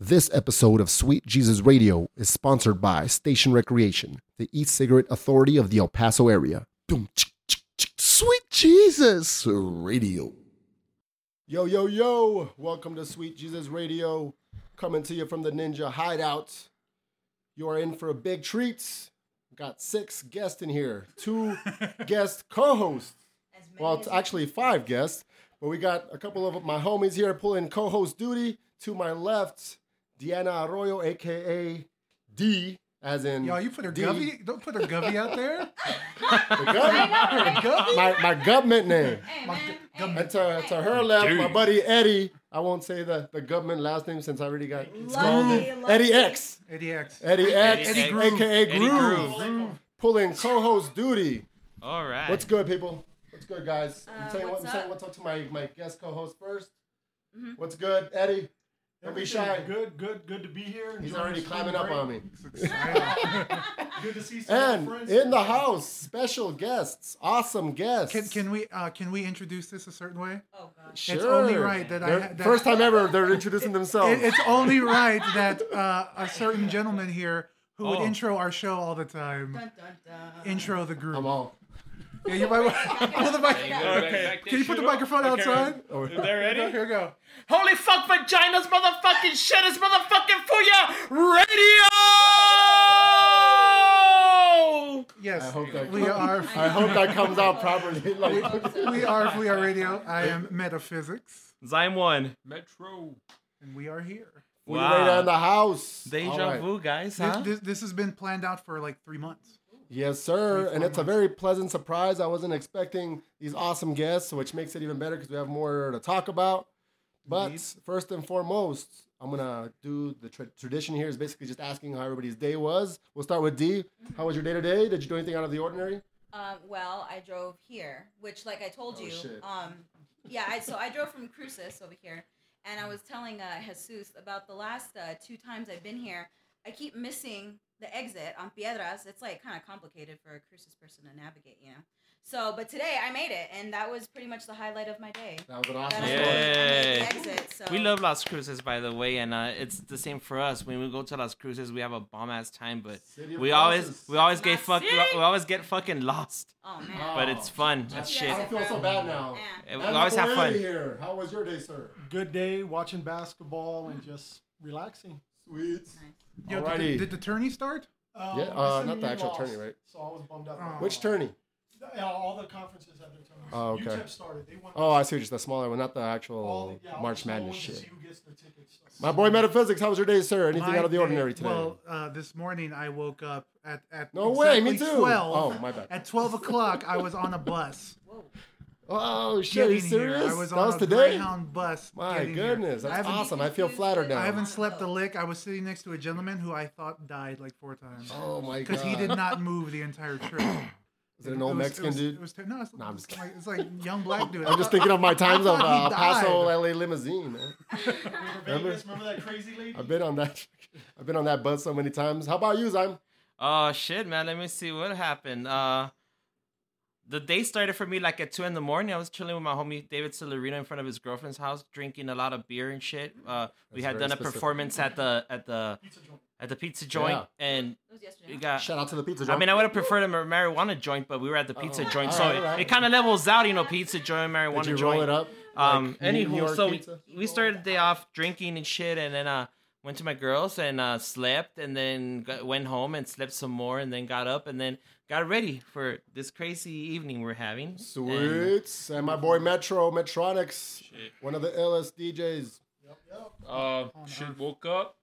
This episode of Sweet Jesus Radio is sponsored by Station Recreation, the e cigarette authority of the El Paso area. Boom, chick, chick, chick, Sweet Jesus Radio. Yo, yo, yo. Welcome to Sweet Jesus Radio. Coming to you from the Ninja Hideout. You are in for a big treat. Got six guests in here, two guest co hosts. Well, it's actually five guests, but we got a couple of my homies here pulling co host duty. To my left, Deanna Arroyo, aka D, as in. Yo, you put her D. govy? Don't put her govy out there. The gov- my, my government name. And to, to her left, my buddy Eddie. I won't say the, the government last name since I already got it's called Lovely, it. lovely. Eddie X. ADX. Eddie X, Eddie Groove. aka Groove, Eddie Groove. pulling co host duty. All right. What's good, people? What's good, guys? I'm Uh, saying what's I'm saying up? Mm-hmm. what's up to my, my guest co host 1st What's good, Eddie? Don't be shy. Good, good, good to be here. He's Enjoying already the spring climbing up break. on me. Good to see some And friends. in the house, special guests, awesome guests. Can, can we uh, can we introduce this a certain way? sure. only right that I They're- ha- that- first time ever they're introducing It, themselves. it's only right that uh, a certain gentleman here who would Oh. intro our show all the time intro the group. I'm all. Yeah, you might want pull the mic. Okay. Can you put the microphone outside? There, Here, Eddie. we go. Holy fuck, vaginas, motherfucking shit is motherfucking for ya radio. Yes, I hope that we are. I hope that comes out properly. Like, We are. We are radio. I am metaphysics, Zyme one. Metro. and we are here. we right in the house. All Deja right. vu, guys, This, huh? this, this has been planned out for like three months. Yes, sir. Three, And four it's a months. very pleasant surprise. I wasn't expecting these awesome guests, which makes it even better because we have more to talk about. But first and foremost, I'm gonna do the tra- tradition here is basically just asking how everybody's day was. We'll start with D. How was your day today? Did you do anything out of the ordinary? Um, well, I drove here, which, like I told Oh, you, shit. um, yeah. I, so I drove from Cruces over here, and I Mm. was telling uh, Jesus about the last uh, two times I've been here. I keep missing the exit on Piedras. It's like kind of complicated for a Cruces person to navigate, you know. So, but today I made it, and that was pretty much the highlight of my day. That was an That awesome. I made- story. I made Yay. the exit. So We love Las Cruces, by the way, and uh, it's the same for us. When we go to Las Cruces, we have a bomb ass time, but City of we always Roses. we always get Las fucked. We always get fucking lost, Oh man. Oh, Oh. but it's fun. That's Yeah. shit. I don't feel so bad now. Yeah. We And always have Uncle fun. Eddie Here. How was your day, sir? Good day watching basketball and just relaxing. Sweet. Yo, did, Alrighty. the, did the tourney start? Um, Yeah, uh, SMU not the actual lost, tourney, right? So I was bummed out. Oh. Which tourney? Yeah, all the conferences had their tournaments. Oh, okay. UTEP started. They won Oh, I see. Just the smaller one, not the all actual the- yeah, March so I Madness wanted to shit. see who gets their tickets. So- My boy Metaphysics, how was your day, sir? Anything My out of the day- ordinary today? Well, uh, this morning I woke up at at No way, me exactly too. 12. Oh, my bad. At twelve o'clock, I was on a bus. Whoa. oh shit, are you getting here. serious? I was that on was a today. Greyhound bus. My getting here. goodness, I that's haven't- awesome. I feel flattered now. I haven't slept a lick. I was sitting next to a gentleman who I thought died like four times Oh my god. because he did not move the entire trip. Is it an old It was- it Mexican was- dude? It was ter- no, it's, No, I'm just it's like, it's like young black dude. I'm just thinking of my times of thought he uh, Paso, died. LA limousine. Man. Remember Remember? Vegas? Remember that crazy lady? I've been on that. I've been on that bus so many times. How about you, Zyme? Oh shit, man! Let me see what happened. Uh, the day started for me like at two in the morning. I was chilling with my homie David Celerino in front of his girlfriend's house, drinking a lot of beer and shit. Uh, we That's had very done a specific. performance at the at the Pizza joint. at the pizza joint, and It was we yesterday. got. Shout out to the pizza. Uh, I joint. mean, I would have preferred a mar- marijuana joint, but we were at the pizza Oh, joint, all so right, it, all right. it kind of levels out, you know, pizza joint, marijuana Did you joint. roll it up? Um, Like, New anywho, York so we, pizza? Oh. we started the day off drinking and shit, and then uh went to my girls and uh slept, and then got, went home and slept some more, and then got up and then got ready for this crazy evening we're having. And Sweet. And my boy Metro, Metronics, one of the illest DJs. Yep, yep. Uh, On shit, Earth. woke up.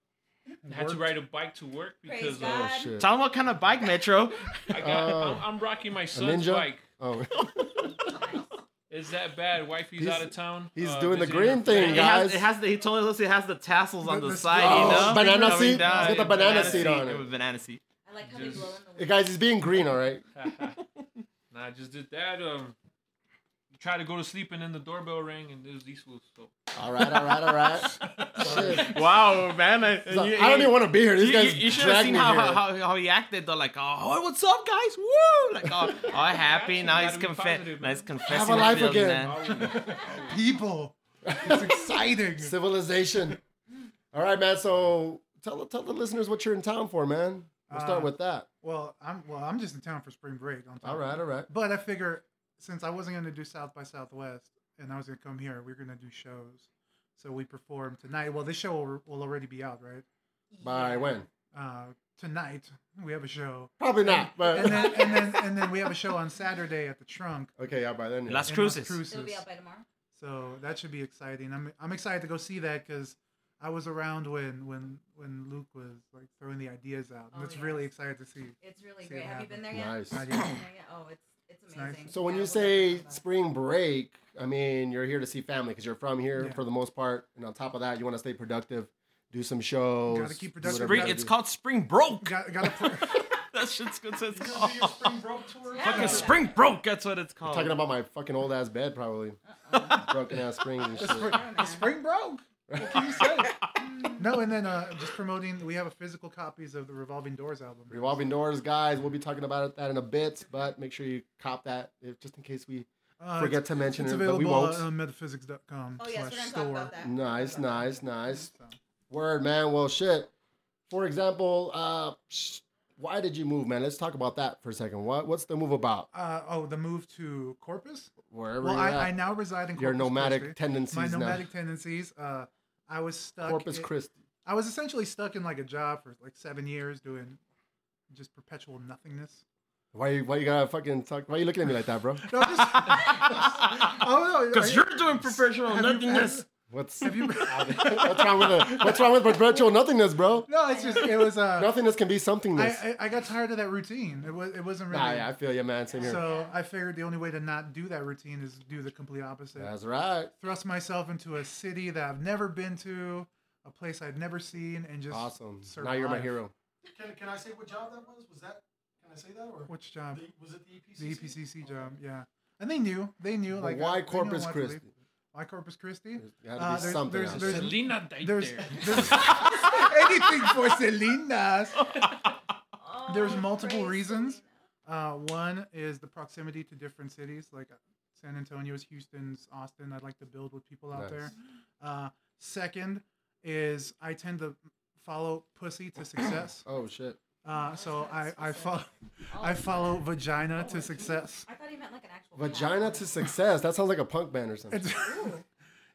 Had to Worked. ride a bike to work Praise because uh, God. Oh shit. tell them what kind of bike, Metro. I got, Oh. I'm, I'm rocking my son's ninja? bike. Oh, It's that bad. Wifey's He's- out of town. he's uh, doing the visiting green her thing, friend. it, guys. has, it has. The, he told us it has the tassels on The- the, the- side. Oh, you know, banana Coming seat. It's down. got the banana seat on it. With banana seat. I like how they glow in the Hey, wind. guys, he's being green, all right? nah, I just did that. Um, tried to go to sleep and then the doorbell rang and there's these fools. So All right, all right, all right. Shit. Wow, man! I, So, I don't even want to be here. These You, guys you, you should have dragged seen me how, here. how, how, how he acted though, like, oh, what's up, guys? Woo! Like, oh, all happy. You Now he's, gotta be confe- positive, now man. he's confessing. a his life feelings, again. man. "Oh, I was- People, it's exciting. Civilization. All right, man. So tell tell the listeners what you're in town for, man. We'll start Uh, with that. Well, I'm well. I'm just in town for spring break. On top All of right, it. all right. But I figure since I wasn't gonna do South by Southwest and I was gonna come here, we were gonna do shows. So we perform tonight. Well, this show will, will already be out, right? By when? Uh, tonight we have a show, Probably not. But and then and then and then we have a show on Saturday at the Trunk. okay, yeah, by then. yeah. Las in Cruces. It'll be out by tomorrow. So that should be exciting. I'm I'm excited to go see that because I was around when when when Luke was like throwing the ideas out, and Oh, it's yes. really excited to see. It's really See great. what Have you been there yet? Nice. Not Not yet. yet? Oh, it's it's It's nice. amazing. So when you Yeah, we'll definitely say come back. spring break, I mean you're here to see family because you're from here Yeah. for the most part, and on top of that, you want to stay productive, do some You shows. gotta keep do productive. whatever you Spring, gotta it's do. called Spring Broke. Got got to That shit's good. It's You gonna do your called. spring broke tour? Yeah. Fucking Spring Broke. That's what it's called. Talking about my fucking old ass bed, probably broken ass springs and shit. I don't know, man. Spring broke. no, and then uh, just promoting. We have a physical copies of the Revolving Doors album. Revolving doors, guys. We'll be talking about that in a bit, but make sure you cop that if, just in case we Uh, forget it's- to mention It's it. But we available won't. on uh, metaphysics.com. Oh yes, slash we're gonna talk store. about that. nice, nice, nice. So, Word, man. Well, shit. For example, uh, sh- why did you move, man? Let's talk about that for a second. What What's the move about? Uh, oh, the move to Corpus. Wherever well, you're I, at, I now reside in Corpus your nomadic Christi. tendencies My now. nomadic tendencies. Uh, I was stuck. Corpus in- Christi. I was essentially stuck in like a job for like seven years doing just perpetual nothingness. Why you Why you gotta fucking talk? Why you looking at me like that, bro? No, just, oh no, Because you you're doing professional Have you- nothingness. What's have you? What's wrong with the, What's wrong with perpetual nothingness, bro? No, it's just it was. Uh, Nothingness can be I, somethingness. I I got tired of that routine. It was it wasn't really. Nah, yeah, I feel you, man. Same here. So I figured the only way to not do that routine is do the complete opposite. That's right. Thrust myself into a city that I've never been to, a place I've never seen, and just Awesome. Now survive. you're my hero. Can, can I say what job that was? Was that? Can I say that or Which job? the, was it the E EPCC? E The E EPCC job, yeah. And they knew, they knew. But Like why I- Oh they knew I Corpus wanted to leave. Christi? Why Corpus Christi? There's gotta Uh, be there's- something. there's- else. there's- Selena died There's, there. there's anything for Selena's. Oh, There's multiple praise reasons. Selena. Uh, one is the proximity to different cities, like uh, San Antonio's, Houston's, Austin. I'd like to build with people out Nice. there. Uh, second is I tend to follow pussy to success. Oh shit. Uh, so I, I follow Oh, I follow oh, vagina I to success. I thought he meant like an actual cat. Vagina to success. That sounds like a punk band or something. It's,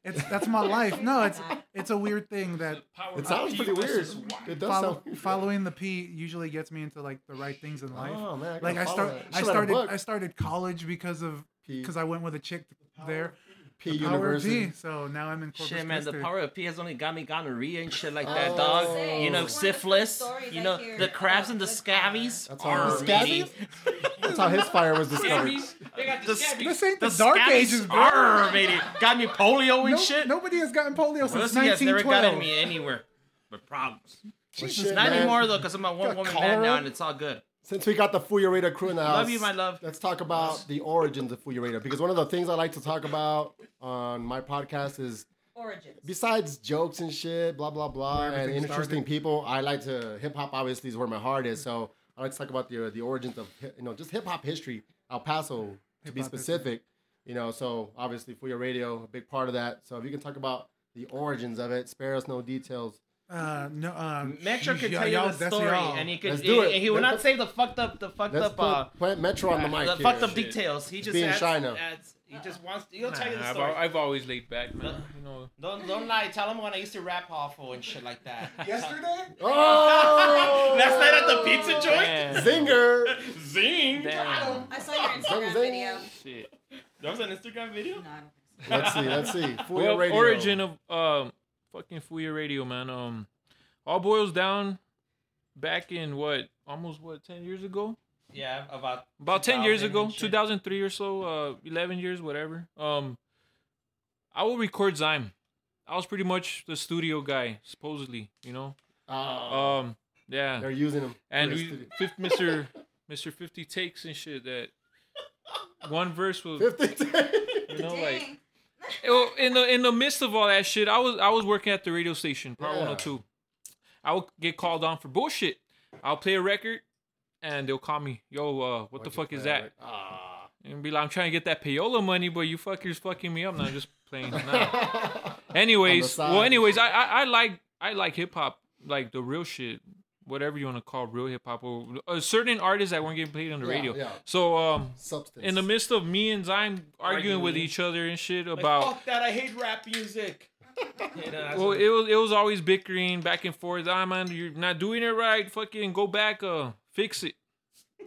it's that's my life. No, it's it's a weird thing that The power It of sounds P pretty weird. versus Y. It does follow, sound. following the P usually gets me into like the right things in life. Oh man. like I start I started I started college because of P, because I went with a chick there. P Power University. P. So now I'm in Corpus Shit, man, the Christi. power of P has only got me gonorrhea and shit like Oh. that, dog. Say, it's You one know, of the syphilis. stories You I know, hear the crabs about and the good scabies That's all. are The meaty. scabies? That's how his fire was discovered. Scabies. They got the The scabies. This ain't the, The Dark scabies Ages, bro. are meaty. Got me polio and No- shit. Nobody has gotten polio since Pussy has never gotten 1912. me anywhere but problems. Jesus, Not anymore though, because I'm a one woman man cholera? now, and it's all good. Since we got the Fuyurita crew in the house, Love you, my love. Let's talk about the origins of Fuyurita because one of the things I like to talk about on my podcast is Origins. besides jokes and shit, blah blah blah, Where and everything interesting started. people. I like to hip hop. Obviously, is where my heart is. So I like to talk about the uh, the origins of hi- you know just hip hop history, El Paso to be Hip-hop history. specific. You know, so obviously for your radio, a big part of that. So if you can talk about the origins of it, spare us no details. Uh, no, uh, Metro could y- tell y'all- you the that's story, y'all. and he could, Let's do it. and he would Let's not say the fucked up, the fucked Let's up, uh, put, put Metro on the mic. the here. fucked up Shit. details. He just being adds, shy now. adds- he just wants. He'll tell you Nah, the I've, story. al- I've always laid back, man. You know, Don't don't lie. Tell him when I used to rap awful and shit like that. Yesterday? Oh! Last night at the pizza joint. Damn. Zinger. zing. Damn. I saw your zing. Instagram video. Shit. That was an Instagram video. No, I don't think so. Let's see. Let's see. Fuya Well, radio. origin of um fucking Fuya Radio, man. Um, all boils down back in what almost what ten years ago. Yeah, about about 10 years 2000 ago and shit. 2003 or so uh 11 years whatever um i will record zyme i was pretty much the studio guy supposedly you know Oh, um yeah they're using him. and for his we, studio. fifth, mr mr 50 takes and shit that one verse was 50. you know like Dang. well, Oh, in the in the midst of all that shit, I was I was working at the radio station, Part Yeah. 102. I would get called on for bullshit. I'll play a record, and they'll call me, "Yo, uh, what the fuck is that?" Ah. and be like, I'm trying to get that payola money, but you fuckers fucking me up. Now just playing. Nah. Anyways, side. well, anyways, I, I I like I like hip hop, like the real shit, whatever you want to call real hip hop, or uh, certain artists that weren't getting played on the Yeah, radio. yeah. So um, Substance. in the midst of me and Zyme arguing, Arguing. with each other and shit Like, about fuck that. I hate rap music. You know, that's well, what- it was it was always bickering back and forth. Ah, man, you're not doing it right. Fucking go back, uh, fix it.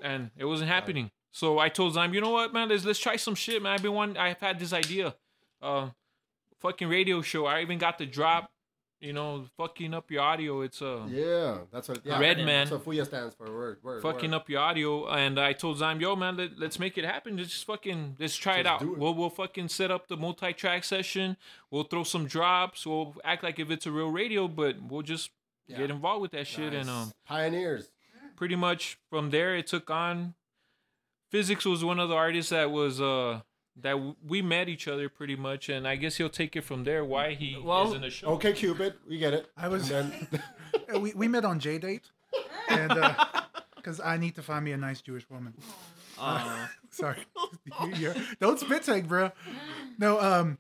And it wasn't happening. So I told Zyme, you know what, man? Let's let's try some shit, man. I've been one. I've had this idea, uh, fucking radio show. I even got the drop. You know, fucking up your audio. It's uh, yeah, that's what. Yeah, Red man. So Fuya stands for word. Word. fucking word. up your audio. And I told Zyme, yo, man, let, let's make it happen. Let's just fucking let's try it Just out. do it. We'll we'll fucking set up the multi-track session. We'll throw some drops. We'll act like if it's a real radio, but we'll just Yeah. get involved with that shit. And Nice. um, pioneers. pretty much from there, it took on. Physics was one of the artists that was uh that w- we met each other pretty much, and I guess he'll take it from there. Why he Well, is in the show? Okay, Cupid, we get it. I was- And then- Uh, we, we met on J date, and because I need to find me a nice Jewish woman. Uh, Sorry, You- you're- don't spit take, bro. No, um,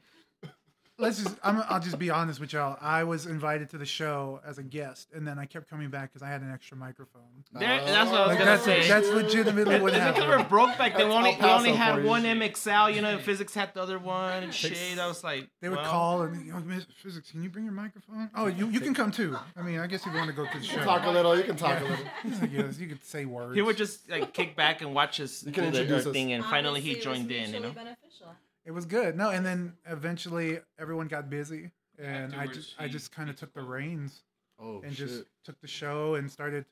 let's just. I'm, I'll just be honest with y'all. I was invited to the show as a guest, and then I kept coming back because I had an extra microphone. that- that's what I was Oh, Like, gonna that's say. that's legitimately what Is it because happened. we're broke back then? That's We only, El we Paso only for had you. one MXL, you know, and physics had the other one and shit. I was like, They would well, call and you know, Miss Physics, can you bring your microphone? Oh, you, you can come too. I mean, I guess if you want to go to the you show, can talk a little. You can talk a little. He's like, yes, you could say words. He would just like kick back and watch us You can do the, introduce the us. thing, and finally Obviously, he it was joined in. You know, mutually beneficial. It was good. No, and then eventually everyone got busy, and I Afterwards, just I he- just kind of he took the spoke. reins Oh and just took the show and started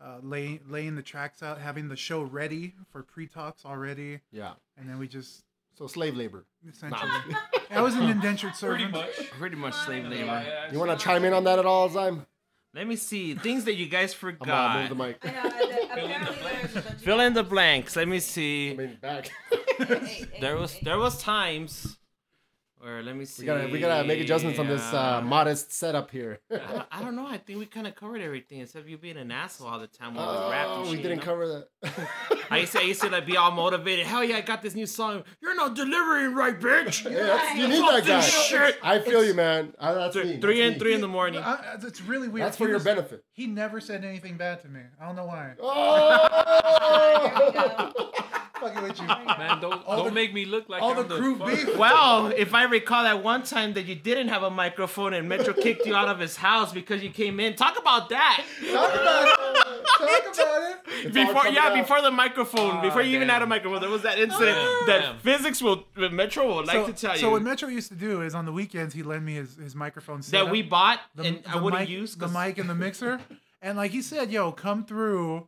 uh, laying laying the tracks out, having the show ready for pre talks already, Yeah. and then we just So slave labor. essentially. I was an indentured pretty servant. much. pretty much slave labor. Yeah, You want to chime in on that at all, Zyme? Let me see things that you guys I'm gonna move forgot. the mic. I know. uh, the- Apparently, there's a bunch of Fill in the blanks. Let me I see. mean, back. Hey, hey, There was hey. there was times, where let me see. We gotta we gotta make adjustments on this uh, modest setup here. I don't, I don't know. I think we kind of covered everything except you being an asshole all the time when we rapped. Oh, and we shit, didn't you know? cover that. I used to, I used to like be all motivated. Hell yeah, I got this new song. You're not delivering right, bitch. Yeah, that's- you need Fuck that guy. this shit. I feel you, man. I, that's me. Three, That's three in me. three in the morning. I, I- it's really weird. That's He for your was- benefit. He never said anything bad to me. I don't know why. Oh! There we go. Fucking with you. Man, don't, All don't the- make me look like All the I'm crew fuck- beef. Well, if I recall that one time that you didn't have a microphone and Metro kicked you out of his house because you came in, talk about that. Talk about it. Talk about it. It's all Before coming yeah, out. before the microphone, before you even damn. had a microphone, there was that incident that damn. physics will that Metro will like to tell so you what Metro used to do is on the weekends he'd lend me his, his microphone that setup. we bought the, and the I wouldn't mic, use the 'cause- mic and the mixer. And like he said, yo, come through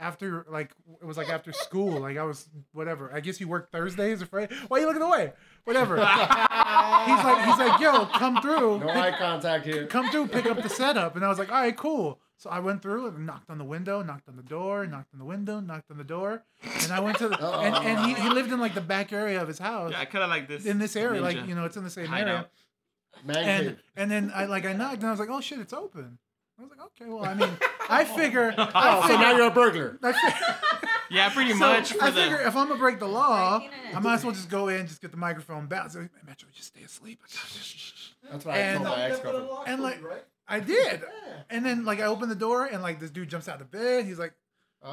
after like it was like after school. Like I was whatever. I guess you work Thursdays or Friday. Why are you looking away? Whatever. he's like he's like, yo, come through. No eye contact here. Come through, pick up the setup. And I was like, all right, cool. So I went through and knocked on the window, knocked on the door, knocked on the window, knocked on the door. And I went to the and, and he, he lived in like the back area of his house. Yeah, I kind of like this in this area, ninja like you know, it's in the same area hideout. Man and cave. and then I like I knocked and I was like, oh shit, it's open. I was like, okay, well, I mean, I figure, Oh, I so figure, now you're a burglar. I figure, Yeah, pretty so much for I the figure if I'm gonna break the law, Breaking it. I might as well just go in, just get the microphone bounce. Like, Metro, just stay asleep. I got this." That's what I And- told my ex-girlfriend. And like I did, and then like I opened the door and like this dude jumps out of bed. He's like,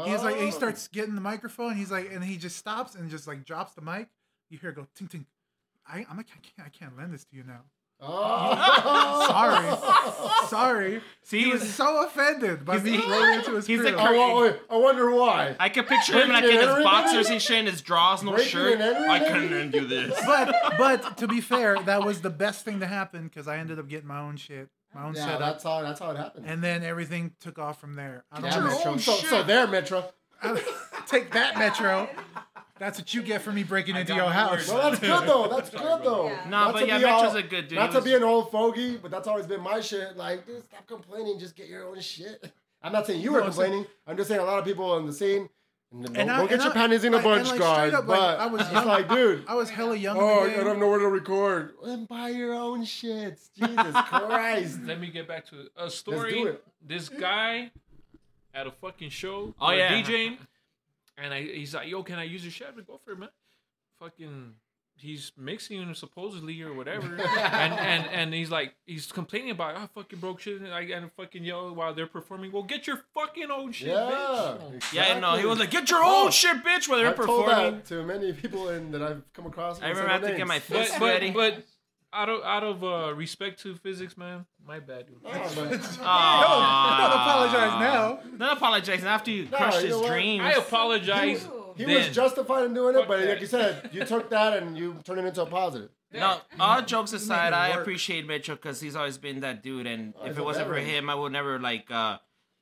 he's like, he Oh. starts getting the microphone. He's like, and he just stops and just like drops the mic. You hear it go ting ting. I, I'm like, I can't, I can't lend this to you now. Oh. Sorry, sorry. see. He was so offended by He's- being he- thrown into his he's crib. the I, wa- I wonder why. I can picture him like Breaking and in his entering, boxers baby? and shit, and his drawers, no Breaking shirt. and entering, I couldn't baby? undo this. but but to be fair, that was the best thing to happen because I ended up getting my own shit, my own Yeah, setup, that's how that's how it happened. and then everything took off from there. I yeah, don't know. Metro. So, so there, Metro. Take that, Metro. That's what you get for me breaking into got your my house. Well, that's good though. That's good though. Yeah. Nah, Not but to yeah, be Metro's all- a good dude. Not He to was- be an old fogey, but that's always been my shit. Like, dude, stop complaining. Just get your own shit. I'm not saying you were No, I'm saying- complaining. I'm just saying a lot of people on the scene. And don't, I- don't get and your I- panties in a like- and bunch, like, guys. straight up, but like, I was it's young. like, dude. I was hella young. in the Oh, I game. don't know where to record. Then buy your own shit. Jesus Christ. Let me get back to a story. do it. This guy at a fucking show. Oh, uh, yeah. DJing, and I, he's like, "Yo, can I use your shit?" I go for it, man. Fucking he's mixing it supposedly or whatever, and, and and he's like he's complaining about I fucking broke shit and I and fucking yell while they're performing. Well, get your fucking own shit, bitch. Yeah, no, he exactly. was like, "Get your own Oh, shit, bitch!" While they're I've told performing. that to many people and that I've come across. I and said remember I have their to get my names. But fist ready. but but out of out of uh, respect to physics, man, my bad, dude. Oh, Aw. Don't apologize now. Then Ah. apologize after you crushed you know his what? dreams. I apologize. Ooh. but he Then- was justified in doing it, Fuck but that. like you said, you took that and you turned it into a positive. No, all jokes aside, it I work. appreciate Mitchell because he's always been that dude. And Oh, if he's it a wasn't for veteran. him, I would never like, uh,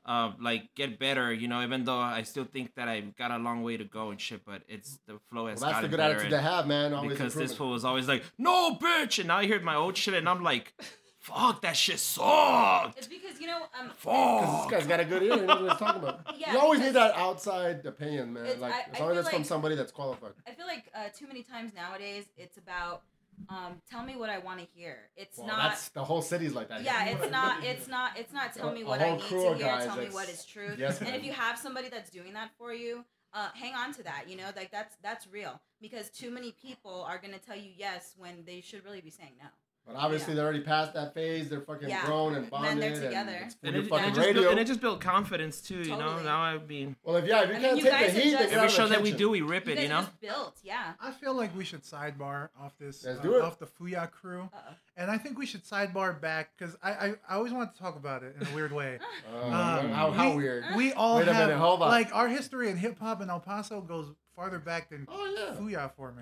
uh, like get better. You know, even though I still think that I've got a long way to go and shit. But it's the flow has Well, that's the gotten good better. attitude to and- have, man. Always because this improving. fool was always like, "No, bitch," and now I hear my old shit, and I'm like, "Fuck, that shit sucked." It's because you know, um, This Fuck. guy's got a good ear. He knows what he's talking about. Yeah, you always because- need that outside opinion, man. It's- Like I- as I long as feel it's from like- somebody that's qualified. I feel like uh, too many times nowadays it's about um, tell me what I want to hear. It's Well, not. that's the whole city's like that. Yeah, here. it's not. It's not. It's not. Tell A- me a what I whole need crew to of hear. guys Tell me that's- what is true. Yes, and man. if you have somebody that's doing that for you, uh, hang on to that. You know, like that's that's real because too many people are gonna tell you yes when they should really be saying no. But obviously, Yeah. they're already past that phase. They're fucking Yeah. grown and bonded. Then they're And together. it's And your it, fucking and it just radio. built, and it just built confidence too, you know. Totally. Now I'd be well, if yeah, if you I mean, can't you take guys the are heat, just- then get out every of show the that we kitchen. do, we rip you it, guys you know. just built, yeah. I feel like we should sidebar off this Let's uh, do it. off the Fuya crew, Uh-oh. and I think we should sidebar back because I, I I always wanted to talk about it in a weird way. Oh, Um, how, how we- weird. We all Wait a have minute, hold on. like our history in hip hop in El Paso goes farther back than Oh, yeah. Fuya for me.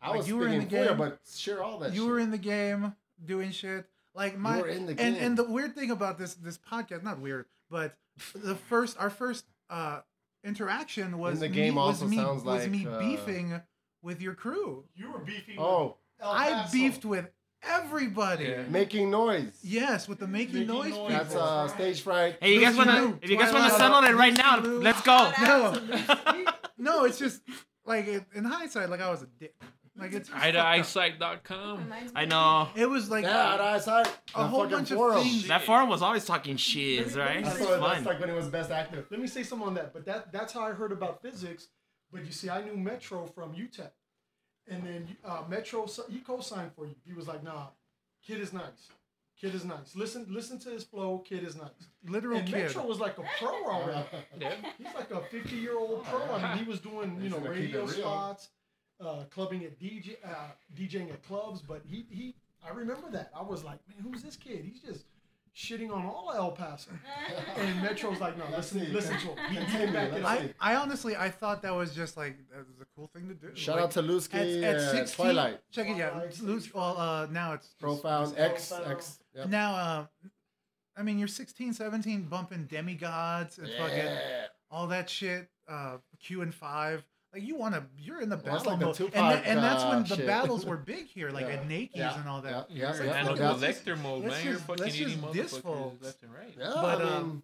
I like, was you were in speaking the clear, game. but share all that. you were in the game doing shit like my were in the and game. and the weird thing about this this podcast not weird but the first our first uh interaction was the game me, also was me, sounds was like, me uh, beefing with your crew You were beefing. Oh, with El i Paso. beefed with everybody Yeah. making noise. yes with the making, Making noise, noise. That's people uh, stage fright. Hey, you guys Lucy wanna? Liu, If you guys wanna Twilight, settle it right Lucy now, Liu. let's go. no no it's just like in in hindsight like i was a dick like it's just Eye to fucked eye up. sight.com. Reminds me. I know it was like yeah, and I saw it. A The whole fucking bunch of forum. things. that forum was always talking shiz, right? I It's saw it, fun. That's like when it was best actor. Let me say something on that. But that that's how I heard about physics. But you see, I knew Metro from UTEP, and then uh, Metro s- he co-signed for you. He was like, "Nah, kid is nice. Kid is nice. Listen, listen to his flow. Kid is nice." literal And kid Metro was like a pro already. Yeah. He's like a 50 year old pro. I mean, he was doing you He's know gonna keep it radio real. spots, uh, clubbing at DJ, uh, DJing at clubs. But he he, I remember that. I was like, man, who's this kid? He's just shitting on all of El Paso. and Metro's like, no, Let's listen, see. listen to him. He can Continue. take back Let's it see. up. I, I honestly I thought that was just like that was a cool thing to do. Shout Like, out to Lusky at, at uh, 16, Twilight. Check it out. Twilight. It's loose- well, uh, now it's just- Profound X Profound. X. Yep. Now, uh, I mean, you're 16, 17, bumping demigods and fucking Yeah. all that shit. Uh, Q and five. Like you want to, you're in the Well, that's battle like the mode, and, Tupac, tha- and that's when uh, the shit. battles were big here, like Yeah. at Nakes Yeah. and all that. Yeah, yeah, like, yeah, Nano let's yeah. just- collector mode, let's man. You're just- fucking let's eating just diss motherfuckers folks. left and right. Yeah, But, I uh, mean,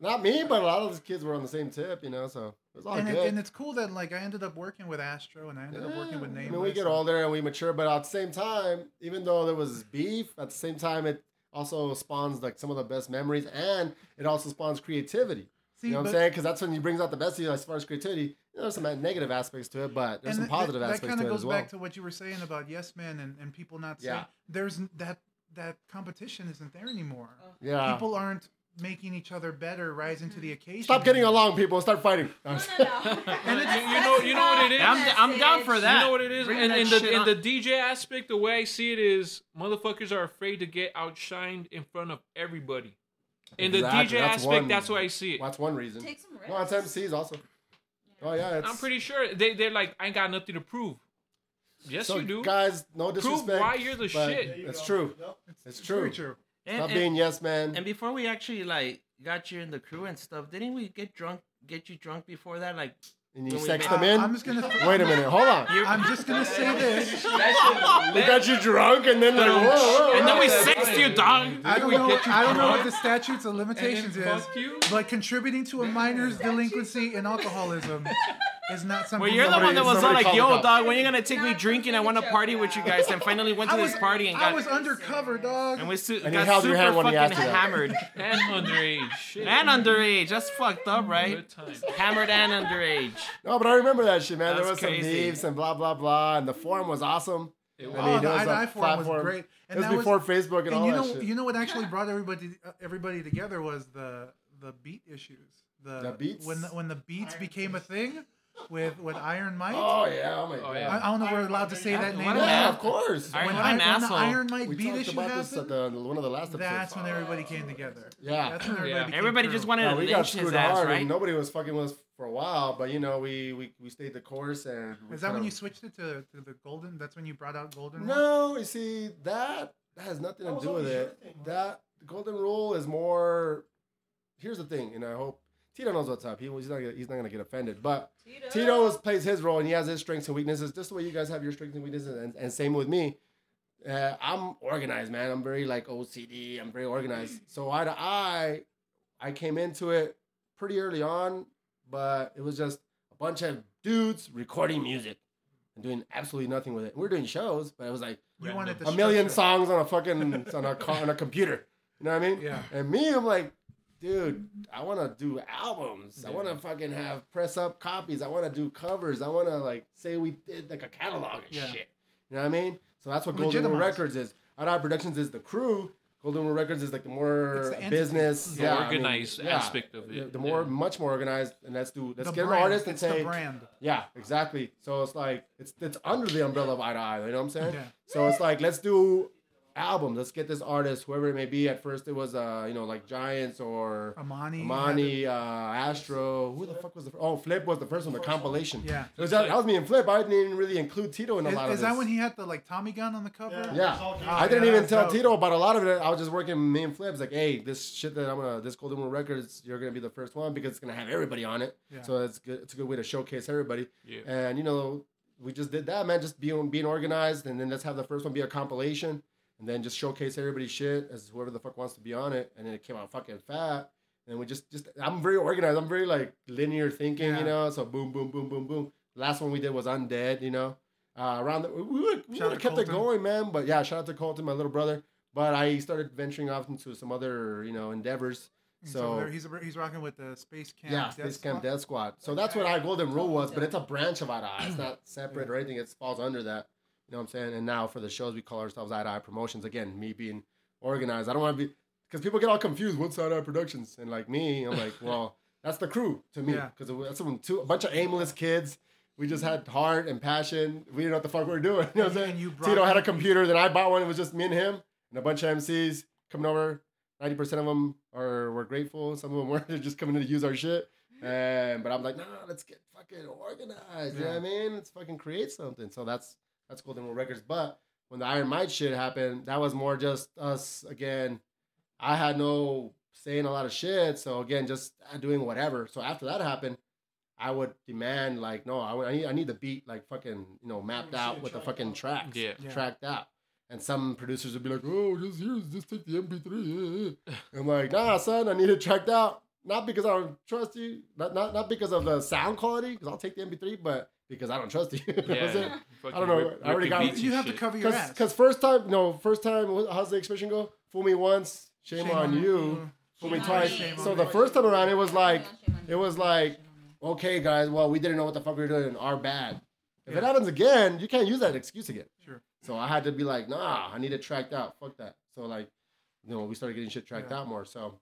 not me, but a lot of these kids were on the same tip, you know. So it was all and, good. it, and it's cool that like I ended up working with Astro, and I ended up working with Yeah, Nameless. I mean, we get and- older and we mature, but at the same time, even though there was beef, at the same time, it also spawns like some of the best memories, and it also spawns creativity. See, you know what but- I'm saying? Because that's when you brings out the best of you as far as creativity. You know, there's some negative aspects to it, but there's some th- th- positive aspects kinda to it goes as well. back to what you were saying about yes men and, and people not saying Yeah. there's n- that that competition isn't there anymore. Uh, yeah. People aren't making each other better, rising to the occasion. Stop getting along, people. Start fighting. No, no, no. And That's- you- you know- you know what it that's is? not I'm, I'm down for message. that. You know what it is, Bring and that in the shit in on. the DJ aspect, the way I see it is, motherfuckers are afraid to get outshined in front of everybody. In Exactly, the DJ that's aspect, one- that's why I see it. Well, that's one reason. Take some risks. No, it's MCs also. Oh yeah, it's, I'm pretty sure they they're like, I ain't got nothing to prove. Yes, so you do. Guys, no disrespect. why you're the but shit. There you It's go. true. Yep. It's Very true. true. And- Stop and- being yes man. And before we actually like got you in the crew and stuff, didn't we get drunk? Get you drunk before that? Like And you When we sex make- them Uh, in? I'm just gonna. Wait a minute. Hold on. I'm just gonna say this. We got you drunk and then like, whoa, whoa, whoa. and then we yeah, sexed yeah. you, dog. I don't know. I don't know what the statutes of limitations And then is, fuck you. but contributing to a minor's delinquency and alcoholism is not something. Well, you're the that one that was all somebody like, called it "Yo, out. dog, when you gonna take me Not drinking? I something want to to party joke with you about. guys." And finally went to I this was- party and I got was undercover, dog. and we su- And he got held your super hand when he fucking asked you that. hammered And underage shit. and underage. That's fucked up, right? Good time. Hammered and underage. No, but I remember that shit, man. That there was was crazy. some beefs and blah blah blah, and the forum was awesome. It Oh, was. I mean, the that was a I forum was platform- great, It and was that before was Facebook and, and all you that know shit. you know what actually brought everybody uh, everybody together was the the beat issues. The, The beats? when the, when the beats Iron became a Fist. thing with with Iron Mike. oh yeah, oh my Oh, god. yeah. I, I don't know if we're Iron allowed Mike, to are say you that talking name. about now. Yeah, of course. Iron when, Mike I, an when the asshole. Iron Mike we beat talked issue about happened, this at the, one of the last episodes. that's when everybody came together. Yeah. That's when everybody. Yeah. Became Everybody crew. just wanted Yeah, to we got lynch his screwed ass, hard, right? and nobody was fucking with us for a while. But you know, we we, we, we stayed the course, and we Is that kinda- when you switched it to, to the golden? That's when you brought out golden. Rule? No, you see that that has nothing That to was do with always your it. thing, right? That the golden rule is more. Here's the thing, and I hope Tito knows what's up. He, he's not gonna, he's not gonna get offended, but. Tito. Tito is- plays his role and he has his strengths and weaknesses, just the way you guys have your strengths and weaknesses. And, and same with me. Uh, I'm organized, man. I'm very like OCD. I'm very organized. So eye to eye, I came into it pretty early on, but it was just a bunch of dudes recording music and doing absolutely nothing with it. We were doing shows, but it was like You wanted the a million structure. songs on a fucking on a co- on a computer. You know what I mean? Yeah. And me, I'm like, dude, I want to do albums. I want to fucking have press up copies. I want to do covers. I want to like say we did like a catalog and Yeah. shit. You know what I mean? So that's what Golden Rule Legitimize. Records is. Out Eye Productions is the crew. Golden Rule Records is like the more It's the entity. business, The yeah, I mean, organized yeah. aspect of it. The more, Yeah. much more organized, and let's do, let's The get an brand. artist and it's say, the brand. yeah, exactly. So it's like it's it's under the umbrella of eye to eye. You know what I'm saying? Yeah. So it's like let's do albums. Let's get this artist, whoever it may be. At first, it was uh you know like Giants or Amani. Amani, uh, Astro. Who the fuck was the fir- oh Flip was the first one, the compilation. Yeah. it was that, that was me and Flip. I didn't even really include Tito in a Is, lot of is this. that when he had the like Tommy gun on the cover? Yeah. It's all good. I didn't Yeah, even tell so- Tito about a lot of it. I was just working me and Flip's like, hey, this shit that I'm gonna this Golden Rule Records, you're gonna be the first one because it's gonna have everybody on it. Yeah. So it's good it's a good way to showcase everybody. Yeah. And you know, we just did that, man, just being being organized and then let's have the first one be a compilation and then just showcase everybody's shit as whoever the fuck wants to be on it. And then it came out fucking fat. And we just just I'm very organized. I'm very like linear thinking, Yeah. you know. So boom, boom, boom, boom, boom. Last one we did was Undead, you know. Uh, around the, we would we Shout would out have kept it going, Colton. man. But yeah, shout out to Colton, my little brother. But I started venturing off into some other, you know, endeavors. He's over So there. he's he's rocking with the space camp. yeah, Death Space Camp Squad. Death Squad. So that's what our golden rule was, but it's a branch of Eye. It's not separate or anything. It falls under that. You know what I'm saying? And now for the shows, we call ourselves Eye to Eye Promotions. Again, me being organized. I don't want to be because people get all confused. What's Eye to Eye Productions? And like me, I'm like, well, that's the crew to me Yeah. because that's when two, a bunch of aimless kids. We just had heart and passion. We didn't know what the fuck we were doing. You know what I'm And- saying? and you brought Tito had a that- computer. Then I bought one. It was just me and him and a bunch of MCs coming over. Ninety percent of them are were grateful. Some of them weren't. They're just coming in to use our shit. And but I'm like, nah, let's get fucking organized. You know what I mean? Let's fucking create something. So that's that's Golden Rule Records. But when the Iron Might shit happened, that was more just us again. I had no saying a lot of shit. So again, just uh, doing whatever. So after that happened, I would demand like, no, I, would- I need I need the beat like fucking you know mapped see out a with the track. fucking tracks Yeah. Yeah. tracked out. And some producers would be like, "Oh, just here's just take the MP3." yeah, yeah." eh, I'm like, "Nah, son, I need it tracked out. Not because I don't trust you, not not, not because of the sound quality, because I'll take the MP3, but because I don't trust you." That was it. Yeah. Fucking don't know, rip- I already ripping got- beats You and have to shit. cover your ass. Because first time, no, first time. wh- How's the expression go? Fool me once, shame, on, you. Fool me Shame on twice. me. Shame So on the me. first time around, it was like, Shame on it you. was like, okay, guys, well, we didn't know what the fuck we were doing. Our bad. If it Yeah. happens again, you can't use that excuse again. Sure. So I had to be like, nah, I need it tracked out. Fuck that. So like, you know, we started getting shit tracked Yeah. out more. So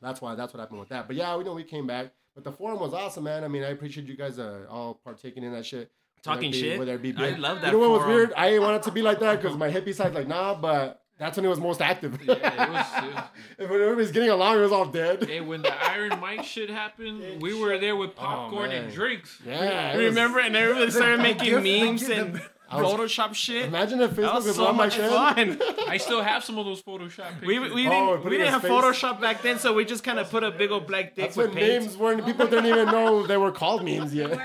that's why that's what happened with that. But yeah, we know we came back. But the forum was awesome, man. I mean, I appreciate you guys uh, all partaking in that shit. Whether it Talking be- shit? Whether it be I big- love you that. know what was forum. weird? I didn't want it to be like that because my hippie side's like, nah, but that's when it was most active. Yeah, it was- it was- And when everybody's getting along, it was all dead. Hey, when the Iron Mike shit happened, we were there with popcorn man. and drinks. Yeah. it was- Remember, and everybody started making gift- the memes gift- and I was- Photoshop shit. That Imagine if Facebook was, was so run much like that. fun. I still have some of those Photoshop pictures. We, we didn't, Oh, put we it didn't in have his face. Photoshop back then, so we just kind of put a big old black dick That's with when paint. names weren't. People didn't even know they were called memes yet.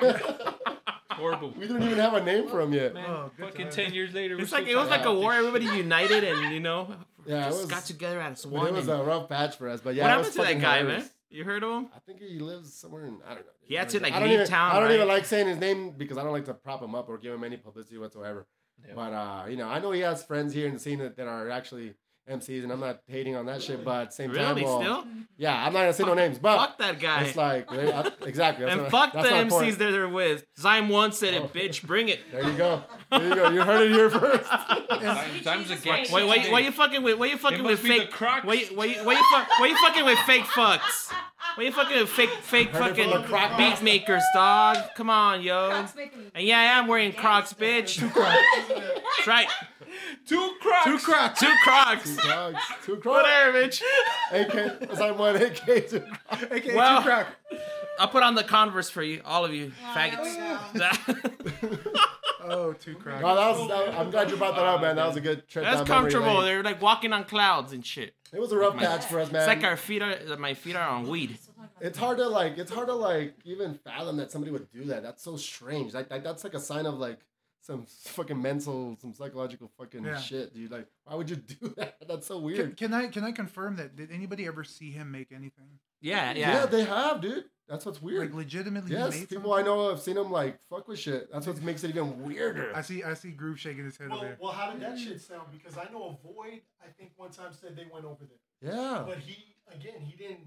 Horrible. we didn't even have a name for them yet. Man, Oh, good fucking times. ten years later, we're It's like still it was talking like a about war. this Everybody united, and you know, Yeah, it just was. got together as but one. it was and- a rough patch for us. But yeah, what it happened was to that fucking guy, hilarious. man? You heard of him? I think he lives somewhere in I don't know. He had to, like, I don't leave even, town, I don't even right? like saying his name because I don't like to prop him up or give him any publicity whatsoever. But uh, you know, I know he has friends here in the scene that, that are actually MCs, and I'm not hating on that shit, but at the same Really? time, uh, Still? yeah, I'm not gonna say no names, but Fuck that guy. it's like they- I- exactly. that's and what- fuck the that's my MCs point. Oh. that they're with. Zyme one said it, bitch. Bring it. There you go. There you go. You heard it here first. Times- times Jesus again. Christ. Wait, wait, why you fucking with? Why you fucking with must be the fake? Crocs. Why, you- why, you- why you fuck? Why you fucking with fake fucks? Why you fucking with fake, fake Heard it from fucking the Croc beat master. makers, dog? Come on, yo. Crocs make me- And yeah, I am wearing Crocs, bitch. Two Crocs. That's right. Two Crocs. Two cracks. Two Crocs. Dogs, two cracks. Whatever, bitch. AK, Sign one AK, two cracks. AKA Well- two crack. I'll put on the Converse for you, all of you, Wow. faggots. Oh, two crack. No, that was, that, I'm glad you brought that up, man. That was a good trip. That's down memory comfortable. lane. They're like walking on clouds and shit. It was a rough patch for us, man. It's like our feet are, my feet are on weed. it's hard to like it's hard to like even fathom that somebody would do that that's so strange like, like that's like a sign of like some fucking mental some psychological fucking Yeah. shit dude like why would you do that that's so Can, weird can I can I confirm that? Did anybody ever see him make anything? Yeah, yeah. yeah. they have dude that's what's Like weird legitimately yes made people i something? know have seen them like fuck with shit that's what makes it even weirder I see I see Groove shaking his head over Well, there. well, how did that shit sound? Because I know a void. I think one time said they went over there, yeah but he again he didn't.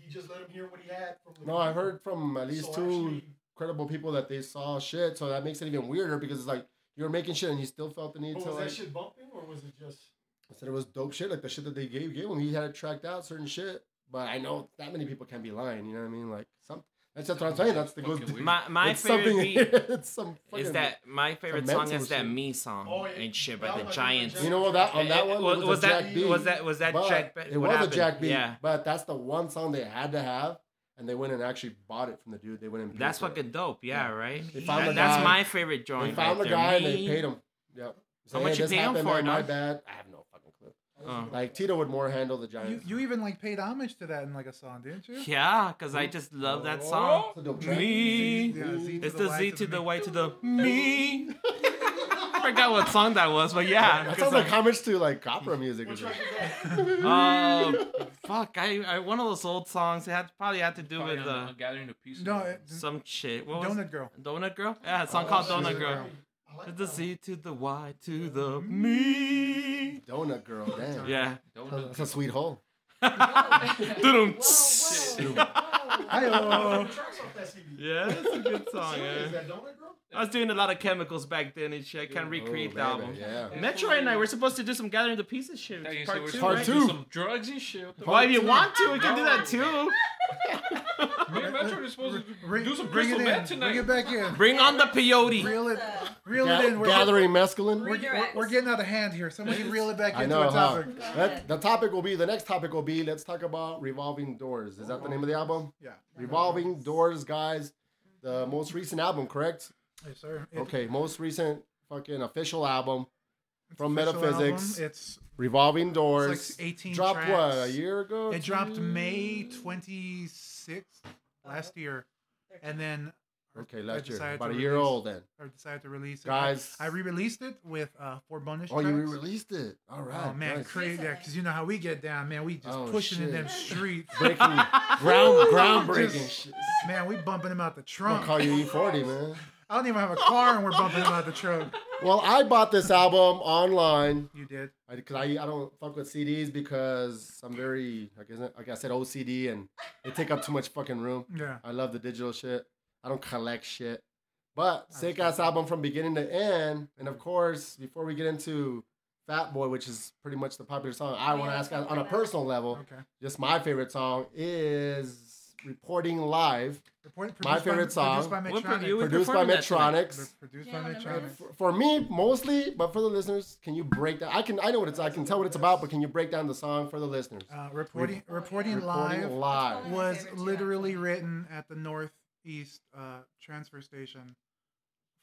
He just let him hear what he had from. the no i heard from at least So two actually- credible people that they saw shit so that makes it even weirder because it's like you were making shit and you still felt the need But to was like, that shit bumping or was it just? I said it was dope shit, like the shit that they gave gave him. He had it tracked out, certain shit. But I know that many people can be lying. You know what I mean? Like some. That's that's what I'm saying. That's the good. My my it's favorite something. beat it's some fucking, is that my favorite some song mental is that shit. me song Oh, yeah. and shit by That the was- Giants. You know that on that It- one was, was, was a that Jack B. was that was that But Jack? B- It what was happened? a Jack B. Yeah, But that's the one song they had to have, and they went and actually bought it from the dude. They went and paid that's for it. fucking dope. Yeah, right. They found That- the that's guy- my favorite They joint. found right the there. guy and they Me. paid him. Yep. Say, much hey, you this pay 'em happened, for man, it, My dog? bad. I have no fucking clue. Oh. Like Tito would more handle the You, Giants. you even like paid homage to that in like a song, didn't you? Yeah, cause I just love that song. It's a dope track. Me, Oh. Yeah, Z to it's the the Y Z to to the the me. Y to the me. I forgot what song that was, but yeah. That 'cause sounds like homage to like opera music. or Which one something. is that? Uh, fuck! I, I one of those old songs. It had probably had to do with uh, gathering the pieces. No, it, some shit. What was Donut Girl. it? Donut Girl? Yeah, a song Oh, called shit. Donut Girl. I like It's that the Z to the Y to the me. Donut girl, damn. Yeah. That's a sweet hole. Doo-dum. Oh, Hi-oh. one. Tracks off that CD. yeah, that's a good song. Is Yeah. that Donut Girl? I was doing a lot of chemicals back then and shit. I can't recreate the Oh, baby, album. yeah. Metro and I were supposed to do some gathering the pieces shit. Yeah, you said Part we're two. Part right? two. Some drugs and shit. What the Well, if you want to, we can do that too. fuck? Me and Metro are supposed to Bring, do some bring it crystal in. meth Bring tonight. it back in. Bring on the peyote. Reel it, Uh, reel Ga- it in. We're, gathering mescaline. we're, we're, we're getting out of hand here. Somebody reel it back I into know. our Huh? topic. That, the topic will be the next topic will be let's talk about revolving doors. Is that the name of the album? Yeah. Revolving Doors, Mm-hmm. guys. The most recent album, correct? Yes, sir. It- Okay, most recent fucking official album from official Metaphysics. album. It's, Revolving Doors. It's like 18 dropped tracks. what a year ago. it Two- dropped May 26th last year. And then Okay, I last year, decided about to a year release- old then. I decided to release it. Guys. I re released it with uh, four bonus Oh, you tracks. re-released it. All right. Oh man, nice. crazy! Yeah, because you know how we get down, man. We just Oh, pushing in shit. them streets, breaking ground groundbreaking Just- shit. man. We bumping them out the I'll trunk. call you E40, man. I don't even have a car, and we're bumping them out the trunk. Well, I bought this album online You did. because I, I don't fuck with CDs because I'm very like isn't like I said OCD and they take up too much fucking room. Yeah. I love the digital shit. I don't collect shit. But sick ass album from beginning to end. And of course, before we get into Fat Boy, which is pretty much the popular song, I want to ask on a personal level, Okay. just my favorite song is "Reporting Live." Report, My produced by- favorite song. Produced What by pro- you Medtronic. would- produced by performing that tonight. Medtronics. Produced Yeah, by I remember Medtronic. this. Uh, For, for me, mostly, but for the listeners, can you break down? I can, I know what it's, I can tell what it's about, but can you break down the song for the listeners? Uh, reporting, reporting, Reporting live. live Live. was Favorite, yeah. literally written at the northeast uh, transfer station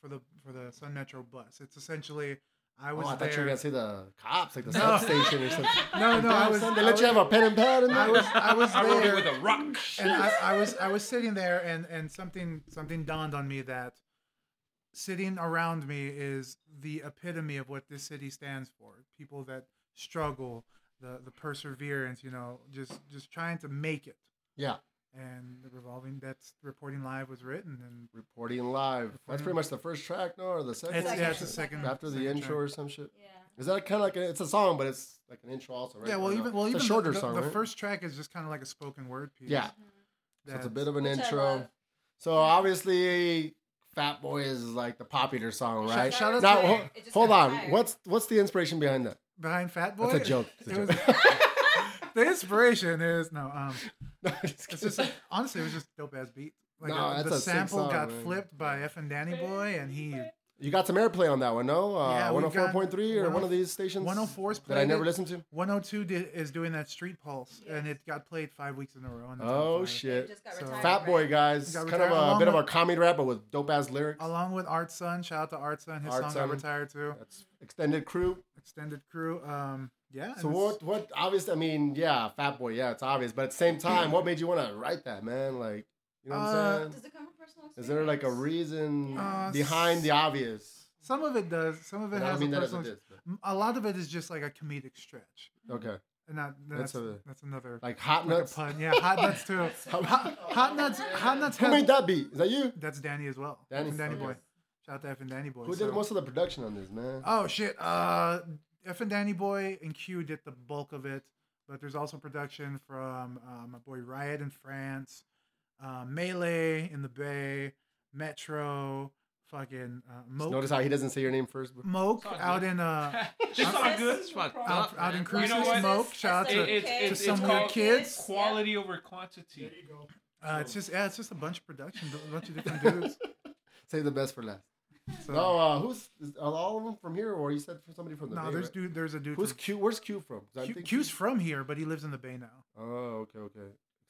for the for the Sun Metro bus. It's essentially I Oh, was I thought there. you were gonna say the cops, like the No. substation or something. no, no, I was. Son, they I let was- you have a pen and pad in there. I was I was I wrote there it with a rock. and I, I was I was sitting there and and something something dawned on me that sitting around me is the epitome of what this city stands for. People that struggle, the the perseverance, you know, just just trying to make it. yeah, And the revolving that's reporting live was written and reporting live. That's pretty much the first track, no, or the second. Mm-hmm. it's, one? yeah, it's the second after the second intro track. or some shit. yeah. Is that kind of like a, it's a song, but it's like an intro also, right? Yeah, well, Or no? even well, It's even a shorter the, song, the right? first track is just kind of like a spoken word piece. Yeah, so it's that's- a bit of an Which I intro. love. So obviously, Fat Boy is like the popular song, right? shout out now, to- ho- It just hold got on. fired. What's what's the inspiration behind that? behind Fat Boy. That's a joke. It's a It was- joke. the inspiration is no. Um, No, I'm just it's kidding. just honestly, it was just dope ass beat. Like No, uh, that's the a sick sample song, got man. flipped by F and Danny Boy, and he you got some airplay on that one, no? Uh, Yeah, we've got 104.3 or one of these stations 104's that I played never it. listened to. 102 did, is doing that Street Pulse, and it got played five weeks in a row. In the top Oh five. It shit! just got So- retired, Fat Boy, right? guys, Got kind of retired a along bit of a with- comedy rap, but with dope ass lyrics. Along with Art Sun, shout out to Art Sun. His Art song Sun. got retired too. That's extended crew. Extended crew. Um, yeah. and So it's- what? What? Obvious. I mean, yeah, Fat Boy. Yeah, it's obvious. But at the same time, what made you want to write that, man? Like, you know what Uh, I'm saying? Does it come from personal experience? Is there like a reason Uh, behind s- the obvious? Some of it does. Some of it And I has don't mean a that as a personal. diss. m- a lot of it is just like a comedic stretch, but- Okay, and that, That's that's that's, a- another like Hot like a Nuts. pun. Yeah, hot nuts too. hot, hot nuts. Hot nuts. Who Has, made that beat? Is that you? That's Danny as well. Danny, Danny, Danny okay. boy. Shout out to F and Danny boy. Who so- did most of the production on this, man? Oh shit. Uh, F and Danny boy and Q did the bulk of it, but there's also production from uh, my boy Riot in France, uh, Melee in the Bay, Metro, fucking uh, Just Moke, notice how he doesn't say your name first. bro. Moke Sorry, out in uh. This Process not good. is It's fucked required. out, up. out in man. You Cruces know what? Mo- Smoke. Shout out to It- it- to it's some called weird kids. Quality over quantity. There you go. Uh, it's just yeah, it's just a bunch of production, a bunch of different dudes. Say the best for last. So, No, uh, who's is, are all of them from here, or you said somebody from the? no, Bay, there's right? dude, there's a dude. Who's from, Q? Where's Q from? 'Cause I Q, think Q's from here, but he lives in the Bay now. Oh, okay, okay.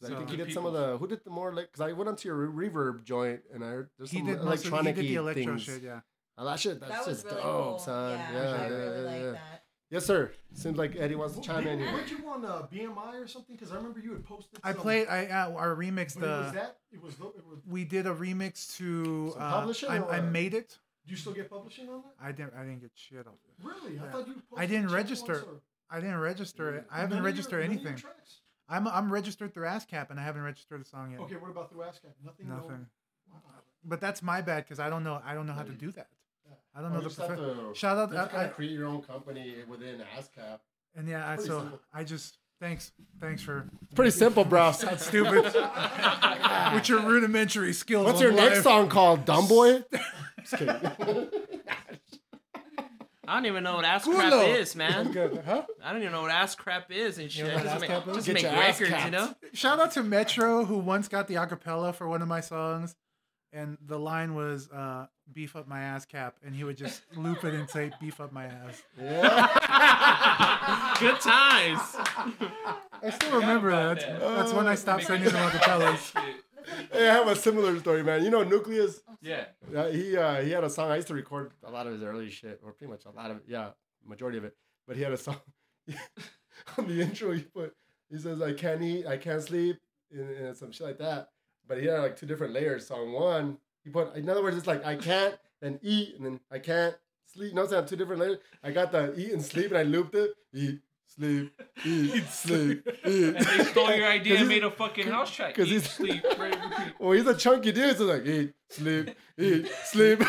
'Cause I So- think he Good did some of people. the. Who did the more like? Because I went onto your re- reverb joint and I heard there's He some did most of- he electronic did the electro things. shit, yeah. Oh, that shit, that's That was just really dope, cool. son. Yeah, Yeah, I really yeah, like yeah. that. Yes, sir. Seems like Eddie wants to chime in Didn't- here. Weren't you on uh, BMI or something? Because I remember you had posted. I some- played. I uh, I remixed But it was the. that. It was. the- It was. We did a remix to. Some Uh, publishing I, or- I made it. Do you still get publishing on that? I didn't. I didn't get shit off. it. Really? I Yeah. thought you. Posted I didn't just register. once or- I didn't register it. I None haven't of your- registered none of your anything. tracks? I'm I'm registered through ASCAP and I haven't registered a song yet. Okay, what about through ASCAP? Nothing. no- Nothing. Wow. But that's my bad because I don't know. I don't know how to do that. I don't Oh, know you the. just have profe- to- Shout out. You just I- I- gotta create your own company within ASCAP. And yeah, I, Pretty so simple. I just thanks, thanks for Pretty simple, bro. that's stupid with your rudimentary skills. What's on your next life. song called, Dumb Boy? Just kidding. I don't even know what ass crap Culo. is, man. Good, huh? I don't even know what ass crap is and shit. know what just ass make, crap is? just Get make your ass records, you clapped. know? Shout out to Metro who once got the acapella for one of my songs, and the line was uh, "beef up my ass cap," and he would just loop it and say "beef up my ass." Good times. I still remember that. That's when I stopped sending them acapellas. Hey, I have a similar story, man. You know Nucleus? Yeah. Yeah, he uh, he had a song. I used to record a lot of his early shit, or pretty much a lot of it. Yeah, majority of it. But he had a song on the intro. He put he says I can't eat, I can't sleep, and, and some shit like that. But he had like two different layers. So on one, he put in other words, it's like I can't and eat, and then I can't sleep. No, I have two different layers. I got the eat and sleep, and I looped it. Eat, sleep, eat, sleep, eat. They stole your idea 'Cause and he's- made a fucking house track. 'cause Because he's- he's sleep. right, repeat. Well, he's a chunky dude, so like eat, sleep, eat, sleep.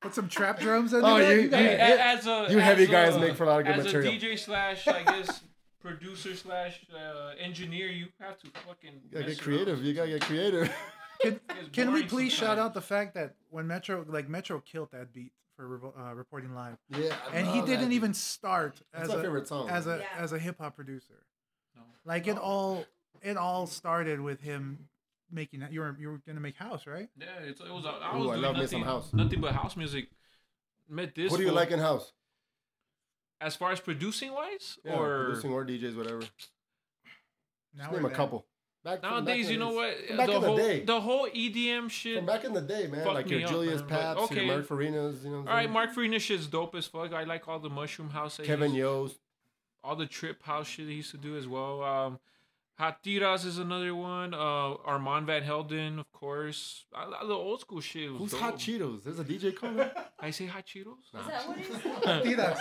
Put some trap drums in Oh, there. you- Hey, a- Yeah. as a You as heavy guys a- make for a lot of good as material. a DJ slash, I guess, producer slash uh, engineer, you have to fucking You gotta mess get creative. around. You gotta get creative. Can, It's can we boring please shout sometimes. out the fact that when Metro like Metro killed that beat for Revo- uh, reporting live. Yeah, I and he love didn't that. even start That's as my a favorite song. as a Yeah. as a hip hop producer. No. Like it all it all started with him making that you were you were gonna make house, right? Yeah, it's, it was. I Ooh, was I doing love me nothing, some house. nothing but house music. Met this. What do you fool. like in house? as far as producing wise, Yeah, or producing or DJs, whatever. Just Now name we're a back. couple. Back from- nowadays, back you in know the- what? From back in whole the day. the whole EDM shit. from back in the day, man. Fucked like your me up, Julius man, but Paps, your okay. Mark Farinas, you know. What all right, I'm Mark Farina shit's dope as fuck. I like all the mushroom house. that saying? Kevin he's- Yost. all the trip house shit he used to do as well. Um, Hatiras is another one. Uh, Armand Van Helden, of course. I, I- the old school shit. Was Who's dope. Hot Cheetos? There's a DJ called that? I say Hot Cheetos. Is that what it is? Adidas.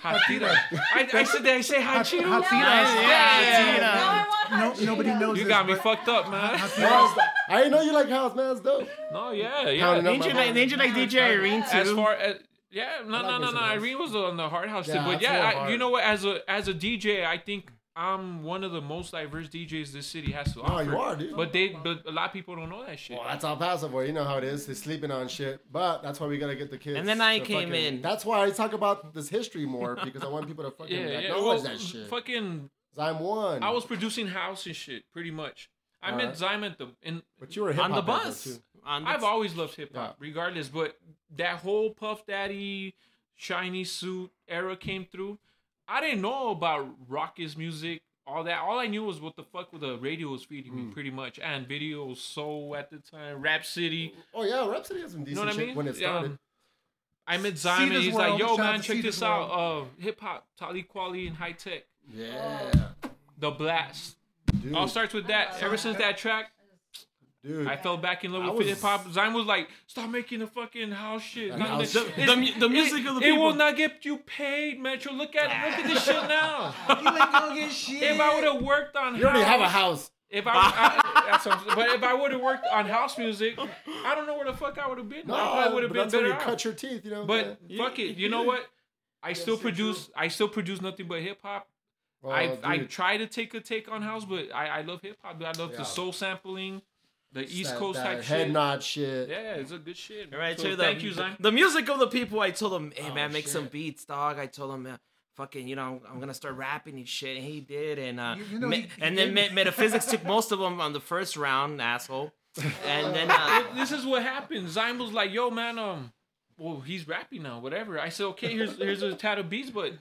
Hatiras. I, I said that I say Hot Cheetos. Hatiras. Yeah, yeah, yeah. Now I want No, hot nobody Cheetos. knows. You this, got me but fucked up, man. House. I didn't know you like house, man. It's dope. No, yeah, Pounding yeah. up my Ninja like, heart. Ninja like DJ Irene, As too. far as Yeah, no, I like no, no, Wizard no. House. Irene was on the hard house Yeah, thing, but that's yeah, real I, you hard. know what? As a as a DJ, I think I'm one of the most diverse DJs this city has to Oh, offer. you are, dude. But they, but a lot of people don't know that shit. Well, that's El Paso boy. You know how it is. They're sleeping on shit. But that's why we gotta get the kids. And then I to came fucking- in. That's why I talk about this history more because I want people to fucking yeah, yeah. acknowledge well, that shit. Fucking, Cause I'm one. I was producing house and shit, pretty much. I All met right. Zyme at the and but you were a on the hip-hop rapper, bus. too. On the I've always loved hip hop, regardless. But that whole Puff Daddy, shiny suit era came through. I didn't know about raucous music, all that. All I knew was what the fuck the radio was feeding Mm. me, pretty much, and video soul at the time, Rap City. Oh yeah, Rhapsody has some You decent know what I shit mean? when it Yeah, started. um, I met Zion and this he's world. like, "Yo, Shout out man, to check See this this out. Uh, hip hop, Tali Quali, and high tech, yeah, the blast. dude. All starts with that. Ever since that track, dude. I fell back in love I with was- hip hop. Zion was like, "Stop making the fucking house shit. And Not house the- shit. it's- The mu- the music it, of the It will people." not get you paid, Metro. Look at look at this shit now. You ain't gonna get shit. if I would have worked on, you already have a house. If I, I that's what I'm, but if I would have worked on house music, I don't know where the fuck I would have been. No, I probably would have but been that's when better you off. cut your teeth. You know. But yeah. fuck it. You know what? I still produce. I still produce nothing but hip hop. Oh, I I dude. try to take a take on house, but I, I love hip hop. I love Yeah. the soul sampling, the East That- Coast that type head shit. nod shit. Yeah, it's a good shit. All right, So so the, thank you, Zion. The music of the people. I told him, hey Oh, man, make some shit. beats, dog. I told him, uh, fucking, you know, I'm, I'm gonna start rapping and shit, and he did, and uh, You- you know, me- he- he and then did. me- metaphysics took most of them on the first round, asshole, and then uh, this is what happened. Zion was like, "Yo, man, um, well, he's rapping now, whatever." I said, "Okay, here's here's a tad of beats," but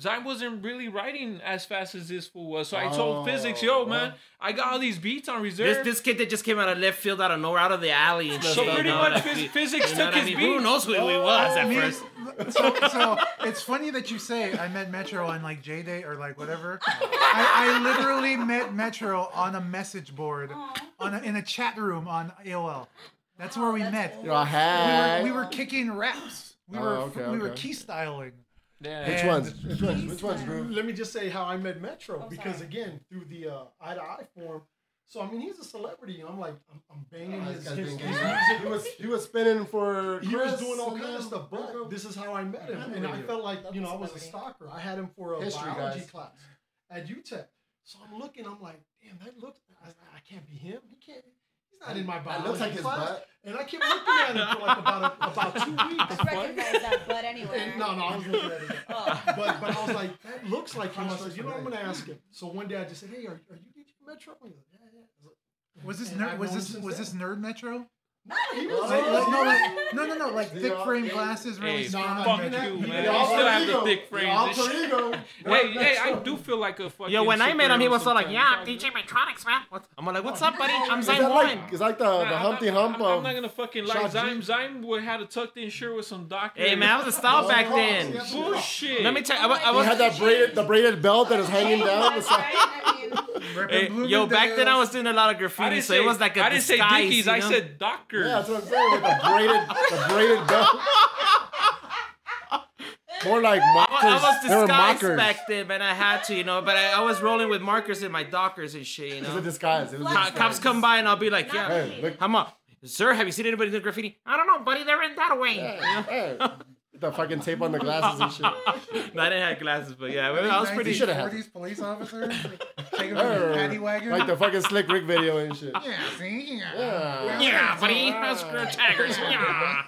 Zion wasn't really writing as fast as this fool was. So I told Oh, Physics, "Yo, man, well. I got all these beats on reserve." this this kid that just came out of left field, out of nowhere, out of the alley and shit. so you pretty know much, what I phys- mean? Physics You know what took I his mean? beat. Who knows who he was Oh, at first? so, so it's funny that you say I met Metro on like J Day or like whatever. I, I literally met Metro on a message board on a, in a chat room on AOL. That's where we That's met. old. We You're a were, hat. we were kicking raps. We Oh, were okay, we were okay. key styling. Yeah. Which And- ones? Which ones? Which ones, bro? Let me just say how I met Metro Oh, because sorry. again through the uh, eye to eye form. So I mean he's a celebrity. I'm like I'm, I'm Oh, banging his, his, his music. He was he was spinning for. He was Chris doing all and kinds then of stuff, but Marco. this is how I met him, Remember and I you. felt like you know I was a Celebrity. stalker. I had him for a History, biology guys. class at UTEP. So I'm looking, I'm like, damn, that looks. I, was like, I can't be him. He can't. He's not in my That biology looks like his class. butt. And I kept looking at him for like about a, about two weeks. I recognize that butt anywhere. And, no, no, I was looking at him. Oh. But but I was like, that looks like him. I Cross said, you know, what, I'm reference. gonna ask him. So one day I just said, hey, are, are you DJ Metro? He goes, yeah, yeah. I was like, Was this And nerd? I've Was known this since was then. this nerd Metro? He Oh, was Like, like, no, like, like, no, no, no, like They thick all- frame they- glasses, really Hey, strong. fuck Metro. you, He man. did You all still the have the ego. thick frames. alter and shit. ego. Hey, hey, I do feel like a fucking. Yo, when I met him, he superhero was all like, "Yeah, I'm sometimes. DJ Metronics, man." What? I'm like, "What's up, buddy? I'm Is Zion that Warren." like is like the the Nah, Humpty I'm not, Hump I'm, I'm of not gonna fucking lie. Shot Zyme, G. Zyme would had a tucked in shirt with some doctor. Hey man, I was a style Oh, back fuck, then. yes, you Bullshit. Let me tell you, I, I He was had that braided the braided belt that is hanging down. That's The side. right, I mean, Hey, Reppin' Eh, yo, back then I Bloomingdale's. was doing a lot of I graffiti, didn't so say it was like a I didn't say disguise, Dickies. you I know? said doctor. Yeah, that's what I'm saying. With the braided the braided belt. More like mockers. I was they were disguised mockers. back then, and I had to, you know. But I, I was rolling with markers in my dockers and shit, you It was a know. disguise. It was a Co- disguise. cops come by, and I'll be like, "Yeah, Hey, look. I'm up, sir. Have you seen anybody doing graffiti? I don't know, buddy. They're in that way." Hey, hey. With The fucking tape on the glasses and shit. No, I didn't have glasses, but yeah, I, mean, I was pretty. should've had 1940s police officers taking a paddy wagon. Like the fucking Slick Rick video and shit. yeah, see, yeah. Yeah. Yeah, buddy. No screw taggers. Yeah.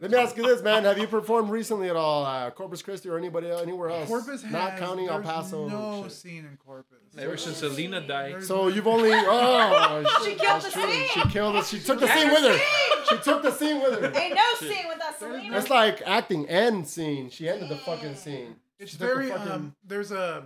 Let me ask you this, man. Have you performed recently at all, uh, Corpus Christi or anybody else, anywhere else? Corpus has Not counting El there's Paso. No shit. scene in Corpus. Ever since Alina died. So you've only oh She shit, killed that's the true. scene. She killed us. She took the scene with her. She took the scene with her. Ain't no scene without Selena. That's like acting and scene. She ended the fucking scene. It's She took the very fucking- um. There's a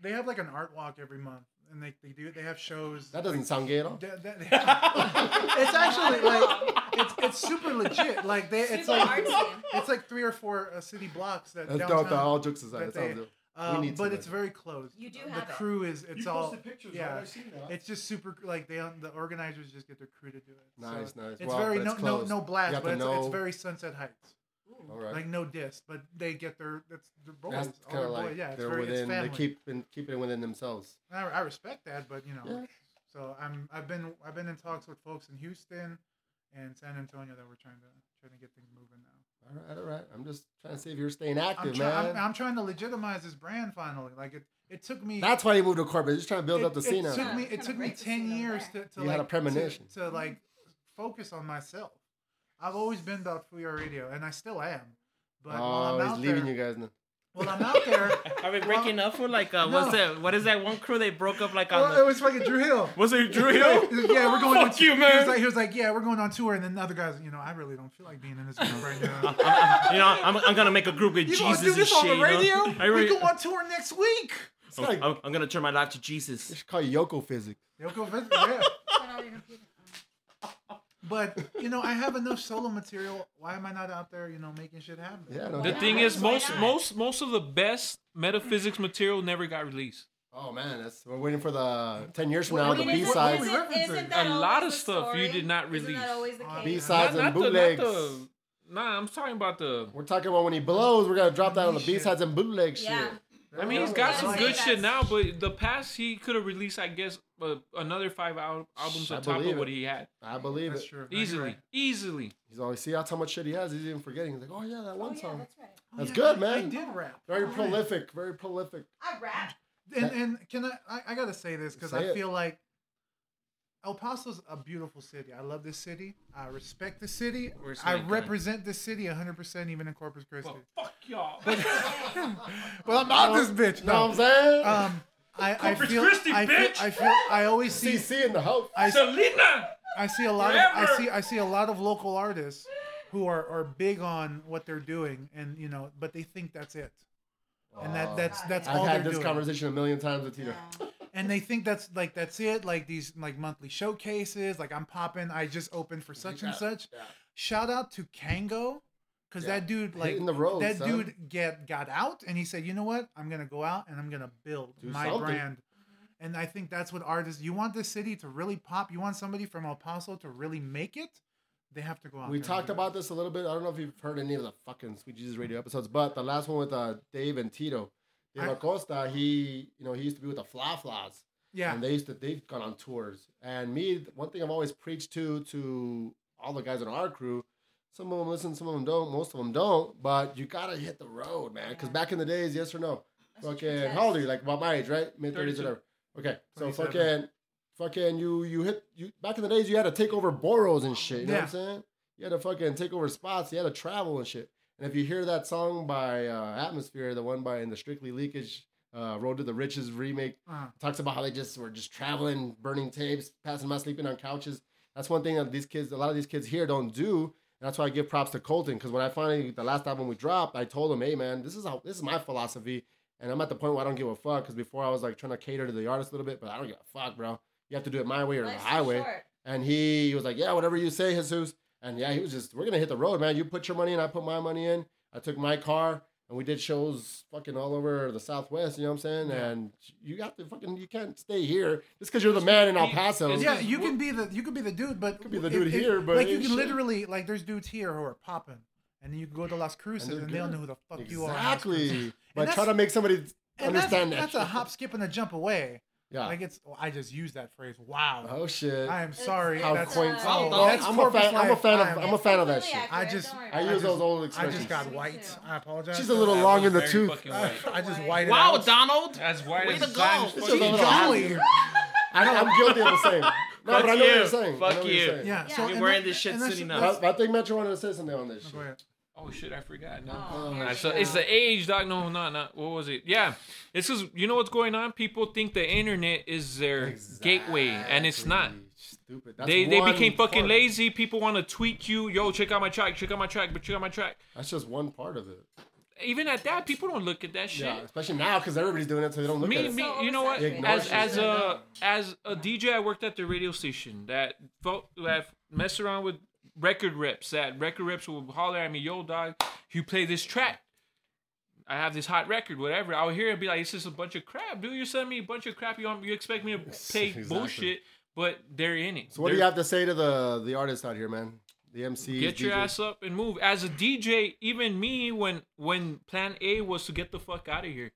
they have like an art walk every month, and they they do they have shows. That doesn't sound gay at all. That- that- it's actually like it's it's super legit. Like they it's like artsy. it's like three or four uh, city blocks that That's dope. downtown. Though. All jokes aside, that that sounds they- dope. um, need but somebody. it's very close. You do the have it. crew is it's you all posted pictures. right? yeah. I've seen that. It's just super like they don't- the organizers just get their crew to do it. So Nice, nice. It's Well, very but no, it's no close. no You blast, have but to it's, it's know- very Sunset Heights. All right. Like no disc, but they get their that's their boys. That's all kind their of boy- like yeah, it's they're very it's within. They family. keep in, keep it within themselves. And I, I respect that, but you know, Yeah. so I'm I've been I've been in talks with folks in Houston and San Antonio that we're trying to trying to get things moving now. All right, all right. I'm just trying to see if you're staying active, I'm, try- man. I'm, I'm trying to legitimize this brand finally. Like it, it took me. That's why you moved to corporate. Just trying to build it, up the it scene. out took there. me. Kind It of took me break the ten seal years there. to, to You like had a premonition. to, to, like focus on myself. I've always been about Fuyo Radio, and I still am. But while oh, I'm he's out leaving there, you guys now. while I'm out there, Are we breaking up with like uh, No. what's that? What is that one crew they broke up like on? well, it The, was fucking Drew Hill. was it Drew Yeah, Hill? we're going. Fuck on, you, He was, man. like, he was like, yeah, we're going on tour, and then the other guys, you know, I really don't feel like being in this group right now. you know, I'm, I'm gonna make a group with You gonna do Jesus this and on shit. the radio? You know? I We really, go on tour next week. It's I'm, like, oh. I'm- I'm gonna turn my life to they Jesus. should call you Yoko Physics. They'll go visit. Yeah. Turn on your computer. But you know, I have enough solo material. Why am I not out there, you know, making shit happen? Yeah, no The doubt. thing not? is, Why most not? most most of the best metaphysics material never got released. Oh man, that's we're waiting for the ten years from now What- the what is B it? sides. What is it? Isn't that A always lot of the stuff you story? did not Isn't release. that always the Uh, case? B-sides. Sides and bootlegs. the, nah, I'm talking about the. We're talking about when he blows. We're gonna drop that on the B Shit. sides and bootleg shit. Yeah. I mean, he's Yeah, got I some say good that. shit now, but the past he could have released, I guess, uh, another five al- albums I on top believe of what it. he had. I believe That's it. true. No, you're Easily, right. easily. He's always see that's how much shit he has. He's even forgetting. He's like, oh yeah, that Oh, one yeah, song. that's right. Oh, That's yeah, good, I- man. I did rap. Very Alright. prolific. Very prolific. I rap. And, That- and can I, I? I gotta say this because Say I it. feel like El Paso's a beautiful city. I love this city. I respect the city. Where's I Lincoln? represent the city 100 percent, even in Corpus Christi. But fuck y'all. Well, I'm out this bitch. You know what I'm No, saying? um, I, I Corpus feel, Christi, I feel, bitch! I feel, I always see, CC in the house. I, Selena. I see a lot of I Forever. see I see a lot of local artists who are, are big on what they're doing and you know but they think that's it. And that that's that's I've all had they're this doing. conversation a million times with Tito. And they think that's like that's it like these like monthly showcases like I'm popping I just opened for such and such. Shout out to Kango cuz Yeah. that dude like Hitting the road, that son. dude get got out and he said, "You know what? I'm going to go out and I'm going to build Do my something. brand." And I think that's what artists you want this city to really pop. You want somebody from El Paso to really make it. They have to go out. We there and talked do it. about this a little bit. I don't know if you've heard any of the fucking Sweet Jesus Radio episodes, but the last one with uh, Dave and Tito, Dave I- Acosta, he you know he used to be with the Fla Flas, Yeah. and they used to they've gone on tours. And me, one thing I've always preached to to all the guys in our crew, some of them listen, some of them don't, most of them don't, but you gotta hit the road, man. Because Yeah. back in the days, yes or no, That's what fucking you how old test. are you? Like about my age, right? Mid thirties, 32. whatever. Okay, so 27. fucking, fucking, you you hit you back in the days. You had to take over boroughs and shit. You know Yeah. what I'm saying? You had to fucking take over spots. You had to travel and shit. And if you hear that song by uh, Atmosphere, the one by in the Strictly Leakage, uh, Road to the Riches remake, Uh-huh. talks about how they just were just traveling, burning tapes, passing by sleeping on couches. That's one thing that these kids, a lot of these kids here don't do. And that's why I give props to Colton because when I finally the last album we dropped, I told him, "Hey man, this is how this is my philosophy." And I'm at the point where I don't give a fuck because before I was like trying to cater to the artist a little bit, but I don't give a fuck, bro. You have to do it my way or the Life's too highway. short. And he, was like, "Yeah, whatever you say, Jesus." And yeah, he was just, "We're gonna hit the road, man. You put your money in, I put my money in. I took my car, and we did shows fucking all over the Southwest. You know what I'm saying? Yeah. And you got to fucking, you can't stay here just because you're the man in El He- Paso. it's Yeah, just- you can be the you can be the dude, but Could be the dude here, but like you ain't can shit. literally like there's dudes here who are popping, and then you can go to Las Cruces they're and, they'll good. know who the fuck you are. in Las Cruces. exactly. But that's- try to make somebody And understand that. that's, that's a hop, skip, and a jump away. yeah. Like it's I just used that phrase. Wow. oh shit. I am sorry. How that's quaint. Oh, Oh, that's I'm a Corpus fan- I'm a life. fan of- I'm- I'm a fan of that Completely shit. accurate, I just- don't worry I about use it. those old I expressions. just got Me white. too. I apologize. She's a little That long was in the very tooth. fucking I, white. I just Wow, white. it Wow, out. Donald. As white Way as to the go. Zion's This is a fucking little hot. jolly. Golly. I know, I'm guilty of the same. No, but I know what you. you're saying. I know Fuck what you're you. saying. Yeah. Yeah. So We're and wearing that- this shit and that's- sitting up. that's- But, but I think Metro wanted to say something on this. Go Shit. ahead. Oh shit, I forgot. No. Oh, Uh, here Nah, we so go. it's the age, doc. No, no, no. What was it? Yeah, it's because you know what's going on. People think the internet is their gateway, and it's not. Exactly. Stupid. That's they they one became fucking part. lazy. People want to tweet you, yo, check out my track, check out my track, but check out my track. That's just one part of it. Even at that, people don't look at that shit. Yeah, especially now because everybody's doing it, so they don't look at me, it. me, So you know what? oversaturated. As Yeah. as a as a DJ, I worked at the radio station that felt that messed around with record reps. That record reps would holler at me, "Yo, dog, you play this track." I have this hot record, whatever. I would hear it and be like, "It's just a bunch of crap, dude. You're sending me a bunch of crap. You want, you expect me to pay Exactly. bullshit, but they're in it. So what do They're- you have to say to the the artists out here, man? The MCs, Get your DJs? ass up and move. As a DJ, even me, when when Plan A was to get the fuck out of here,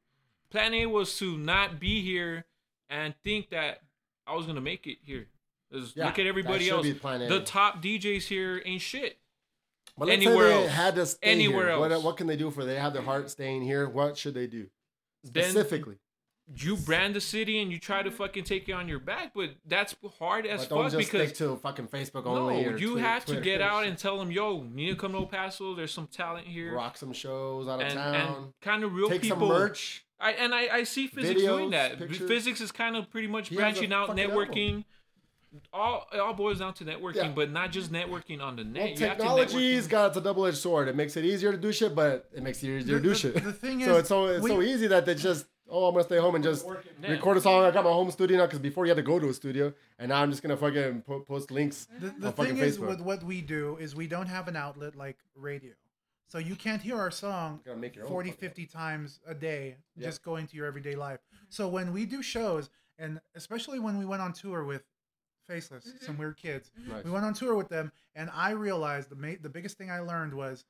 Plan A was to not be here and think that I was gonna make it here. 'Cause Yeah, look at that everybody should else. be plan A. The top DJs here ain't shit. But let's say Anywhere they else. had to stay Anywhere here. What, else. what can they do for they have their heart staying here? What should they do Then specifically? you brand the city and you try to fucking take it on your back, but that's hard as But don't fuck just because stick to fucking Facebook no, only. or you Twitter- have to Twitter get and out shit. and tell them, yo, you need to come to El Paso. There's some talent here, rock some shows out of and, town. and kind of real Take people. some merch. I and I, I see physics doing Videos, that. pictures. Physics is kind of pretty much He has a branching out, fucking networking. All it all boils down to networking, Yeah. but not just networking on the net. Well, you technology's have to networking. got it's a double edged sword. It makes it easier to do shit, but it makes it easier to do the- shit. the thing so is, it's so it's so we- easy that they just oh I'm gonna stay home and just Yeah. record a song. I got my home studio now because before you had to go to a studio, and now I'm just gonna fucking po- post links. The, the on fucking thing is, Facebook. with what we do is we don't have an outlet like radio. So you can't hear our song Gotta make your own 40, fucking 50 times a day Yeah. just going to your everyday life. So when we do shows, and especially when we went on tour with Faceless, Mm-hmm. some weird kids, Nice. we went on tour with them, and I realized the, ma- the biggest thing I learned was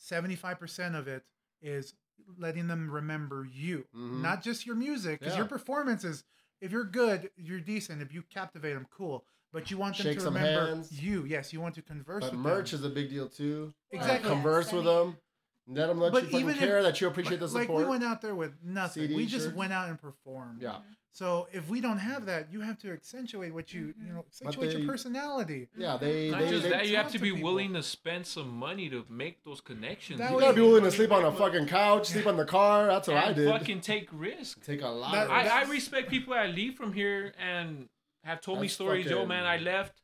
75% of it is letting them remember you, Mhm. not just your music, because Yeah. your performance is if you're good, you're decent. If you captivate them, cool. But you want them Shake to some remember hands. you. Yes, you want to converse But with merch them. is a big deal too. Exactly. Converse with them. Let them let But you fucking even if- care that you appreciate the like support. we went out there with nothing. CD, we just shirts. went out and performed. yeah. So if we don't have that, you have to accentuate what you you know accentuate Mm-hmm. they- your personality. Yeah, they, Not they, just they that, you have talk to to be people. willing to spend some money to make those connections. That You was- gotta be willing to sleep on a fucking couch, sleep on the car. That's what and I did. fucking take risk. Take a lot. That- of I, risks. I respect people that leave from here and have told me That's stories. Yo, fucking- man, I left.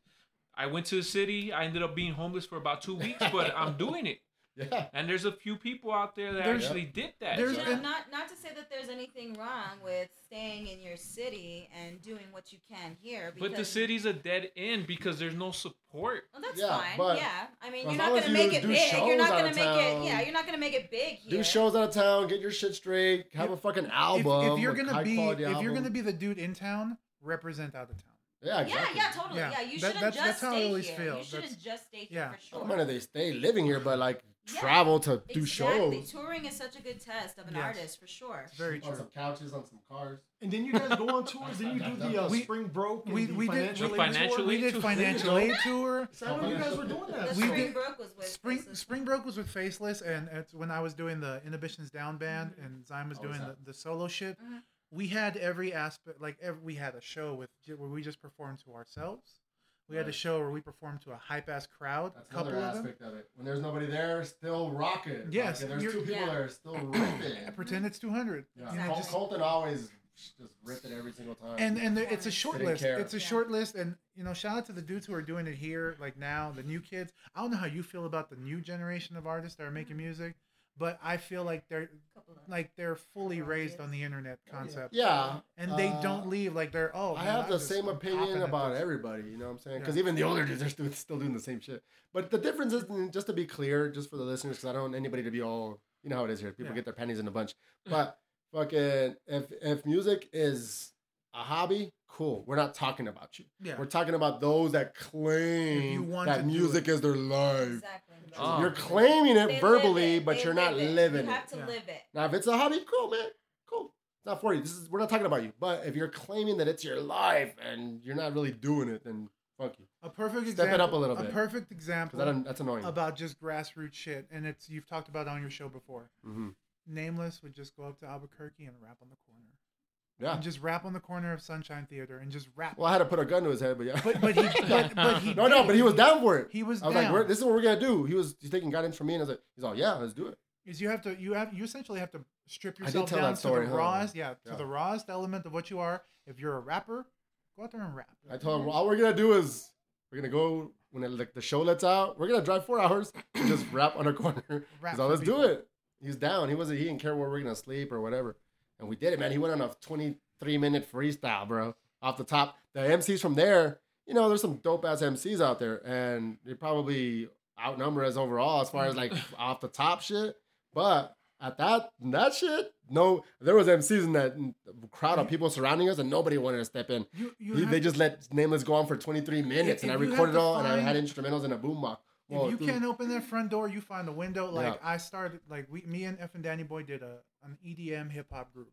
I went to the city. I ended up being homeless for about two weeks, but I'm doing it. yeah. And there's a few people out there that There's- actually did that. There's You know, been- not not to say that there's anything wrong with staying in your city and doing what you can here. Because, but the city's a dead end because there's no support. Well, that's Yeah, fine. but yeah, I mean, as you're not long as gonna you make it do big. You're shows not out gonna of make it. town, Yeah, you're not gonna make it big here. Do shows out of town, get your shit straight, have If- a fucking If, album. if you're with gonna be if high-quality you're album. gonna be the dude in town, represent out of town. yeah, Yeah, exactly. yeah, totally. Yeah, Yeah, you that- shouldn't that's- just that's how I stay always here. feel. You That's- shouldn't just stay yeah. here for No sure. matter they stay living here, but like Yeah. travel to do exactly. shows Touring is such a good test of an Yes. artist for sure. It's very on true. some couches, on some cars. And then you guys go on tours. Then you do the uh, We- spring broke. And we- the we did- financial we- aid Financial tour. We aid did tour. financial aid tour. So I remember you guys were doing The that. We Spring did- Brook was with Spring Faceless. Spring Broke was with Faceless, and it's when I was doing the Inhibitions Down band, and Zion was Oh, was doing the, that- the solo shit. Mhm. We had every aspect, like ev we had a show with j- where we just performed to ourselves. We had a Right. show where we performed to a hype ass crowd, That's a couple another of them. aspect of it. When there's nobody there, still rocking. Like, Yes, if there's you're- two people Yeah. there, still ripping. Pretend it's two hundred. Yeah. You know, Col- just Colton always just ripped it every single time. and and the, it's a They short didn't list. care. It's a Yeah. short list, and you know, shout out to the dudes who are doing it here, like now, the new kids. I don't know how you feel about the new generation of artists that are making music, but I feel like they're Couple of- like they're fully Couple raised ideas. on the internet concept. yeah, and they uh, don't leave. Like they're oh. I man, have the just- same I'm popping opinion at about this." everybody, you know what I'm saying? Yeah. Because even the older dudes are still, still doing the same shit. But the difference is, and just to be clear, just for the listeners, because I don't want anybody to be all, you know how it is here. People Yeah. get their panties in a bunch. But fucking, if, if music is a hobby, cool. We're not talking about you. Yeah. We're talking about those that claim want to that do music it. is their uh, life. Exactly. Oh. You're claiming it They live verbally, it. but They you're not live it. living You it. have to Yeah. live it. Now, if it's a hobby, cool, man. Cool. It's not for you. This is we're not talking about you. But if you're claiming that it's your life and you're not really doing it, then fuck you. A perfect Step it example. up a little bit. perfect Because that, example that's annoying. about just grassroots shit, and it's you've talked about it on your show before. Mhm. Nameless would just go up to Albuquerque and rap on the corner, Yeah. and just rap on the corner of Sunshine Theater, and just rap. Well, I had to put a gun to his head, but yeah. but but he but, but he no, no, did. but he was down for it. He was I was like, down. we're, this is what we're gonna do. He was he's taking guidance from me, and I was like, he's all, yeah, let's do it. is you have to you have you essentially have to strip I did yourself tell down that story, to huh? the rawest yeah to Yeah. the rawest element of what you are. If you're a rapper, go out there and rap. I told him all we're gonna do is we're gonna go when it, like the show lets out. We're gonna drive four hours and just rap on a corner. Rap He's all, for let's do people." it. He's down. He wasn't. He didn't care where we're gonna sleep or whatever. And we did it, man. He went on a 23 minute freestyle, bro. Off the top, the MCs from there. You know, there's some dope ass MCs out there, and they probably outnumber us overall as far as like off the top shit. But at that that shit, no, there was MCs in that crowd Mm-hmm. of people surrounding us, and nobody wanted to step in. You you He- have they just let Nameless go on for 23 minutes, and I If you recorded have to all, and I find- had instrumentals in a boombox. If Well, hmm, you dude, can't open that front door, you find a window. Like Yeah. I started, like we, me and F and Danny Boy did a an EDM hip hop group,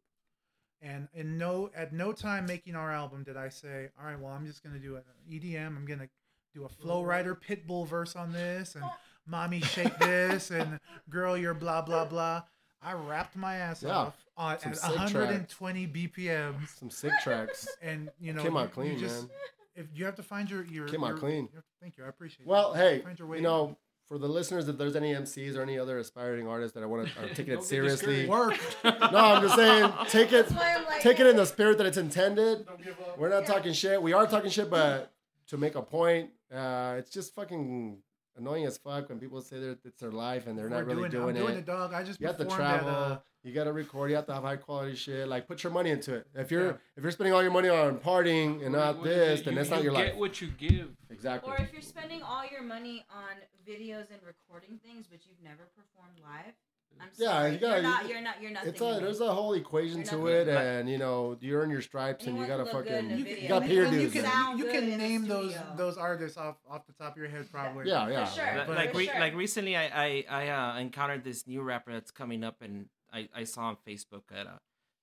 and in no at no time making our album did I say, all E right, well I'm just gonna do an EDM. I'm gonna do a Flow Rider Pitbull verse on this, and mommy shake this and girl you're blah blah blah. I rapped my ass Yeah. off on Some at sick 120 BPMs, Some sick tracks. and you know Came you- out clean, you just- man. If you have to find your your Came out your- clean. your- thank you, I appreciate. Well, it. hey, Find your way. you know, for the listeners, if there's any MCs or any other aspiring artists that I want to are taking it seriously, no, work. I'm just saying, take it, That's why I'm like, take it in the spirit that it's intended. Don't give up. We're not Yeah. talking shit. We are talking shit, but to make a point, uh, it's just fucking annoying as fuck when people say that it's their life and they're not We're really doing, doing, I'm doing it. it, dog. I just You have to performed travel. At, uh, you got to record. You have to have high quality shit. Like, put your money into it. If you're Yeah. if you're spending all your money on partying and not What is this, it? then You- that's not you your life. Get what you give. Exactly. Or if you're spending all your money on videos and recording things, but you've never performed live, I'm Yeah, sorry. you you gotta- are not. You're not. You're not. It's thinking a, there's me. a whole equation You're to not it, gonna- and you know you earn your stripes, and you Anyone gotta can look good in fucking a you, video. got and peer and you dudes. can, man. Sound you good in can the name those studio. those artists off off the top of your head, probably. Yeah, yeah. For sure. Li- But- like for re- sure. like recently I I, I uh, encountered this new rapper that's coming up and I, I saw on Facebook that uh,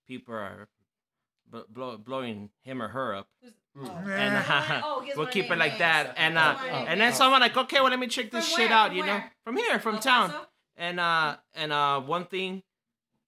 people are bl- blow, blowing him or her up. Who's- Mm. oh. Nah. And uh, Oh, he has we'll one keep it name like names. that. And uh, Oh, One name and then names. someone like, okay, well let me check this From shit where? out, From you know, where? from here, from El town. Paso? And uh and uh one thing,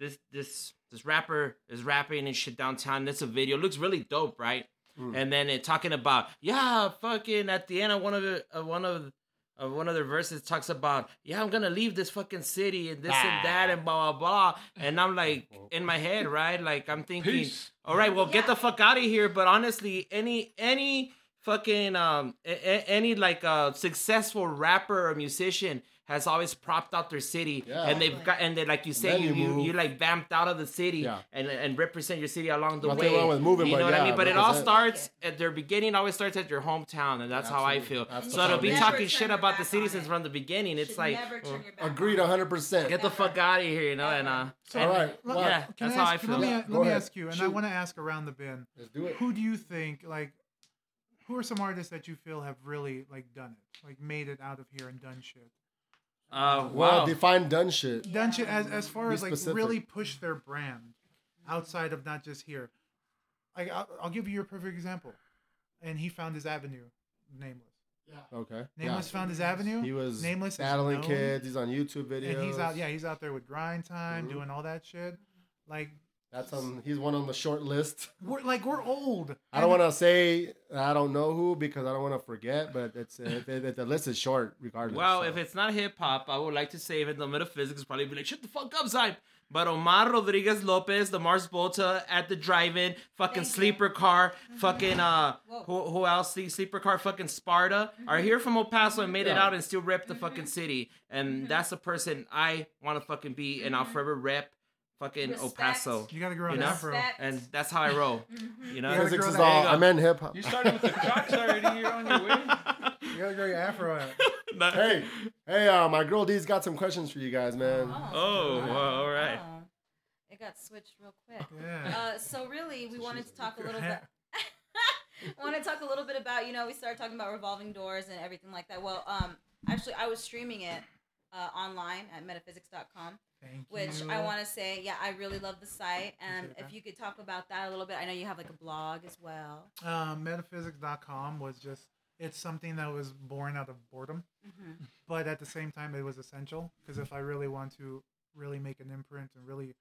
this this this rapper is rapping and shit downtown. That's a video. Looks really dope, right? Mm. And then it talking about yeah, fucking at the end of one of the of one of of one of their verses talks about yeah, I'm gonna leave this fucking city and this and that and blah blah blah. And I'm like in my head, right? Like I'm thinking, Peace. all right, well get Yeah. the fuck out of here. But honestly, any any fucking um a- a- any like uh successful rapper or musician has always propped out their city Yeah. and they've got and they like you say Then you you you, move. you like vamped out of the city Yeah. and and represent your city along the Nothing way wrong with moving, you but know what yeah, i mean but it all represent. starts at their beginning always starts at your hometown and that's how i feel Absolutely. That's so to the be foundation. talking Never shit turn your about the back city on since it. from the beginning it's Should like never turn well, your back Agreed, on it. 100. percent get the fuck out of here you know and uh So- and- All right, Let- what? yeah Can that's I how i ask- feel Let me, Yeah, let go me ahead. ask you, and I Shoot. want to ask around the bin. Let's do it. Who do you think, like, who are some artists that you feel have really like done it, like made it out of here and done shit? uh Well, wow define done shit. Yeah. Done shit as as far Be as like specific. really push their brand outside of not just here. Like, I'll, I'll give you your perfect example, and he found his avenue, nameless. Okay. Yeah. Nameless found his avenue. He was nameless is battling known. kids. He's on YouTube videos. and he's out. Yeah, he's out there with grind time, Mhm. doing all that shit. Like That's on. He's one on the short list. we're like we're old. I don't want to say I don't know who because I don't want to forget, but it's uh, the, the- the list is short regardless. Well, so. if it's not hip hop, I would like to say even though metaphysics would probably be like, shut the fuck up, Zype. But Omar Rodriguez Lopez, the Mars Volta at the drive-in, fucking Thank you. Mm-hmm. sleeper car, fucking uh, Whoa. Mm-hmm. who, who else? The sleeper car, fucking Sparta, are here from El Paso and made it Yeah. out and still rep the fucking city, and Mm-hmm. that's the person I want to fucking be, and I'll forever rep fucking El Respect. Paso, You gotta grow You an know? afro. Respect. and that's how I roll. Mm-hmm. You know, Because physics girl is that- all. There you I'm go. in hip hop. You started with the Crocs already. You're on your way. You gotta grow your afro out. Hey, hey, uh, my girl D's got some questions for you guys, man. Oh, wow. well, all right. Oh. It got switched real quick. Yeah. Uh, so really, we wanted to talk a little bit. want to talk a little bit about you know we started talking about revolving doors and everything like that. Well, um, actually, I was streaming it uh, online at metaphysics.com, Thank which you. I want to say, yeah, I really love the site. And Appreciate if that. you could talk about that a little bit, I know you have like a blog as well. Um, metaphysics.com was just it's something that was born out of boredom, Mm-hmm, but at the same time it was essential because if I really want to really make an imprint and really,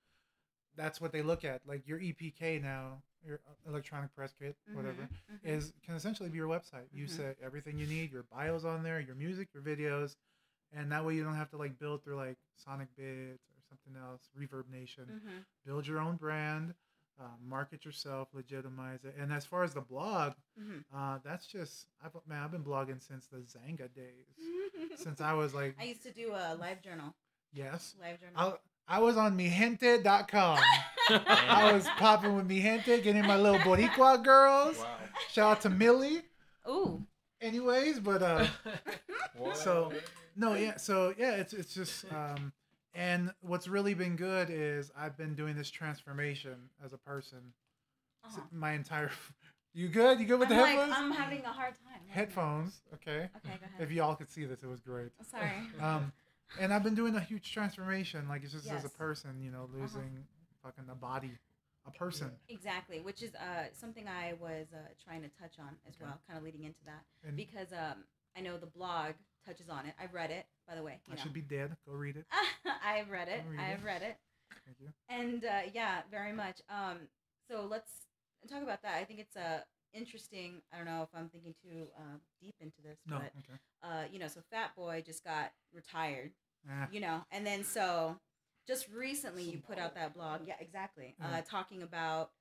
that's what they look at. Like your EPK now, your uh, electronic press kit, whatever. is can essentially be your website. You Mhm. set everything you need, your bios on there, your music, your videos, and that way you don't have to like build through like Sonic Bits or something else, Reverb Nation. Mm-hmm. Build your own brand, uh, market yourself, legitimize it. And as far as the blog, Mhm. uh, that's just I've, man, I've been blogging since the Zanga days, Mm-hmm. since I was like I used to do a live journal. yes, Live journal. I I was on mihente.com. I was popping with mihente, getting my little Boricua girls. Wow. Shout out to Millie. Ooh. Anyways, but uh. What? so no yeah so yeah it's it's just um and what's really been good is i've been doing this transformation as a person s- Uh-huh. my entire you good you good with I'm the like, headphones I'm having a hard time. headphones okay Okay, go ahead. if y'all could see this it was great I'm Sorry. um and i've been doing a huge transformation like it's just as a Yes. Uh-huh. person you know losing fucking a body a person Exactly, which is uh, something I was uh, trying to touch on as well, kind of leading into that, and because um, I know the blog touches on it. I've read it, by the way. you I know. should be dead. Go read it. I've read it. I'll read I've it. read it. Thank you. And uh, yeah, very much. Um, so let's talk about that. I think it's uh, interesting. I don't know if I'm thinking too uh, deep into this, No. but Okay. uh, you know, so Fat Boy just got retired, Ah, you know, and then so just recently you put out that blog. Yeah, exactly. Yeah. Uh, talking about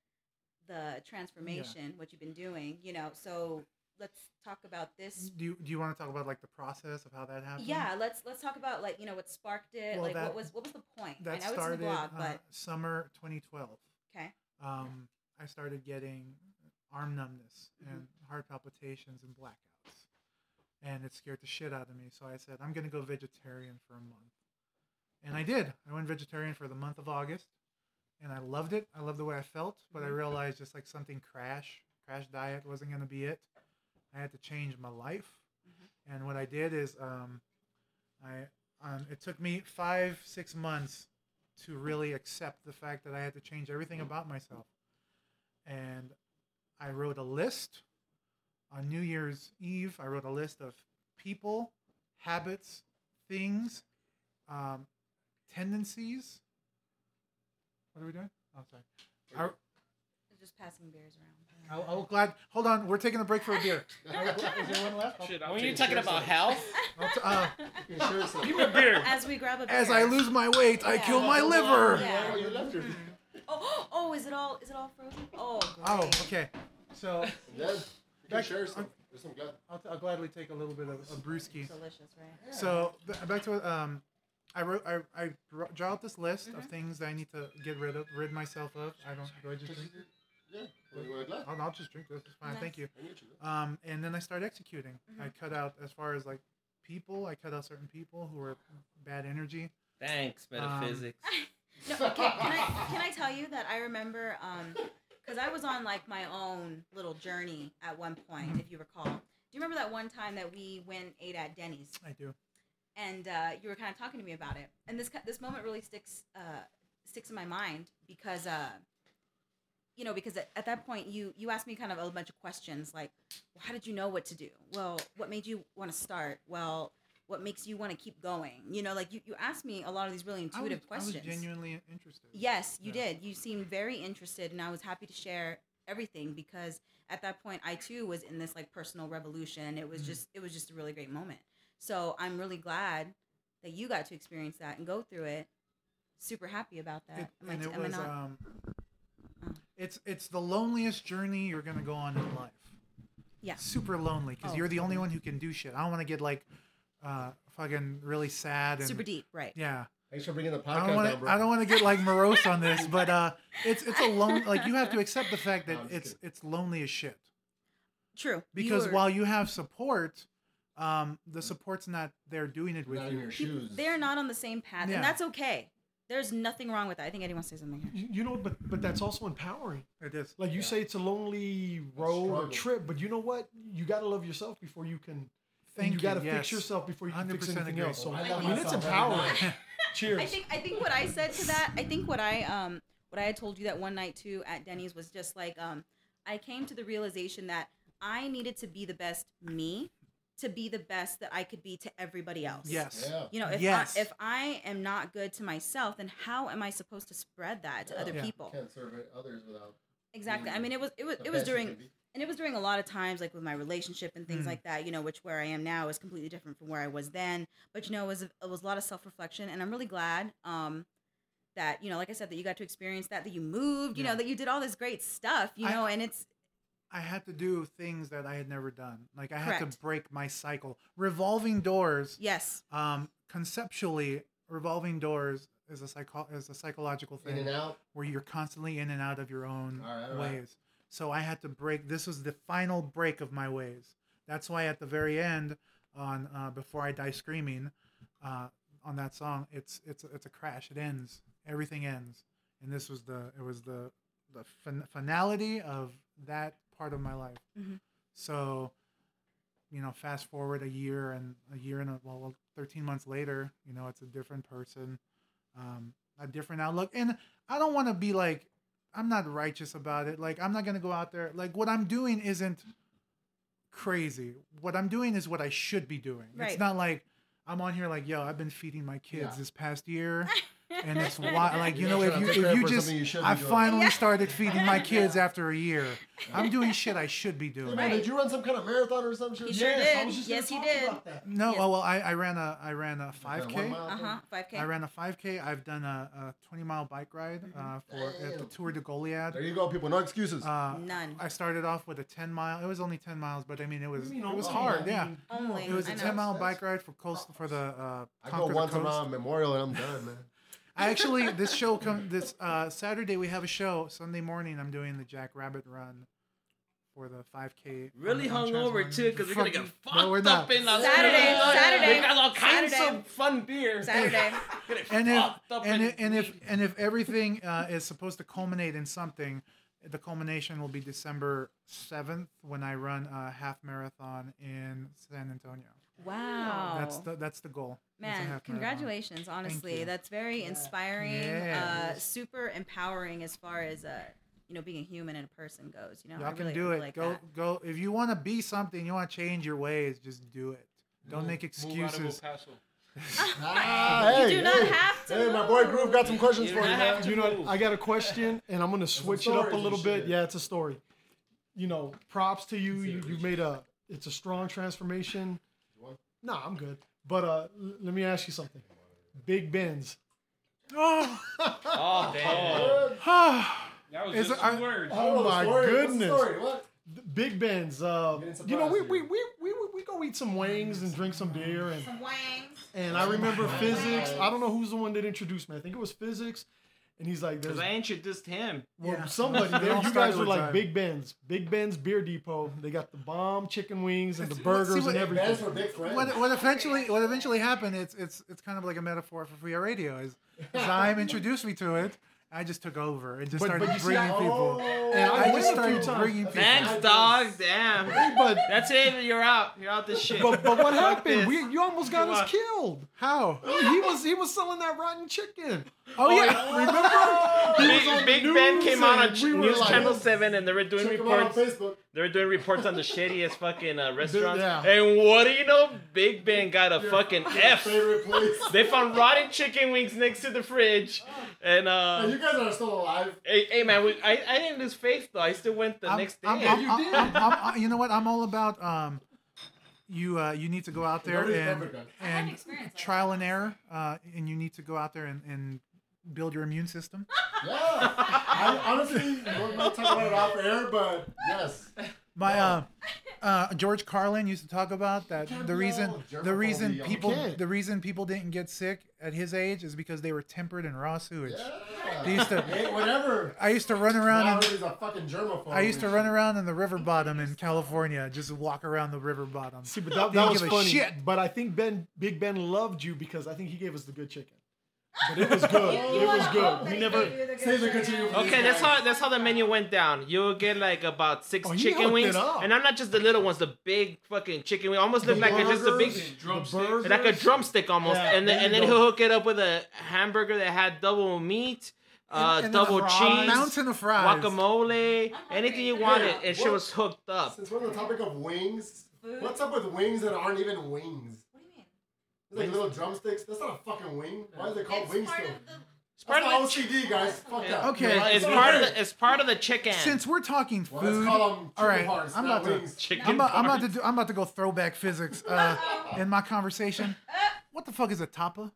the transformation, what you've been doing, you know. So let's talk about this do you, do you want to talk about like the process of how that happened? yeah, let's let's talk about like you know what sparked it. Well, like that- what was what was the point? That I know started it's in the blog, uh, but summer 2012. okay. Um, I started getting arm numbness Mhm. and heart palpitations and blackouts, and it scared the shit out of me. So I said, I'm gonna go vegetarian for a month, and I did. I went vegetarian for the month of August, and I loved it. I loved the way I felt, but I realized just like something crash crash diet wasn't gonna be it. I had to change my life, and what I did is um, I um, it took me five six months to really accept the fact that I had to change everything about myself, and I wrote a list on New Year's Eve. I wrote a list of people, habits, things, um, tendencies. What are we doing? Oh, sorry. I, Just passing beers around. I, I will glad. Hold on, we're taking a break for a beer. Is there one left? Shit, I'll When you're take talking it. about health, I'll t- uh, Give me a beer. As we grab a beer. as I lose my weight, I kill my liver. Yeah. you left her. Oh, oh, is it all is it all frozen? Oh, great. Oh, okay. So Yes. You can Back- share some. There's some glass. I'll, t- I'll gladly take a little bit of a brewski. delicious, right? So b- back to um, I wrote I, I dro- draw out this list of things that I need to get rid of, rid myself of. I don't. Do I just drink? Yeah. You want a glass? I'll, I'll just drink this. It's fine. Thank you. I need you. Um, and then I started executing. I cut out as far as like people. I cut out certain people who were bad energy. Thanks, metaphysics. Um, No, okay. Can I can I tell you that I remember um, because I was on like my own little journey at one point, if you recall. Do you remember that one time that we went ate at Denny's? I do. and uh, you were kind of talking to me about it. And this ki- this moment really sticks uh, sticks in my mind because uh, you know because at, at that point you you asked me kind of a bunch of questions like, well, how did you know what to do? Well, what made you want to start? Well, what makes you want to keep going? You know, like you, you asked me a lot of these really I was, intuitive questions. I was genuinely interested. Yes, you Yeah. did. You seemed very interested, and I was happy to share everything because at that point, I too was in this like personal revolution. It Mm. was just, it was just a really great moment. So I'm really glad that you got to experience that and go through it. Super happy about that. It, Am I- and it am I was not- um, Oh. it's it's the loneliest journey you're gonna go on in life. yeah. super lonely because Oh, you're the only one who can do shit. I don't want to get like uh fucking really sad and Super deep, right? Yeah, Thanks for bringing the I don't podcast down, want to. bro. I don't want to get like morose on this, but uh, it's it's a lone. Like you have to accept the fact that No, I'm just it's it's lonely as shit. True. You Because were- while you have support, um, the support's not there doing it with Not in you. your shoes. they're not on the same path, Yeah. and that's okay. There's nothing wrong with that. I think Eddie wants to say something here. You, you know, but but that's also empowering. It is. Like you say, it's a lonely road or struggle. trip, but you know what? You got to love yourself before you can. Thank and you you, got to yes. fix yourself before you can fix 100% anything agree. else. So I I, love mean, it's myself every empowering. night. Cheers. I think I think what I said to that, I think what I um what I had told you that one night too at Denny's was just like um I came to the realization that I needed to be the best me to be the best that I could be to everybody else. Yes. Yeah. You know, if Yes. I, if I am not good to myself, then how am I supposed to spread that to Yeah. other Yeah. people? Can't serve it- others without. Exactly. I mean, it was it was the it was best you during can be. and it was during a lot of times like with my relationship and things Mm. like that you know which where i am now is completely different from where i was then but you know it was, it was a lot of self-reflection and i'm really glad um that you know like i said that you got to experience that that you moved you Yeah. know that you did all this great stuff you I- know and it's I had to do things that I had never done. Like I had to Correct. break my cycle. Revolving doors yes um, conceptually, revolving doors is a psycho- is a psychological In thing and out. where you're constantly in and out of your own All right, all right. ways. So I had to break. This was the final break of my ways. That's why at the very end, on uh, "Before I Die Screaming," uh, on that song, it's it's it's a crash. It ends. Everything ends. And this was the it was the the fin- finality of that part of my life. Mhm. So, you know, fast forward a year and a year and a, well, well, thirteen months later, you know, it's a different person, um, a different outlook. And I don't want to be like I'm not righteous about it. Like I'm not gonna go out there. Like what I'm doing isn't crazy. What I'm doing is what I should be doing. It's Right. not like I'm on here like, yo, I've been feeding my kids Yeah. this past year. And it's why, like you know, You're not if trying to take you if credit you for just, something you should be I doing. finally started feeding my kids after a year. I'm doing shit I should be doing. Man, Right. did you run some kind of marathon or some shit? He sure Yes, I was did. just Yes, he gonna talk did. about that. No, Yes. oh, well, I, I ran a I ran a Like five that k. one mile Uh thing? huh. Five k. I ran a 5K. I've done a, a 20 mile bike ride uh, for at the Damn. Tour de There Goliad. you go, people. No excuses. Uh, None. I started off with a 10 mile. It was only 10 miles, but I mean, it was You mean, it was oh, hard. yeah, I Yeah, mean, Only. it was I a know. 10 mile bike ride for coast for the uh, I go Conquer the once Coast. around Memorial and I'm done, man. I actually this show come this uh, Saturday we have a show. Sunday morning I'm doing the Jack Rabbit Run for the 5K. Really on- on hungover Transmountain. too, because we're gonna get Fucking- fucked no, we're up not. in Las Saturday, Vegas. Saturday, We got all kinds Saturday. of fun beer. Saturday. Get and if fucked up and, in- i- and if and if everything uh, is supposed to culminate in something, the culmination will be December seventh when I run a half marathon in San Antonio. wow. That's the that's the goal. is a half Oh. Man, marathon. congratulations! Honestly, uh-huh. you. that's very inspiring. Yeah, it Uh, super empowering as far as uh, you know, being a human and a person goes. You know, Y'all I really can do it. Like go that. go if you want to be something, you want to change your ways, just do it. Don't make excuses. Ah, hey, do not hey. have to Hey, my boy move. Groove got some questions You for you, don't have man. to You know, move. I got a question, and I'm gonna switch it up stories a and little bit. shit. Yeah, it's a story. You know, props to you. You, you made a. It's a strong transformation. Nah, I'm good. But uh, l- let me ask you something. Big Ben's. Oh, Oh damn! Ah. That was It's- just I- Oh, two words. I don't know the Oh my story. What's the goodness. story? What? Big Ben's. Uh, Getting surprised you know, we, here. we, we, we, we go eat some wings and drink some beer. And, Some wangs. and I remember physics. I don't know who's the one that introduced me. I think it was physics. And he's like, there's Because I introduced him. well, Yeah. somebody They there. all You started guys were with like time. Big Ben's. Big Ben's Beer Depot. They got the bomb chicken wings and the See burgers what- and Bands everything. were big friends. what, what eventually what eventually happened it's it's it's kind of like a metaphor for free radio is Zyme introduced me to it I just took over and just But- started but you see, bringing I- people And Oh, I, I just went a few started times. bringing people Thanks, dog. Damn. But That's it. You're out. You're out this shit. but, but what Fuck happened? this. We, you almost got You us are- killed. how oh, He was he was selling that rotten chicken. yeah remember Big, Big Ben came out on and ch- we were News like- Channel Seven, and they were doing Check them out on reports. Facebook. They were doing reports on the shittiest fucking uh, restaurants. Yeah. And what do you know? Big Ben got a fucking F. Favorite place. They found rotten chicken wings next to the fridge, and uh, Hey, You guys are still alive. Hey, hey man, we, I, I didn't lose faith though. I still went the I'm- next day. I'm- I'm- I'm- I'm- I'm- I'm- you know what I'm all about um you uh, you need to go out there Nobody's and perfect, guys. I had an and experience like trial and error uh, and you need to go out there and, and build your immune system Yeah. I honestly, we're not talking about it off air, but yes. My uh, uh, George Carlin used to talk about that. can't The be reason, all the reason germaphobia. people, You can't. the reason people didn't get sick at his age is because they were tempered in raw sewage. Yeah. They used to, Hey, whatever. I used to run around. Howard In, is a fucking germaphobe. I used to run around in the river bottom in California, just walk around the river bottom. See, but that, Didn't that was give a funny. shit. But I think Ben, Big Ben, loved you because I think he gave us the good chicken. But it was good. You- You it was wanna hope good. that We he never. gave you the good Save the shit. good to you. okay, that's how that's how the menu went down. You'll get like about six Oh, he chicken hooked wings, it up. and I'm not just the little ones, the big fucking chicken wing. Almost look like a, just a big, burgers, drumsticks. the burgers. like a drumstick almost. Yeah, and there then and you then go. he'll hook it up with a hamburger that had double meat, uh, And- and then double a cheese, mountain of fries. guacamole, anything you wanted, and she what? was hooked up. Since we're on the topic of wings, Food. what's up with wings that aren't even wings? What do you mean? It's like little drumsticks. That's not a fucking wing. Why is it called It's wings part still? of the. It's part That's of not the, OCD, guys. Fuck that. Okay. You're right. it's It's part of okay. the, it's part of the chicken. Since we're talking Well, let's food, call them chicken all right, parts, I'm not about to. wings. chicken. I'm about, I'm about parts. to do. I'm about to go throwback physics uh, in my conversation. What the fuck is a tapa?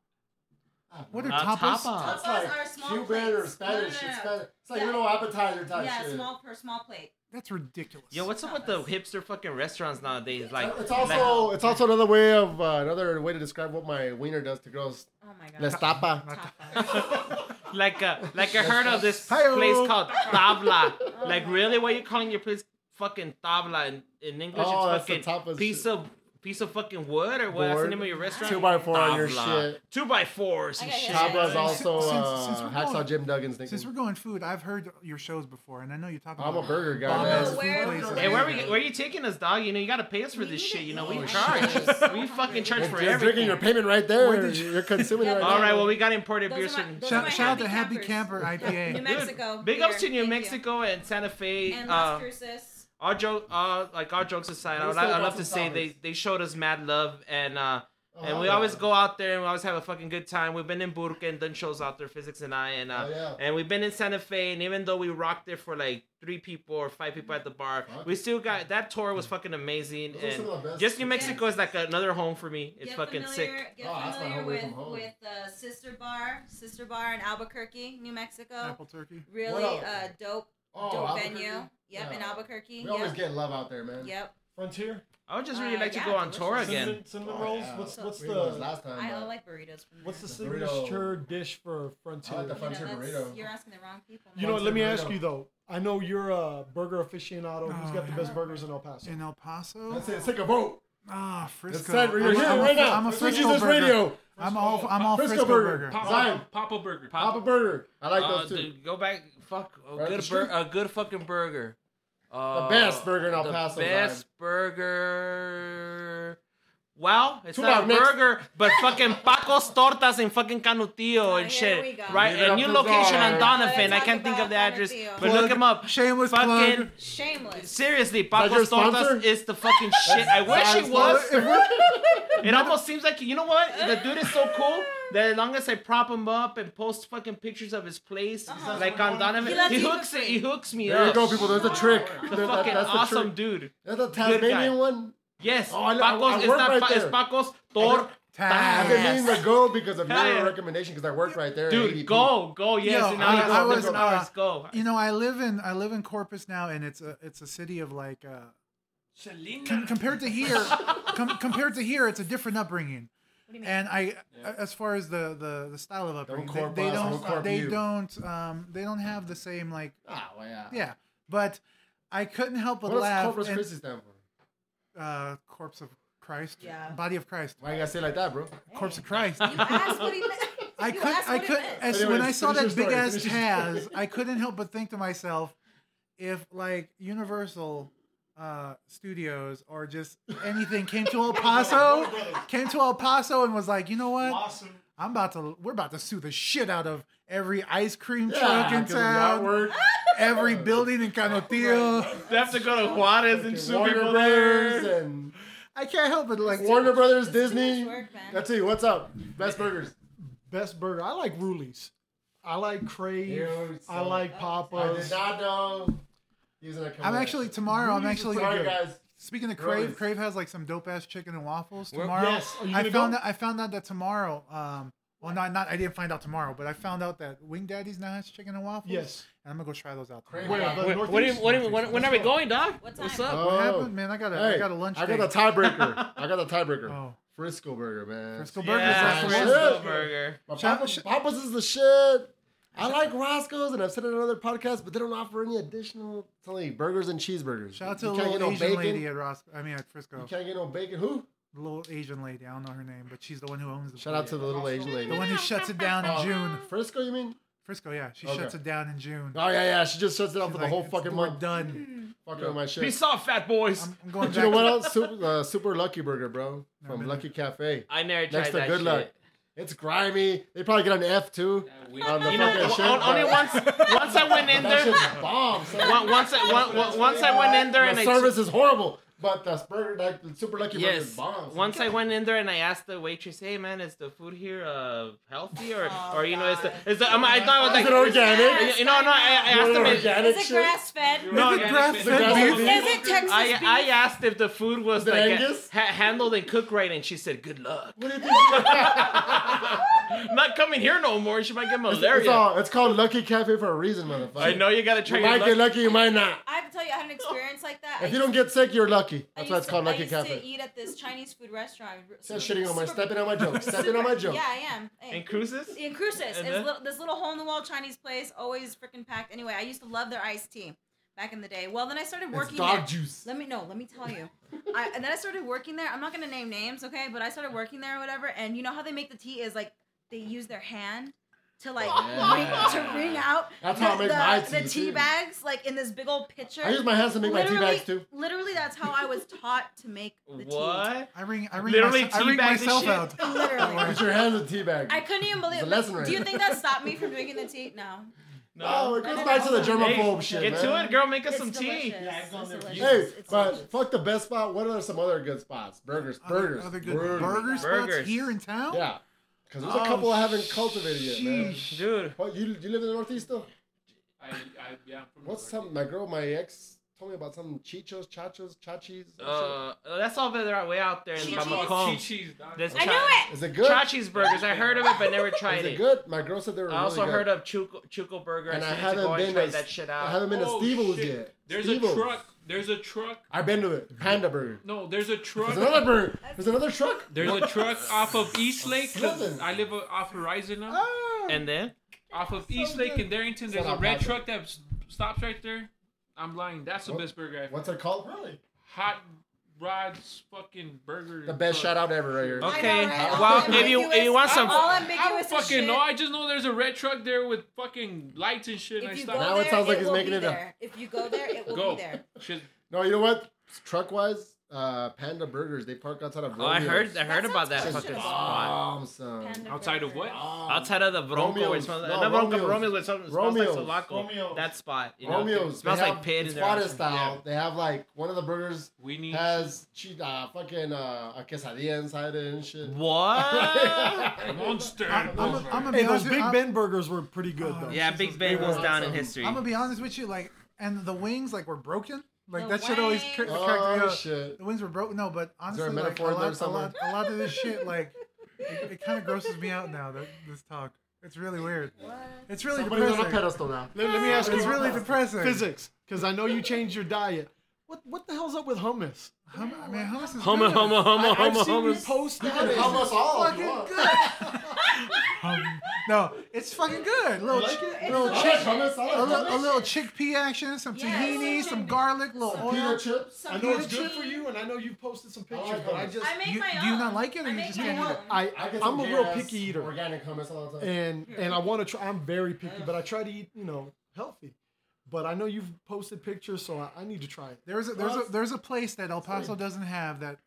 What are Uh, tapas? tapa. It's Tapas like are small Cuban plates. or Spanish. No, no, no, It's, no. Spanish. it's like Yeah. little appetizer type Yeah, Ah, shit. small per small plate. That's ridiculous. Yo, what's up with the hipster fucking restaurants nowadays? Like, It's also it's also another way of uh, another way to describe what my wiener does to girls. Oh my god. Les tapa. Tapas. like a like a heard of this Hi-yo. place called tabla. Like really, what are you calling your place fucking tabla in, in English? Oh, it's that's the fucking tapas piece shit. of piece of fucking wood or what? That's the Board. name of your restaurant. Two by four on your Tabla. shit. Two by fours and I got shit. hit. Tabla is also Since- uh, since we're hacksaw going- Jim Duggan's Since we're thing. going food, I've heard your shows before, and I know you talk about. I'm a burger guy. Bomb ass Man. Oh, where- food places. Hey, where are we? Where are you taking us, dog? You know you gotta pay us for We this need shit. to You know eat. we I'm charge. hungry. we fucking charge You're for Oh, just drinking everything. your payment right Where there. did you- You... are consuming it right All now. right, well we got imported Those beers are my- from. those are Shout, my shout out to Happy Happy Camper Campers. New IPA. Dude, Mexico. Big beer. ups to New Thank you. Mexico and Santa Fe. And uh, Las Cruces. all joke, uh, like all jokes aside, Let's I would, talk I about love to some say they, topics. they showed us mad love and uh, and Oh, we yeah. always go out there and we always have a fucking good time. We've been in Burke and done shows out there, Physics and I, and uh, Oh, yeah. and we've been in Santa Fe. And even though we rocked it for like three people or five people at the bar, Fuck. we still got that tour was fucking amazing. Those are And some of the best just New tours. Mexico is like another home for me. It's get fucking familiar, sick. Get Oh, that's my familiar home away from with home. with uh, Sister Bar, Sister Bar in Albuquerque, New Mexico. Apple turkey. Really else? uh, dope, Oh, dope Albuquerque? venue. Yep, in Yeah. Albuquerque. We always Yep. get love out there, man. Yep. Frontier. I would just really Uh, like yeah, to go on tour delicious. again. Cinnamon, cinnamon Oh, rolls. yeah. What's what's We did those the last time. I, I but like burritos from there. what's the The signature dish for I like Frontier? the you know, Frontier that's- burrito. You're asking the wrong people. You know, man. what, let me Frontier ask burrito. you though. I know you're a burger aficionado. Who's Oh, got the yeah. best burgers in El Paso? In El Paso? That's it. Take a vote. Ah, Frisco. decide where you're I'm, here I'm, right now. I'm a Let's reach Frisco this burger. radio. I'm all I'm all Frisco, Frisco burger. burger. Papa, Zion. Papa Burger. Papa Papa, Burger. I like Uh, those too. dude, go back. Fuck. A Right up the good, street. bur- a good fucking burger. Uh, best burger in El Paso, The best Zion. burger. Well, it's Two not a out mix. burger, but fucking Paco's Tortas in fucking Canutillo Oh, and here we shit. go. Right? Give it A up new to location on Zion. Donovan. Let's I talk can't think of the about address, Canutillo. but look him up. Shameless Fucking. plug. Shameless. Seriously, your Paco's sponsor? Tortas is the fucking shit. I wish it was. It almost seems like you know what? The dude is so cool that as long as I prop him up and post fucking pictures of his place, Uh-huh. like on Donovan, He lets he, you hooks for it. free. He hooks me There you up. go, people. There's a trick. The That- fucking that's the awesome trick. dude. That's a guy. Tasmanian one. Yes, Oh, I know- I- I Paco's. It's work not right Pa- it's there. Paco's I've been Tortas. meaning to go because of your Yeah. recommendation because I worked right there. at ADP. Dude, go, go, yes, Yo, and I- hours, I was, different uh, hours, go. You know, I live in I live in Corpus now, and it's a it's a city of like uh, com- compared to here, com- compared to here, it's a different upbringing. And I, as far as the the, the style of upbringing, corp they, they us, don't don't corp they you. don't um they don't have the same like Ah, well, yeah. yeah. But I couldn't help but What does laugh. Corpus and- Christi stand for? uh, corpse of Christ, Yeah. body of Christ, Why you gotta say it like that, bro? corpse of Christ. You asked what he meant. I You could, asked I what he could, meant. as Anyways, when I saw finish that your big story, ass finish your story. Taz, I couldn't help but think to myself, if like Universal uh, Studios or just anything came to El Paso, came to El Paso and was like, you know what, Awesome. I'm about to, we're about to sue the shit out of every ice cream truck Yeah, in because Ah, of the town, artwork. Ah! every building in Canotillo. They have to go to Juarez and Fucking Warner Brothers and I can't help but like Warner Brothers, It's too much Disney. work, man. That's it. What's up? Best burgers. Best burger. I like Rulies. I like Crave. Dude, I so- like I did Papa's. not know. He was in a I'm commercial. actually tomorrow. I'm actually Sorry, guys. Speaking of Really? Crave, Crave has like some dope ass chicken and waffles Where- tomorrow. yes. Are you I gonna found go? out I found out that tomorrow. Um, well, not not I didn't find out tomorrow, but I found out that Wing Daddy's now has chicken and waffles. Yes. and I'm gonna go try those out. Crave. Tomorrow. Where? Yeah. The What, what, do you, Northeast? what, do you, when, when are we going, dog? What What's time? up? What Oh. happened, man? I got a I Hey, got a lunch. I date. got a tiebreaker. I got a tiebreaker. Oh. Frisco burger, man. Frisco burgers. Yeah, that's Burgers. what it is. Frisco Shit. burger. My Shout- Papa, sh- Papa's is the shit. I like Roscoe's, and I've said it in another podcast, but they don't offer any additional. It's only burgers and cheeseburgers. Shout out to You a can't little get no Asian bacon. lady at Ross. I mean at You Frisco. can't get no bacon. Who? The little Asian lady. I don't know her name, but she's the one who owns the. Shout out to the little Asian the lady. one who shuts it down in Oh. June. Frisco, you mean? Frisco, yeah, she Okay. shuts it down in June. Oh yeah, yeah. She just shuts it off She's for the like, whole "It's- fucking we're month. Done. Fucking with my shit. Peace out, fat boys. I'm, I'm going But back. you know what else? Super, uh, Super Lucky Burger, bro, Never from been Lucky Cafe. I never tried Next to that Good shit. Luck. It's grimy. They probably get an F too. On the You know, fucking o- shit, o- only but- once once I went in That there, shit's bomb. son. on- once I one- one- once I went in there and the I service is horrible, but the burger, like the Super Lucky Burger, is yes, bomb. son. once I went in there and I asked the waitress, "Hey man, is the food here uh healthy or Oh, or you know is the is the?" I'm- I thought Is it it was like. organic? You know, no, I, I Is asked it him. If, organic Is it shit? grass fed? No, Is it grass The grass-fed fed beef? beef? Is it Texas I, beef? I asked if the food was Is it like uh, Angus? ha- handled and cooked right, and she said, "Good luck." What do you think? Not coming here no more. She might get It's, malaria. all, it's called Lucky Cafe for a reason, motherfucker. I know you gotta try You your might luck. get lucky, you might not. I have to tell you, I had an experience like that. I If you used- don't get sick, you're lucky. I That's why it's used to- called I Lucky used to Cafe. eat at this Chinese food restaurant. Stop shitting on my, Super- stepping on my joke, stepping on my joke. Yeah, I am. Hey. And cruises? In Cruces, And it's then- little, this little hole in the wall Chinese place, always freaking packed. Anyway, I used to love their iced tea back in the day. Well, then I started It's working dog there. juice. Let me know. Let me tell you. I, and then I started working there. I'm not gonna name names, okay? But I started working there or whatever. And you know how they make the tea is like they use their hand to like ring, to wring out Oh That's the, how I make the, my tea, the tea too. bags like in this big old pitcher. I use my hands to make my tea Literally- bags too. Literally, that's how I was taught to make the tea. What? I ring, I ring, Literally myse- I ring teabag the myself shit. out. Literally. Put your hands in tea bag. I couldn't even believe It's a lesson it. right Do you there. think that stopped me from drinking the tea? No. No, it goes back to the germaphobe shit, Get man. to it, girl. Make us It's some delicious. tea. It's delicious. Hey, It's but delicious. fuck the best spot. What are some other good spots? Burgers, Other- burgers, Other good burger, spots Burgers. here in town? Yeah, because there's a Oh, couple I haven't cultivated yet, man. sheesh. Dude, What you you live in the Northeast still? I, I, yeah, I'm from What's New York. something? My girl, my ex told me about some chichos, chachos, chachis. and uh, that's all the way out there in Chi-chis. Mamacón. Chi-chis, dog. There's I cha- shit. knew it. Is it good? Chachi's burgers. I heard of it, but never tried Is it it. good? My girl said they were. I also really heard good. of Chuco, Chuco Burger. And I, I still need to haven't go and been try to- that shit I out. haven't been to Oh, Steve's shit. yet. There's Steve's. a truck. There's a truck. I've been to it. Panda burger. No, there's a There's truck. another burger. There's another truck. There's a truck off of East Lake. 'cause Seven. I live off Horizon now. And then off of East Lake in Darrington, there's a not red bad, truck that s- stops right there. I'm lying. That's the What? best burger I've had. What's it called? Really? Hot Rod's fucking burger. The best shout truck. out ever, right here. I know, okay. right? Well, All if you if you want ambiguous- some, all I don't ambiguous as fucking shit. know. I just know there's a red truck there with fucking lights and shit. And I If you go stopped. Now there, it sounds like he's will making be it up. there. If you go there, it will Go. be there. Shit. No, you know what? Truck wise, uh, Panda Burgers. They park outside of. oh, I Romeo's. heard I heard about that sounds fucking delicious. spot. Bomb, son. Um, Panda Outside of burger. what? Outside of the Bronco, Romeo's. it smells No, no, Bronco, Romeo's. Romeo's, it smells, smells like Romeo's. Sulaco. Romeo's. That spot, you know, Romeo's. it They smells have- like pit. It's in there or Fada something. style. They have like one of the burgers We need. has che- uh, fucking uh, a quesadilla inside it and shit. What? Monster. I, am burger. gonna I'm gonna be Hey, those honest. Big I'm, Ben burgers were pretty good Uh, though. yeah, Big Ben was down in history. I'm gonna be honest with you, like, and the wings like were broken. Like The that shit always wings. cr- cracked me Oh up. shit! The wings were broken. No, but honestly, there a like, a, metaphor in lot, there a, somewhere? lot, a lot of this shit, like, it, it kind of grosses me out now. That this talk, it's really weird. It's really Somebody's on a depressing. pedestal now. Let, let me ask It's you really depressing. physics, because I know you changed your diet. What what the hell's up with hummus? Hum, man, hummus is Homo, good. homo, homo, I've homo, seen you homo. post that. How much all? if you Fucking want. good. Hum- no, it's fucking good. Little, Like chi- it? little I chick, like hummus. I a like little, a hummus. little chickpea action, some Yeah, tahini, some some chick- garlic, little some oil. Pita chips. Some I know it's kimchi. good for you, and I know you've posted some pictures, like but I hummus. just I make You- my own. do you not like it or I you make just my can't eat own. it? I, I get some I'm a real gay-ass picky eater. Organic hummus all the time. and and I want to try. I'm very picky, but I try to eat, you know, healthy. But I know you've posted pictures, so I, I need to try it. There's a there's a there's a place that El Paso doesn't have that,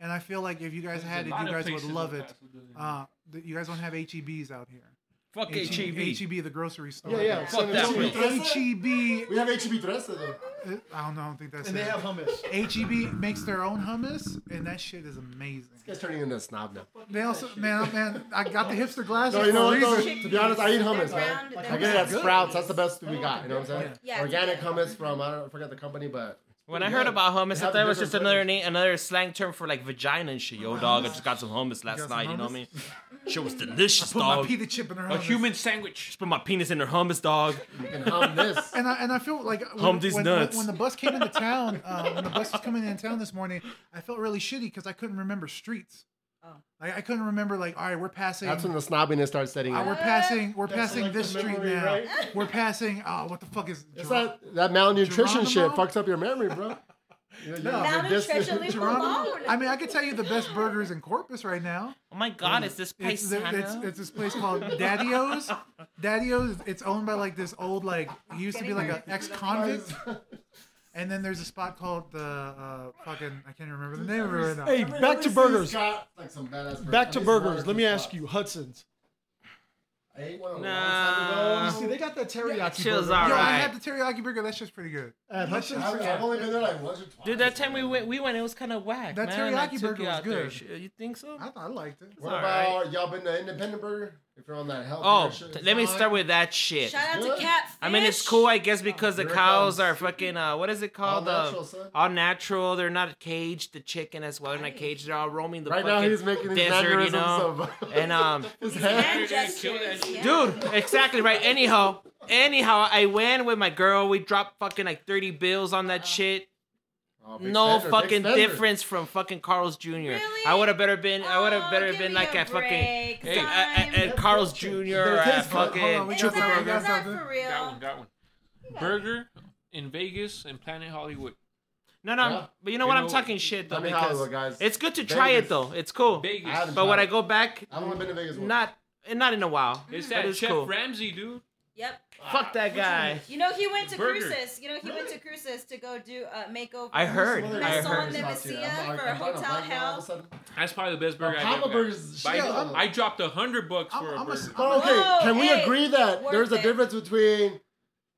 and I feel like if you guys had it, you guys would love it. Uh, that you guys don't have HEBs out here. E Fuck HEB. HEB, the grocery store. Yeah, yeah. Fuck send it that to me. place. HEB. We have HEB Teresa though. uh, I don't know. I don't think that's And they it. have hummus. HEB makes their own hummus, and that shit is amazing. It's turning into a snob now. They also, man, man, I got the hipster glasses. No, you know for what a though? reason. To be honest, I eat hummus, man. They're I get it at brown, they're Sprouts. brown. That's the best we got. You know what I'm saying? Yeah. Organic hummus from I don't I forgot the company, but When I heard about hummus, They I have thought it different was just another flavors. name, another slang term for like vagina and shit. Yo, dog, I just got some hummus last some night. You know what hummus? I mean? Shit was delicious, Put my dog. pita chip in her A hummus. human sandwich. Just put my penis in her hummus, dog. and hum this. And I, and I feel like Hum when, these when, nuts. when the bus came into town, uh, when the bus was coming into town this morning, I felt really shitty because I couldn't remember streets. Oh. Like I couldn't remember like all right, we're passing. That's when the snobbiness starts setting uh, we're in. passing. We're That's passing like this the street memory, now. right? We're passing. Oh, what the fuck is? It's Geron- that that malnutrition shit Geronimo? fucks up your memory, bro. You- you- No. you're dis- Malnutrition leaves Geronimo? alone. I mean, I could tell you the best burgers in Corpus right now. Oh my god, is this place? It's, there- it's, it's this place called Daddy-O's. Daddy-O's, it's owned by like this old, like, he used to be like an ex-convict. And then there's a spot called the uh, fucking, I can't remember the name of it right now. Hey, back to burgers. Got, like, some badass burgers. Back to I ate burgers. one Let me at ask you, Hudson's. I ate one a long Nah. time ago. See, they got that teriyaki Chill's burger Yo, alright. I had the teriyaki burger. That shit's pretty good. Uh, at Hudson's. I've, I've only been there like once or twice. Dude, that time we went, we went. It was kind of whack. That man. I teriyaki took burger you was out there. good. Sh- You think so? I, I liked it. What It's about y'all been to Independent Burger? If you're on that health Oh, shit. t- let me start with that shit. Shout out Good. to Catfish. I mean, it's cool, I guess, because the Here it cows comes. are fucking. Uh, what is it all called? natural, uh, son. all natural. They're not caged. The chicken as well. They're not caged. They're all roaming the Right now fucking he's making these desert, you mannerisms know. of And um, his head. Hand Kill that gestures. shit. yeah. Dude, exactly right. Anyhow, anyhow, I went with my girl. We dropped fucking like thirty bills on that shit. Oh, big No spender, big fucking spender. difference from fucking Carl's Jr. Really? I would have better been. I would have Oh, better give been me like a at fucking break. at, Time. at, at Carl's Jr. or Hold on, at fucking we It's got the Chupa not- burger. it's not Burger. Got for Got real. one. Got one. Burger in Vegas and Planet Hollywood. No, no, Yeah. but you know You what? know- I'm talking shit though I mean, because Hollywood, guys. it's good to try it Vegas. though. It's cool. Vegas. I haven't But when tried I it. go back, I've only been to Vegas once. not eh, not in a while. It's But that it's Chef cool. Ramsey, dude. Yep. Fuck that guy. You know he went to Burger. Cruces. You know he went to Cruces to go do uh, makeover. I heard. Some other I guys heard. talking about you. I'm Nemesia like, for I'm trying to Hotel blank out all of a Hell. sudden. That's probably the best burger Well, I've Papa ever had. Burger's But I- shit, I'm- I dropped a hundred bucks I'm, for a I'm a, burger. But okay, Whoa, can we hey, agree that worth there's a it. difference between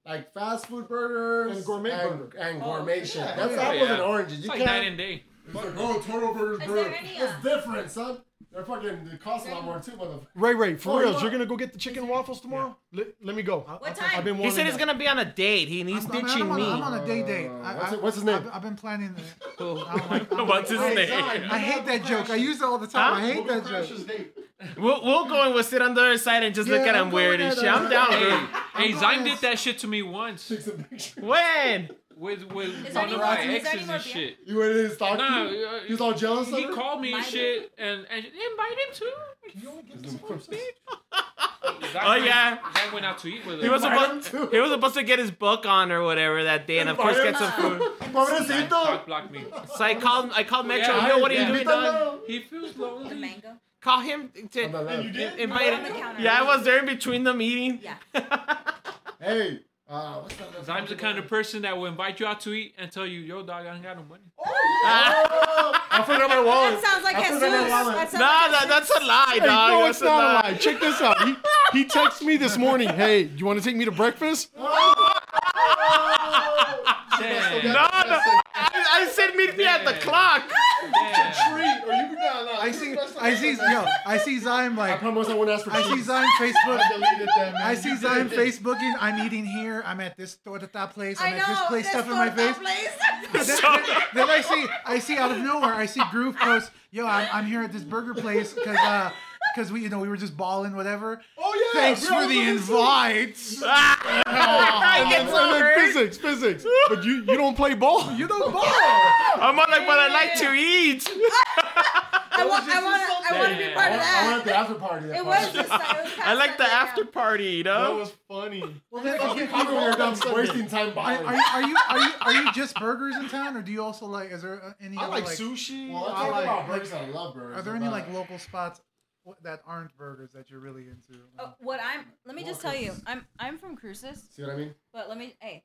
like fast food burgers And gourmet and, burger. and gourmet shit. That's yeah. apples Yeah. and oranges. You Like night can't. and day. It's like, oh, Toro Burgers, Is burger. there any, uh, It's different, son. They're fucking. They cost a lot more too, motherfucker. Ray Ray, for Oh, reals, yeah. you're gonna go get the chicken waffles tomorrow? Let, let me go. I- What I've- time? I've been He wanting said he's that. gonna be on a date. He, he's I'm- I mean, ditching I'm on, me. a- I'm on a day date. I, Uh, what's I, it- what's his name? I've, I've been planning. the- I don't like- I don't What's his like- name? I hate that joke. I use it all the time. I hate Google that joke. Crash's date. We'll, we'll go and we'll sit on the other side and just Yeah, look at I'm him weird going and at shit. I'm a- down, dude. Hey, Zyme did that shit to me once Take some pictures. When? with with Is there one any of more- my is there any exes more and beer? shit. You went in his talk. Nah, to you? uh, he was all jealous. He of her? called me and Mine- shit, and and she- invite him too. Oh, yeah. Zach went out to eat with He her. was Invite supposed him too. he was supposed to get his book on or whatever that day, and of course Invite get him some too. food. Pobrecito. Zach cock blocked me. So I called I called Metro. Yeah, Yo, what are you yeah. doing, dog? Invítalo. He feels The lonely. mango. Call him to I'm not invite laughing. On the him. counter. Yeah, I was there in between them eating. Yeah. Hey, uh, what's that? Zyme's the kind of person that will invite you out to eat and tell you, "Yo, dog, I ain't got no money." I forgot my That wallet. sounds like I Jesus. forgot my wallet. That sounds Nah, like that, that's a lie, Hey, dog. no, that's it's not a lie. Check this out. He, he texted me this morning. Hey, you want to take me to breakfast? Damn. No, no. I, I said meet me at the Yeah. clock. Damn. Or you no, no. I see, I see, yo, I see Zion I like, promise I won't ask for I see cheese. Zion I Facebook. deleted that, man. I see You Zion deleted it. Facebooking. I'm eating here. I'm at this torta place. I I'm at this know. place. This Stuff in my face. Then, place. then- then I see, I see out of nowhere, I see Groove post, yo, I'm, I'm here at this burger place because, uh, because we, you know, we were just balling, whatever. Oh yeah. Thanks bro, I for was the on invites. I And get then- so and then hurt. physics, physics. But you, you don't play ball. You don't ball. I'm on like what I like to eat. I want, I want, to, I want to be Yeah. part I of went- I that. went to the after party. That It party. was just, like, it was I like the after party, you That know? was funny. Well, then fucking people are done wasting time Are, buying. are you, are you, are you, are you just burgers in town, or do you also like? Is there uh, any? I other, like sushi. Well, I I talk about like. burgers. I love burgers. Are there any but- like local spots w- that aren't burgers that you're really into? Oh, what I'm, let me just tell you, I'm, I'm from Cruces. See what I mean? But let me, hey.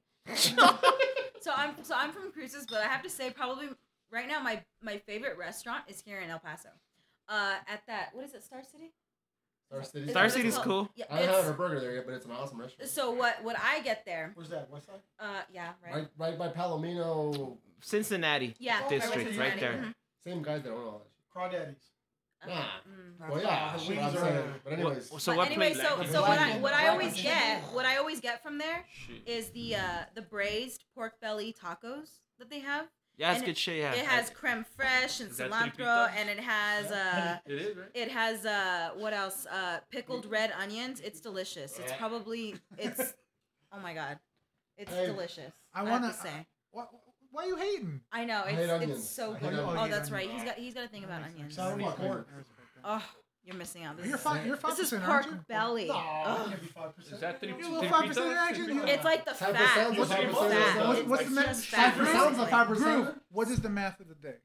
so I'm so I'm from Cruces, but I have to say, probably right now my my favorite restaurant is here in El Paso. Uh, at that what is it, Star City? Star City. Is that Star what it's City's called? cool. Yeah, I haven't had a it's, burger there yet, but it's an awesome restaurant. so what what I get there? Where's that? West side? Uh, yeah, right. Right, right by Palomino. Cincinnati Yeah, district, Cincinnati, right there. mhm. Same guys that own all that Crawdaddies. Uh, Nah. mm. shit. Well, yeah, That's shit, all. I'm Wings are- saying. But anyways, What- So But what anyway, place? so like- so what I Black- what I black always and get cheese. what I always get from there Shit. is the uh the braised pork belly tacos that they have. yeah, that's and good shit. Yeah. It has creme fraiche and Is that three cilantro, pitas? and it has uh. It is right. It has uh what else? Uh pickled red onions. It's delicious. It's probably it's oh my god. It's Hey. delicious. I I want wanna- to say. Why, why are you hating? I know I hate it's it's onions. so I good. hate Oh, onions. that's right. He's got he's got a thing about onions. Sour Fuck, I- pork. Oh, you're missing out. This You're is- fine. You're fine. This is aren't you? pork belly. Ugh. Maybe 5%. Is that three? You little three 5% pizzas? action, Three you- pizzas? It's like the Ten fat. percent, What's ten the percent, fat? what's- what's It's the ma- just five fat. Five percent, basically. five percent. Groove. What is the math of the day?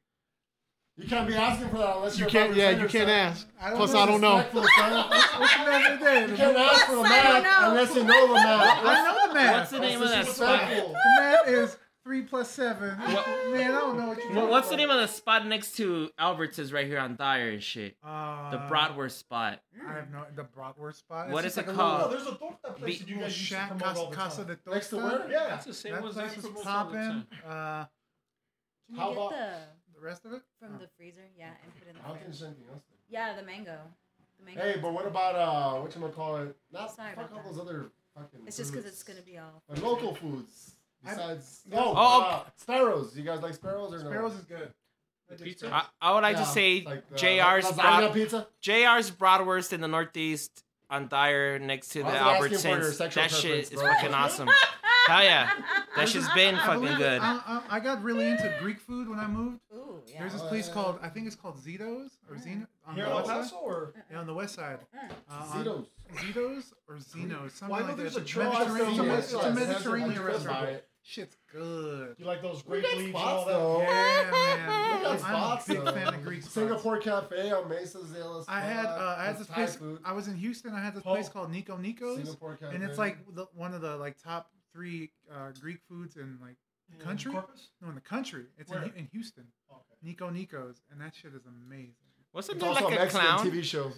You can't be asking for that unless You you're can't. Yeah, you representative, can't son. ask. I don't Plus, know I don't know. Respectful, son. What's the math of the day? You can't ask for the math know. unless you know the math. I know the math. What's the The name of that spot? Respectful. math is three plus seven. Man, I don't know what you're Well, talking what's the about. name of the spot next to Albert's is right here on Dyer and shit? Uh, The Broadwurst spot. I have no the bratwurst spot. What It's is just like a No, it called? Oh, there's a torta place that Be- you Little little guys used to shack, promote all Casa, Casa de the time. Torta. Next to where? Yeah. That's the same That ones place that is promote all the popping. time. Uh, Can How you about- get the the rest of it? from the freezer? Yeah, and put it in I don't think the fridge. there's anything else. there. Yeah, the mango. The mango. Hey, but what about uh, what you call it? Not Sorry fuck about all that. those other fucking. It's just because foods. it's gonna be all. But local foods I- besides. oh, Oh, uh, sparrows. You guys like sparrows or no? Sparrows is good. Pizza? I, I would like to Yeah, say like, uh, JR's lasagna Broad- pizza. JR's Broadwurst in the Northeast on Dyer next to the I wasn't asking Albertsons. for your That sexual shit preference, is bro. fucking awesome. Hell yeah. That shit's been I fucking believe- good. I, I, I got really into Greek food when I moved. Ooh, yeah. There's this Oh, place yeah. called I think it's called Zito's or Zeno on Here the in El west Paso, side. or Yeah, on the west side. Uh, on- Zito's. Zito's or Zeno's. Something Well, I know like that. there's a It's Tropic Mediterranean- Zeno. It's Yeah, a it's Mediterranean Mediterranean restaurant. restaurant. Shit's good. you like those We great got leaves and all spots that? though. Yeah, We got man. I'm a spots big though. fan of Greek spots. Singapore Cafe on Mesa Zales. I had uh, I had this place. Food. I was in Houston. I had this Paul. place called Nico Nico's, Singapore Cafe. and it's like the, one of the like top three uh, Greek foods in like Yeah. Country? Corpus? no in the country. It's in, Where? Hu- in Houston. Okay. Nico Nico's, and that shit is amazing. Wasn't It's there also like a a Mexican clown? TV show.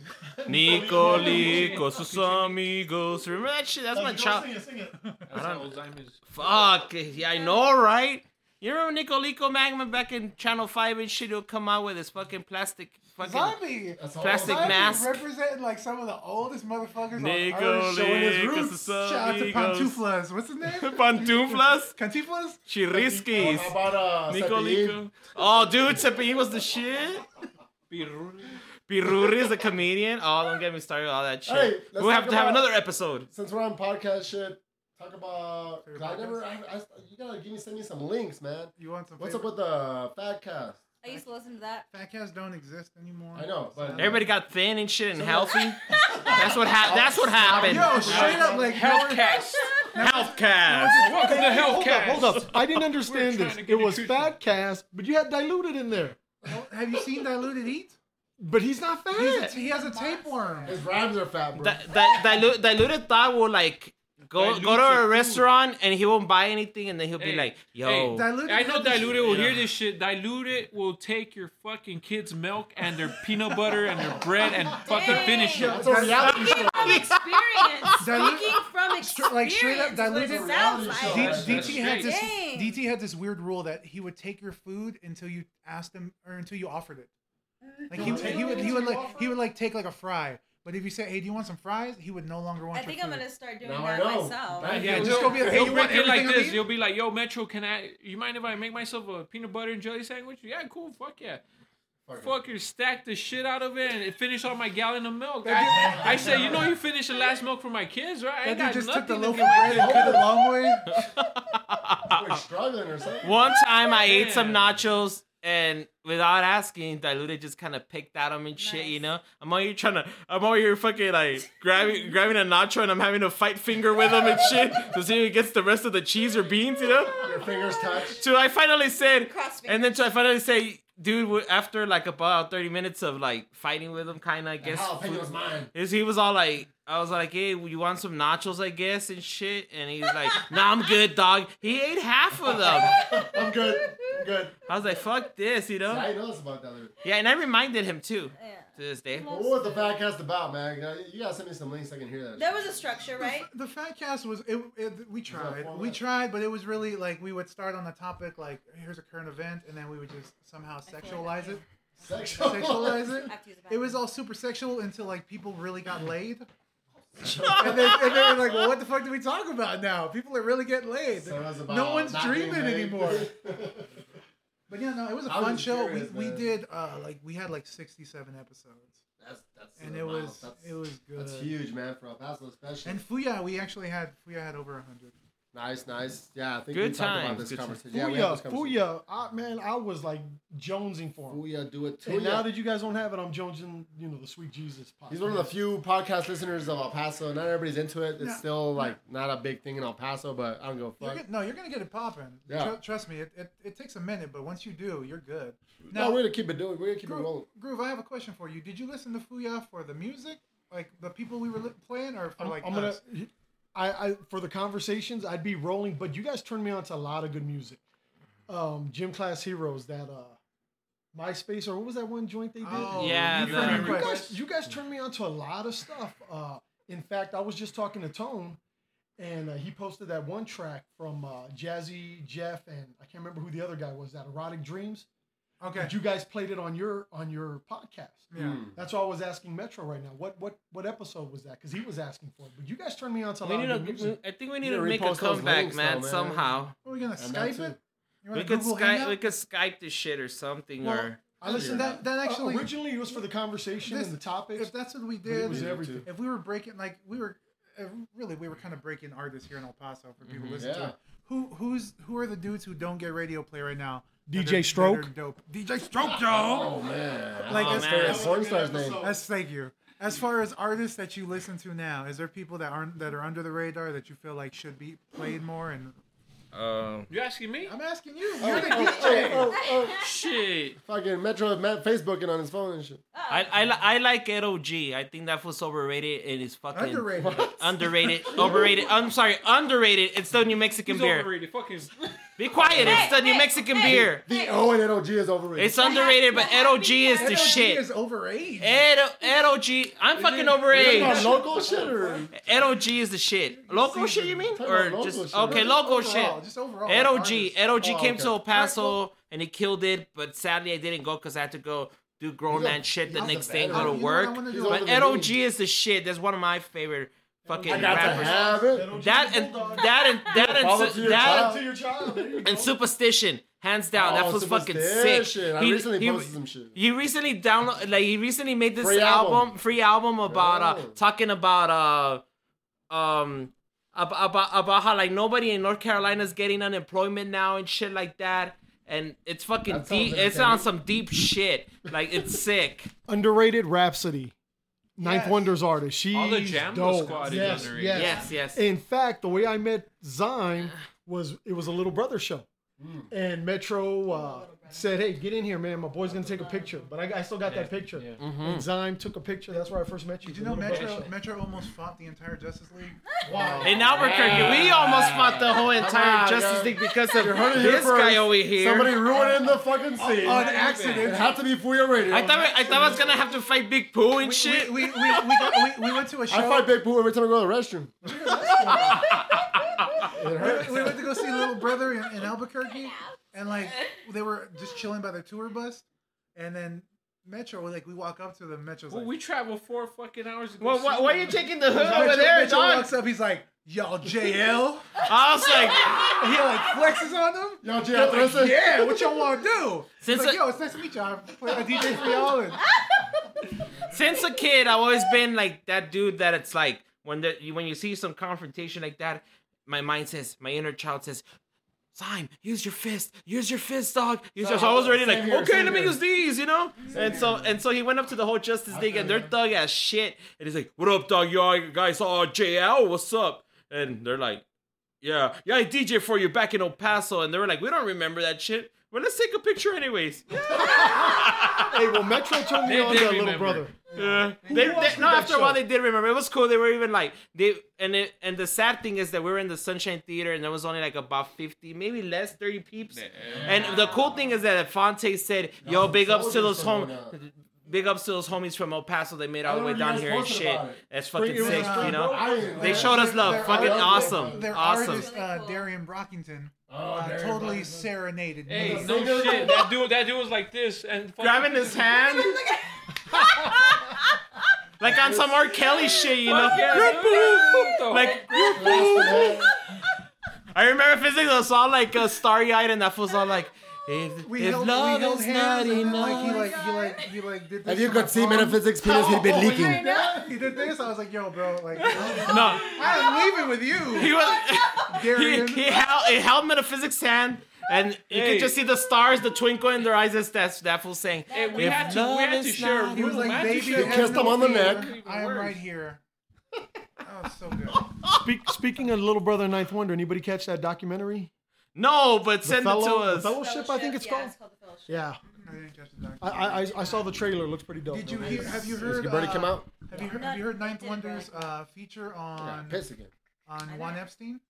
Nicolico, sus amigos. Remember that shit? That's my child. Sing it, sing it. That's I how don't- Alzheimer's. Fuck. Yeah, I know, right? You remember Nicolico Magma back in Channel 5 and shit? He'll come out with his fucking plastic. fucking Zombie. That's all. Plastic Zombie mask. representing like some of the oldest motherfuckers on Nico earth showing his Lee, roots. Cause the Shout out to amigos. Pantuflas. What's his name? Pantuflas? Cantuflas? How Chiriskis. about uh, Cepillín? Nicolico. Oh, dude, Cepillín was the shit. Biruri is a comedian. Oh, don't get me started with all that shit. Hey, let's we'll have talk to have about- another episode. Since we're on podcast shit, talk about. 'cause I Favorite never. I, I, you gotta give me send me some links, man. You want some? What's up favorite- with the fat cast? I used to listen to that. Fatcats don't exist anymore. I know, but- Everybody got thin and shit and healthy. That's what hap That's what happened. Yo, straight up like Hellcast. Healthcast. Welcome to Hold up, Hellcast. hold up. I didn't We're understand trying this. to get It was nutrition. fat cast, but you had diluted in there. Have you seen Diluted Eat? But he's not fat. He's a, he has a tapeworm. His rhymes are fat, bro. That that dilu- diluted thought will like go Dilute go to your a food. restaurant and he won't buy anything and then he'll be Hey, like, Hey, yo. Diluted I know healthy diluted shit. will hear this shit. Diluted will take your fucking kids' milk and their peanut butter and their bread and fucking Dang. finish it. That's a reality show. From experience. Dilute- Speaking from experience. like, straight up is diluted what it sounds reality like. show. D- That's- that's DT had straight. this. Dang. DT had this weird rule that he would take your food until you asked him or until you offered it. Like he, he would he would like he would like take like a fry, but if you say, "Hey, do you want some fries?" he would no longer want. I think your I'm food. gonna start doing Now I that know. myself. Thank Yeah, you. just go you'll- be like, hey, you'll you break want it like everything I this. need? You'll be like, yo, Metro, can I? You mind if I make myself a peanut butter and jelly sandwich? Yeah, cool. Fuck yeah. Fucker stack the shit out of it and finish all my gallon of milk. I, I said, you know, you finished the last milk for my kids, right? I ain't That dude just got nothing took the to loaf of give my bread and kids. cut it long way. uh, We're struggling or something. One time I ate some Damn. nachos and without asking, diluted just kind of picked at him and shit. You Nice. know, I'm over here trying to, I'm over here fucking like grabbing grabbing a nacho and I'm having to fight finger with him and shit to see who gets the rest of the cheese or beans. You know, Your fingers touch. so I finally said, Cross and then so I finally say, dude, w- after like about 30 minutes of like fighting with him, kind of I guess. Jalapeno's Oh, mine. Is he was all like, I was like, hey, you want some nachos, I guess, and shit, and he's like, nah, I'm good, dog. He ate half of them. I'm good. I'm good. I was like, fuck this, you See, I know? didn't know this about that. dude. Yeah, and I reminded him too Yeah. to this day. What was the podcast about, man? You gotta- You gotta send me some links so I can hear that. There was a structure, right? The fat cast was it, it we tried. We format? tried, but it was really like we would start on the topic like here's a current event and then we would just somehow feel like sexualize I it. Sexual. Sexualize it. I have to use It the bathroom. was all super sexual until like people really got laid. and, they, and they were like, "Well, what the fuck do we talk about now? People are really getting laid. So it was about no one's not getting dreaming laid. anymore." But yeah, no, it was a I was fun show. curious, we, we man. did uh, like we had like sixty-seven episodes, that's, that's and a it mile. was That's- it was good. That's huge, man, for El Paso especially. And Fuya, we actually had Fuya had over hundred. nice, nice. Yeah, I think Good we talked about times, this good conversation. Yeah, we had Booyah, this conversation. booyah. I, Ah, man, I was like jonesing for him. Booyah, do it too. And now that you guys don't have it, I'm jonesing, you know, the Sweet Jesus podcast. He's one of the few podcast listeners of El Paso. Not everybody's into it. It's No. still like not a big thing in El Paso, but I don't give a You're fuck. gonna- no, you're gonna get it popping. Yeah. Tru- trust me, it, it, it takes a minute, but once you do, you're good. No, Now, we're gonna keep it doing. We're gonna keep it rolling. Groove, Groove, I have a question for you. Did you listen to Fuya for the music, like the people we were li- playing, or for I'm, like I'm gonna, us? I, I for the conversations, I'd be rolling, but you guys turned me on to a lot of good music. Um, Gym Class Heroes, that uh, MySpace or what was that one joint they did? Oh, Yeah, you the- friend you request. guys, you guys turned me on to a lot of stuff. Uh, in fact, I was just talking to Tone, and uh, he posted that one track from uh, Jazzy Jeff, and I can't remember who the other guy was. That Erotic Dreams. Okay. But you guys played it on your on your podcast. Yeah. That's why I was asking Metro right now. What what what episode was that? Because he was asking for it. But you guys turned me on to a We lot need of good to, music. I think we need need to to make a repost those comeback, links, though, man, man. somehow. Are we gonna And that's Skype it? it. You We wanna could Google Skype Hangout? we could Skype this shit or something Well, or I listened Yeah. that That that actually, originally it was for the conversation This- and the topics. if that's what we but it did, was Yeah. everything. if we were breaking, like we were, uh, really, we were kind of breaking artists here in El Paso for Mm-hmm. people listening to Yeah. it. Who who's who are the dudes who don't get radio play right now? that DJ are- that are Stroke? dope. DJ Stroke, yo. Oh man, Like, like it's- that's favorite porn star's name. That's thank you. As far as artists that you listen to now, is there people that aren't that are under the radar that you feel like should be played more? And um You asking me? I'm asking you. Oh, You're the oh, DJ. oh, oh, oh. Shit. Fucking Metro met Facebooking on his phone and shit. I, I, li- I like LOG. I think that was overrated and it's fucking Underrated. underrated, overrated. I'm sorry, underrated. It's the New Mexican He's beer. overrated. Fuck him. Be quiet. Hey, It's the New hey, Mexican hey. beer. The O and NOG is overrated. It's underrated, but Edo G is the NLG shit. is overage. Edo, Edo G, I'm fucking overage. local shit or Edo G is the shit. Local shit, you mean? about Or local just shit. okay, local shit. Just overall. Edo artists. G, Edo G Oh, came okay. to El Paso and he killed it, but sadly I didn't go because I had to go do grown He's a- man shit the he's a next day and veteran. You go know to what I work. wanna He's do? on But the Edo machine. G is the shit. That's one of my favorite fucking I got to rappers. have it. That and that and that Follow and to su- your that child. To your child. There you go. and superstition, hands down. that Oh, was fucking sick. Superstition. I recently posted some shit. He recently download like he recently made this Free album. album. free album about uh Oh. talking about uh um ab- about about how like nobody in North Carolina is getting unemployment now and shit like that. And it's fucking That sounds deep. It's on some deep shit. Like it's sick. Underrated Rhapsody, Ninth Yes. Wonders artist. She's All the Jamla dope. squad is yes, underrated. Yes. Yes, yes. In fact, the way I met Zyme was it was a little brother show, Hmm. and Metro uh, said, "Hey, get in here, man. My boy's gonna take a picture." But I, I still got that picture. And Zyme took a picture. That's where I first met you. Did you the know Little Brother Metro Show. Metro almost fought the entire Justice League? In Albuquerque, we almost fought the whole entire Justice League because of this guy over here. Somebody ruining the fucking scene. on accident. It had to be Fuya Radio. I thought I thought I was gonna have to fight Big Pooh and shit. We, we, we, we, got, we, we went to a show. I fight Big Pooh every time I go to the restroom. it hurts. we went to go see Little Brother in, in Albuquerque, and like they were just chilling by their tour bus, and then Metro like we walk up to them. Metro's Well, like, we traveled four fucking hours ago. Well, why, why are you taking the hood Metro, over there, Metro dog? walks up. He's like, y'all JL, I was like, and he like flexes on them. Yo, Jay, I Like, yeah, what y'all want to do? He's Since like, I- yo, it's nice to meet y'all. I'm playing a DJ for y'all. And since a kid, I've always been like that dude that it's like when the, you when you see some confrontation like that, my mind says, my inner child says, Zyme, use your fist, use your fist, dog. Use your, so I was already like, Same here, okay, same let me here. use these, you know. and so and so he went up to the whole Justice League and they're thug as shit, and he's like, what up, dog? Yo, you guys, oh JL, what's up? And they're like. Yeah, yeah, I DJ for you back in El Paso, and they were like, "We don't remember that shit." Well, let's take a picture, anyways. Hey, well, Metro turned me They on did to that little remember. brother. Yeah. They, else they- did no, that after a while show? they did remember. It was cool. They were even like they and it and the sad thing is that we were in the Sunshine Theater and there was only like about fifty, maybe less, thirty peeps. And the cool thing is that Fonte said, "Yo, big ups to soldiers those home, going out. big ups to those homies from El Paso. They made all the I way remember down you here and guys posted shit. about it. That's fucking it was sick, a- you know." Iron, They man. showed us love. their Fucking artist- awesome. Their Awesome. artist, uh, Darian Brockington, uh, Oh, Darian totally Brockington. serenaded Hey, me. no shit. That dude, that dude was like this and fucking- Grabbing his hand. like on some R. Kelly shit, you know. Fuck yeah, dude. What the Like Last I remember physics was all like uh, starry eyed, and that was all like, if, We if held, love we held is hands, not and then, enough. like he like he like he like did this. If you to my could see mom. metaphysics, penis had been leaking. Oh, He did this. I was like, yo, bro, like I no, am leaving with you. he was he, Darian. he held he held metaphysics hand, and you Hey. could just see the stars, the twinkle in their eyes. As that that fool saying, Hey, we If had to, we love had to is share a not- He was room. like, I had to baby, share a have kissed no him on the fear. neck. I am right here. That was so good. Speak, speaking of Little Brother Ninth Wonder, anybody catch that documentary? no, but send fellow, it to The us. fellowship, I think it's yeah, called. It's called the fellowship. Yeah, I didn't catch the I, documentary. I I- I saw the trailer. Looks pretty dope. Did you man. hear? Have you heard? Your birdie uh, come out. Have you heard? No, Have you heard it Ninth did, Wonders right. uh, feature Yeah, on piss again. on know. Juan Epstein?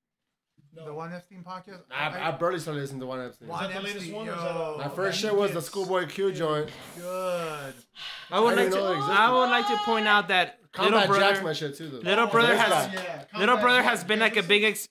The Juan Epstein podcast. I, I barely started listening to one episode. Juan that the latest Epstein, one or is that, yo, uh, My first shit was the Schoolboy Q joint. Good. I would I like didn't to know it existed. I would like to point out that little Combat Jack's my brother. shit too. Though. Little brother There's that. has- Yeah, Little Combat brother Jack has been like a Danielson.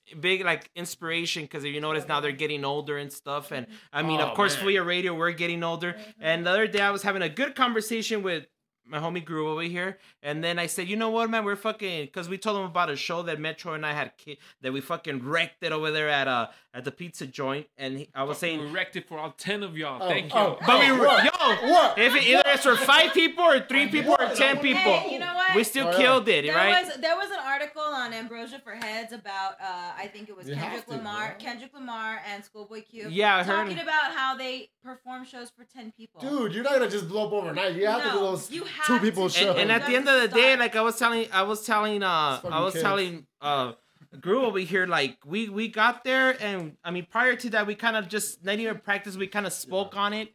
big, ex- big like inspiration because if you notice now they're getting older and stuff. And I mean, Oh, of course, man. we at radio we're getting older. And the other day I was having a good conversation with my homie Gru over here, and then I said, you know what, man, we're fucking because we told him about a show that Metro and I had ki- that we fucking wrecked it over there at uh at the pizza joint, and he, I was We saying. wrecked it for all ten of y'all. Oh, Thank you. oh, But we, oh, yo, what? What? if it, either it's for five people or three people or ten people, Hey, you know what? we still Oh, yeah. killed it, There right? was there was an article on Ambrosia for Heads about uh, I think it was You Kendrick have to, Lamar, right? Kendrick Lamar and Schoolboy Q. Yeah, I heard talking him. about how they perform shows for ten people. Dude, you're not gonna just blow up overnight. You have to do No, those you have two to. people And- shows. and, and at the end of the day, like I was telling, I was telling, uh, fucking I was kids. telling, uh, Gru over here, like we we got there, and I mean prior to that, we kind of just not even practice. We kind of spoke on it,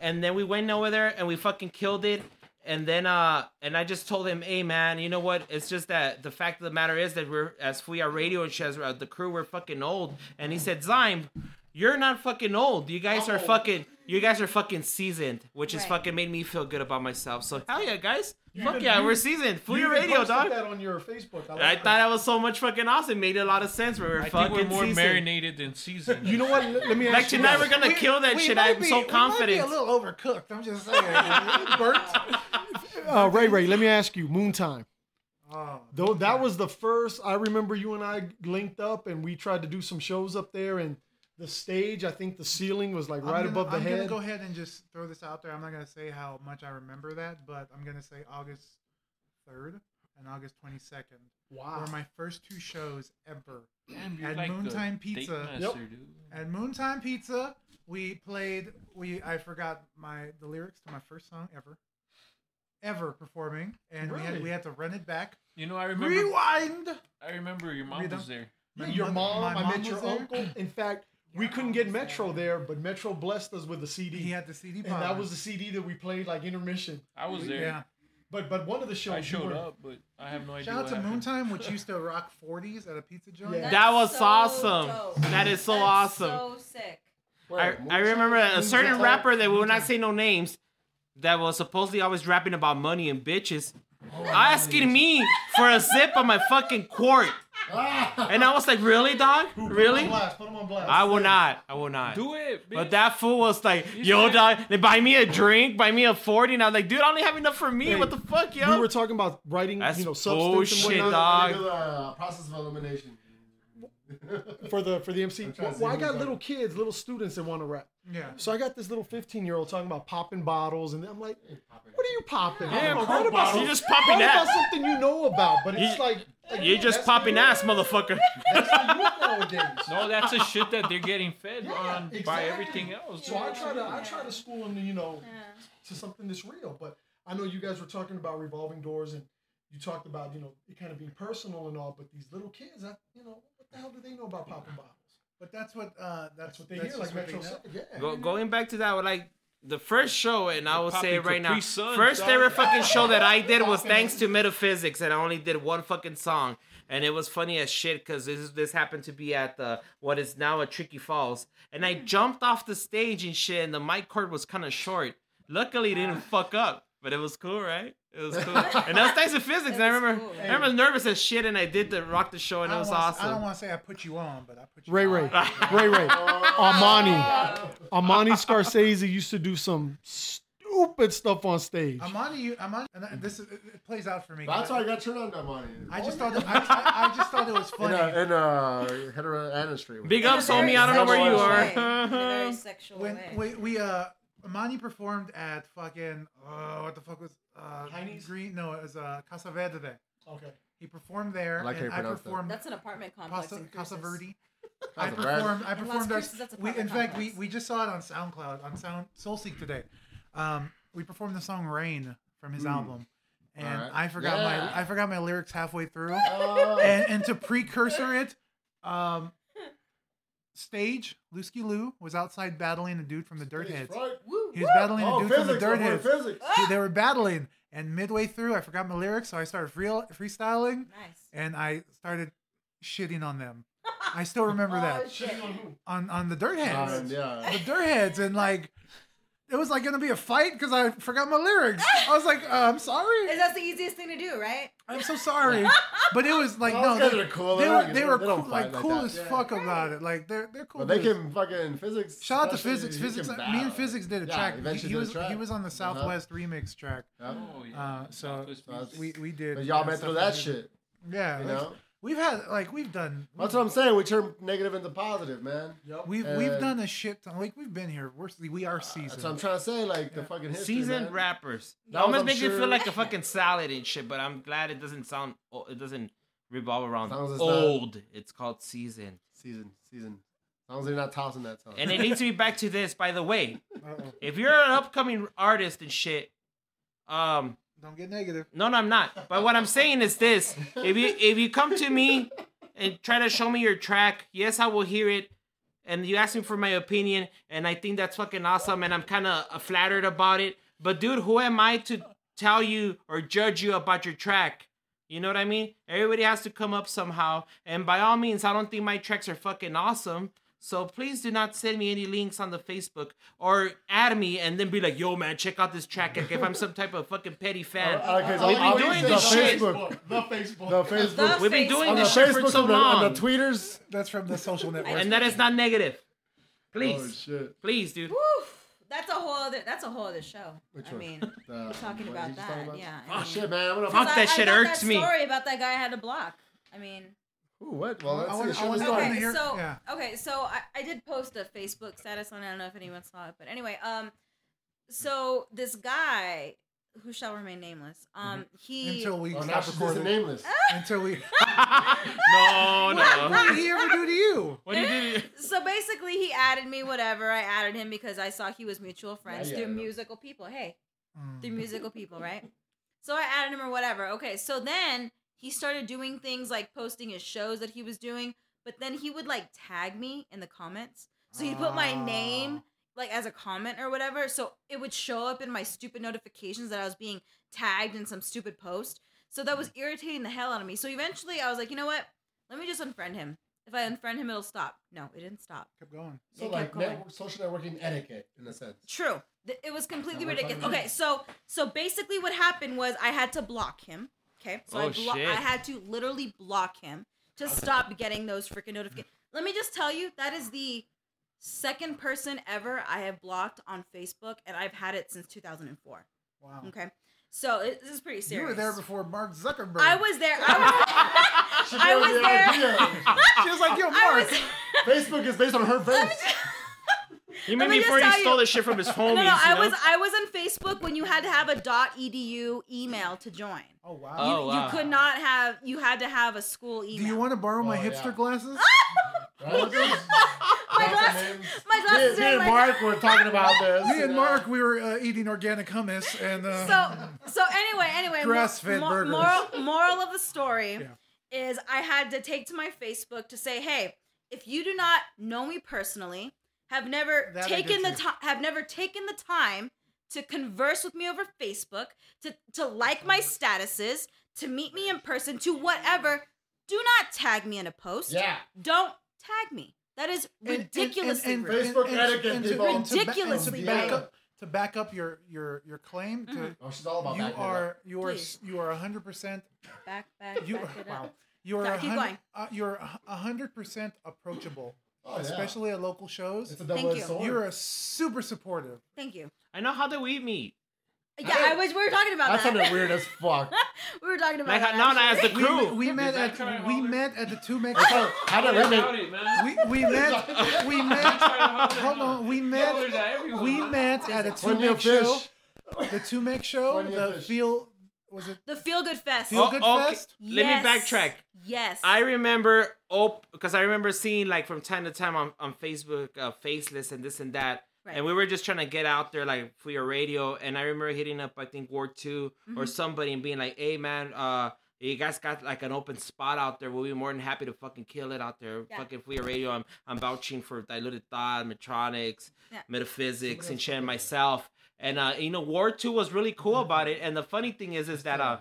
and then we went over there and we fucking killed it. And then, uh, and I just told him, hey man, you know what? It's just that the fact of uh, the matter is that we're as Fuya Radio and Shazra, the crew, we're fucking old. And he said, Zyme, You're not fucking old. You guys are I'm old. fucking. You guys are fucking seasoned, which has Right. fucking made me feel good about myself. So hell yeah, guys. Fuck even- yeah, you- we're seasoned. Fool You your even radio, posted dog. that on your Facebook. I like thought that was so much fucking awesome. Made a lot of sense. We're I think fucking we're more seasoned. marinated than seasoned. You know what? Let, let me ask Like you. tonight, we're this. gonna kill that shit. I'm so confident. a little overcooked. I'm just saying. Burnt. Uh, Ray Ray, let me ask you, Moon Time. Oh, Though that was the first I remember you and I linked up and we tried to do some shows up there and the stage, I think the ceiling was like right I'm gonna, above the I'm head. gonna go ahead and just throw this out there. I'm not gonna say how much I remember that, but I'm gonna say August third and August twenty second wow. were my first two shows ever. Damn, At the Moontime date Pizza. master, Yep. dude. At Moontime Pizza, we played. We I forgot my the lyrics to my first song ever, ever performing, and we had Really? we had to run it back. You know, I remember. Rewind. I remember your mom Rewind. was there. Yeah, your mom, my I mom met your was there. uncle. In fact, we couldn't get Metro there, but Metro blessed us with a CD. He had the CD. and that was the CD that we played like intermission. I was there. Yeah. But but one of the shows I you showed were- up, but I have no idea. Shout out what to happened. Moontime, which used to rock 40s at a pizza joint. Yeah. That was so awesome. dope. That is so That's awesome. So sick. I, I remember a certain rapper that will not say no names that was supposedly always rapping about money and bitches Oh, asking me for a sip on my fucking quart. Ah! And I was like, really, dog? Put Really? 'em on blast. Put 'em on blast. I will not. I will not. Do it, bitch. But that fool was like, You yo, said- dog, they buy me a drink, buy me a 40. And I was like, dude, I only have enough for me. Hey, what the fuck, yo? We were talking about writing, That's you know, substance bullshit, and whatnot dog. uh, process of elimination. for the for the MC. trying Well, to see well, I who's got on. little kids, little students that want to rap. Yeah. So I got this little 15 year old talking about popping bottles, and I'm like, what are you popping? Yeah, I'm like, Coke write about bottles. You're some- just popping write about ass. something you know about, but You- it's like like, You're just Oh, that's popping the- ass, motherfucker. That's the youth nowadays. no, that's the shit that they're getting fed Yeah, on by exactly. everything else. So I try to I try to school them, to, you know, Yeah. to something that's real. But I know you guys were talking about revolving doors, and you talked about you know it kind of being personal and all. But these little kids, I, you know, what the hell do they know about popping bottles? But that's what uh, that's, That's what they that's hear, like just what Metro they know. said. Yeah. Go, going back to that, with, like the first show, and I will Poppy say it right now, Capri Sun, first dog. ever fucking show that I did was thanks to Metaphysics, and I only did one fucking song, and it was funny as shit because this is- this happened to be at the what is now a Tricky Falls, and I jumped off the stage and shit, and the mic cord was kind of short. Luckily, it didn't fuck up, but it was cool, right? It was cool, and that was thanks to physics. And I It was remember, cool. I remember nervous as shit, and I did the rock the show, and it I was don't wanna- I don't awesome. want to say I put you on, but I put you Ray on. Ray, Ray Ray, Armani, Armani Scorsese used to do some stupid stuff on stage. Amani, you, Amani, and I- this is, it it plays out for me. That's why I I, got turned on by money. I just thought that, I, I, I just thought it was in funny. a, in a hetero anistry. Big In a ups, very homie. I don't know where you sexual are. way. In a very when sexual way. we, we uh Amani performed at fucking uh, what the fuck was uh Heine's? Green no it was uh Casa Verde. Okay. He performed there I like how and you I pronounce that. performed That's an apartment complex. Casa, in Cruces. Casa Verde. I Casa Verde. performed. I In Las performed. Our, Cruces, that's a we, in private fact, we, complex. we just saw it on SoundCloud on Sound SoulSeek today. Um, we performed the song "Rain" from his album, and Alright. I forgot Hmm. Yeah. my I forgot my lyrics halfway through, Oh. and, and to precursor it, um, stage Lusky Lou was outside battling a dude from the Dirt Heads. Right. He was battling a Oh, dude from the physics. Dirt I'm on Heads. physics. Dude, they were battling, and midway through, I forgot my lyrics, so I started free, freestyling, Nice. and I started shitting on them. I still remember that Oh, shit. on on the dirt heads, Um, yeah. the dirt heads, and like it was like gonna be a fight because I forgot my lyrics. I was like, uh, I'm sorry, Is that the easiest thing to do, right? I'm so sorry, but it was like Those no, guys are cool. they They're were not- they were they cool, don't like, fight like cool that. as Yeah. fuck about it. Like they're they're cool. But they dudes. can fucking physics. Shout out to especially, physics. you Physics. can Me and battle. physics did a Yeah, track. eventually He, did he a was track. he was on Uh-huh. the Southwest remix track. Yeah. Oh, yeah. Uh, so That's- we we did. But y'all uh, been through stuff that like- shit. Yeah, You that's- know? we've had like we've done That's what I'm saying. We turn negative into positive, man. we've Uh, we've done a shit ton. Like we've been here. We're we Uh, are That's what I'm seasoned. trying to say. Like the fucking history. seasoned man. rappers. That That almost was, I'm makes me sure- feel like a fucking salad and shit. But I'm glad it doesn't sound. oh, It doesn't revolve around As long as it's not- old. It's called seasoned, Season. Season. As long as they're not tossing that song. and it needs to be back to this. By the way, Uh-oh. if you're an upcoming artist and shit, um, Don't get negative. no, no, I'm not. But what I'm saying is this: if you if you come to me and try to show me your track, yes, I will hear it. And you ask me for my opinion, and I think that's fucking awesome, and I'm kind of flattered about it. But dude, who am I to tell you or judge you about your track? You know what I mean? Everybody has to come up somehow. And by all means, I don't think my tracks are fucking awesome. So please do not send me any links on the Facebook or add me and then be like, yo, man, check out this track. Like, if I'm some type of fucking petty fan. Okay, so We've I'll been doing use this the shit. Facebook, The Facebook. the Facebook, We've been doing on the this shit for Facebook, so and the, long. and the tweeters. That's from the social network. and that is not negative. Please. shit! please, dude. Oof, that's a whole other. That's a whole other show. I one? mean, Uh, we're talking what about you just that. talking about? Yeah. Oh shit, man! I'm gonna. Fuck that shit irks me. Story about that guy I had to block. I mean. Ooh, what? Well, I let's wanna- see. I Show us wanna- the Okay. here. So Yeah. okay, so I, I did post a Facebook status on it. I don't know if anyone saw it, but anyway, um, so this guy who shall remain nameless, Mm-hmm. um, he Until we Oh, now stop she's just recording. nameless. Until we. No, no. what did he ever do to you? What did you do? so basically he added me whatever. I added him because I saw he was mutual friends yeah, Mm. through I know. musical people. Hey, through musical people, right? So I added him or whatever. Okay, so then he started doing things like posting his shows that he was doing, but then he would like tag me in the comments. So he'd put my name like as a comment or whatever. So it would show up in my stupid notifications that I was being tagged in some stupid post. So that was irritating the hell out of me. So eventually I was like, you know what? Let me just unfriend him. If I unfriend him, it'll stop. No, it didn't stop. Kept going. So It like kept going. network, social networking etiquette in a sense. True. Th- It was completely Now we're ridiculous. talking- Okay, so so basically what happened was I had to block him. Okay, so I, Oh, blo- shit. I had to literally block him to stop getting those freaking notifications. Let me just tell you, that is the second person ever I have blocked on Facebook, and I've had it since 2004. Wow. Okay, so it, this is pretty serious. You were there before Mark Zuckerberg. I was there. I was, I was there. there. She was like, yo, I Mark. was. Facebook is based on her face. You Let mean me just before he tell you- stole this shit from his homies? No, no, I you know? was I was on Facebook when you had to have a .edu email to join. Oh, wow. Oh, wow. You could not have. You had to have a school email. Do you want to borrow my Oh, yeah. hipster glasses? Ah! Right? my glasses? My Me, glasses me are and like. Mark were talking about this. Me and Mark, we were uh, eating organic hummus and uh, So so anyway, anyway. mo- Grass-fed mo- burgers. Moral moral of the story Yeah. is I had to take to my Facebook to say, hey, if you do not know me personally, have never That I did taken the too. time, have never taken the time to converse with me over Facebook, to to like my statuses, to meet me in person, to whatever. Do not tag me in a post. Yeah. Don't tag me. That is and- and- ridiculously and- and- rude. Facebook etiquette, people. Ridiculously to back bad. up to back up your your your claim to Oh, she's all about you that. are you are Mm-hmm. Please. you are 100 percent back, back, you back it wow up. you are Sorry, a keep hundred- going. uh, you're a hundred percent approachable Oh, yeah. especially at local shows It's a double-edged you. sword. you're a super supportive Thank you. I know how do we meet. Yeah, I was. We were talking about that that. sounded weird as fuck. we were talking about Like, that. now I asked the we, met- crew. we met that try at to we holler? met at the two Mex- So, how did we About make? it, man. we, we met we met hold on we there's met that everywhere. we met at a two One meal Mex show fish. the two Mex show One meal the fish. feel was it the Feel Good Fest. Feel Good Oh, okay. Fest Let me backtrack. Yes. I remember oh because I remember seeing like from time to time on, on Facebook uh, faceless and this and that. Right. And we were just trying to get out there like for your radio. And I remember hitting up I think Ward 2 or Mm-hmm. somebody and being like, Hey man, uh you guys got like an open spot out there. We'll be more than happy to fucking kill it out there. Yeah. Fucking Fuya Radio. I'm I'm vouching for Diluted Thought, Metronics, Yeah. Metaphysics, and shit and myself. And uh, you know, Ward Two was really cool about it. And the funny thing is, is that uh,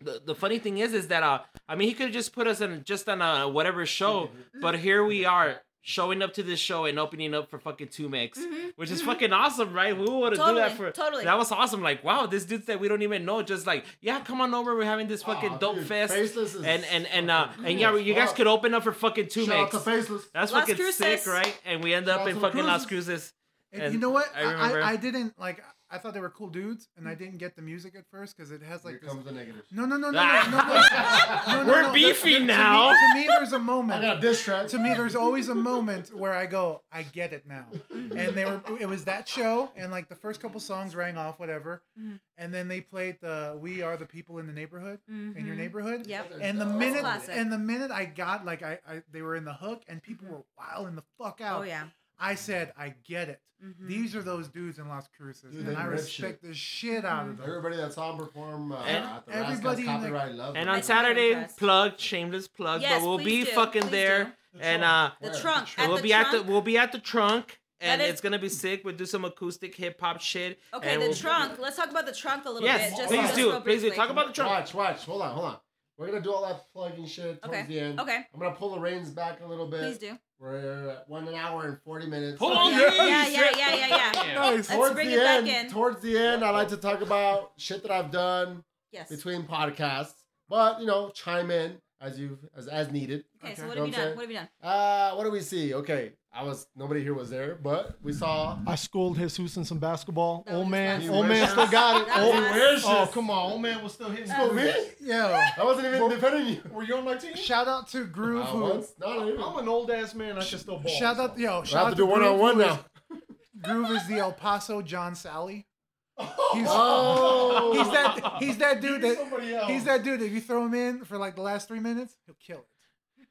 the, the funny thing is is that uh I mean he could have just put us in just on a whatever show, but here we are showing up to this show and opening up for fucking two mix, which is fucking awesome, right? Who would have Mm-hmm. Totally, do that for? totally. That was awesome. Like wow, this dude that we don't even know just like yeah, come on over. We're having this fucking Aw, dope dude, fest, Faceless is and and and uh fucking and cool yeah, as you guys fuck. could open up for fucking two Shout out mix. to Faceless. That's Las fucking Cruces. sick, right? And we end up out in to fucking Cruces. Las Cruces. And, And you know what? I I, I, remember- I, didn't like. I thought they were cool dudes, and I didn't get the music at first because it has Here like this. comes the negative. No, no, no, no, no, no, no, Ah. no, no, We're no. beefy To me- now. To me, there's a I got moment. a diss track. To me, there's always a moment where I go, I get it now. And they were. It was that show, and like the first couple songs rang off, whatever, Mm-hmm. and then they played the "We Are the People in the Neighborhood" in Mm-hmm. your neighborhood. Yep. And the minute, classic. and the minute I got like I, I, they were in the hook, and people Mm-hmm. were wilding the fuck out. Oh yeah. I said, I get it. Mm-hmm. These are those dudes in Las Cruces, Dude, they and I rip respect the shit out Mm-hmm. of them. Everybody that saw him perform uh, And at the everybody Rascals in the- copyright love. And it. on I'm Saturday, impressed. plug shameless plug, Yes, but we'll please be do, fucking please there. do. And uh, The Where? trunk. At we'll the be trunk. at the we'll be at the trunk, and That is- it's gonna be sick. We'll do some acoustic hip hop shit. Okay, and the we'll- trunk. Let's talk about the trunk a little Yes, bit. Just, please just do. real Please do. briefly. Talk about the trunk. Watch, watch. Hold on, hold on. We're gonna do all that plugging shit towards Okay. the end. Okay. I'm gonna pull the reins back a little bit. Please do. We're at one hour and forty minutes. Hold on, Yeah, please. yeah, yeah, yeah, yeah, yeah. Nice. Let's towards bring the it back end, in. towards the end, I like to talk about shit that I've done Yes. Okay, between podcasts. But you know, chime in as you as as needed. so Okay. what Know have what I'm you saying? done? What have you done? Uh, what do we see? Okay, I was nobody here was there, but we saw. I schooled Jesus in some basketball. That Old was man, nice. old man Delicious. still got it. That Old, was Delicious. oh come on, old man was still hitting. Oh, me? Yeah. I wasn't even defending you. Were you on my team? Shout out to Groove Uh, who. once? No, no, I'm no. an old ass man. I can still ball. Shout out, yo! I Shout have out to do Groove, one on one who is- now. Groove is the El Paso John Sally. He's, Oh, he's that he's that dude that somebody else. he's that dude. If you throw him in for like the last three minutes, he'll kill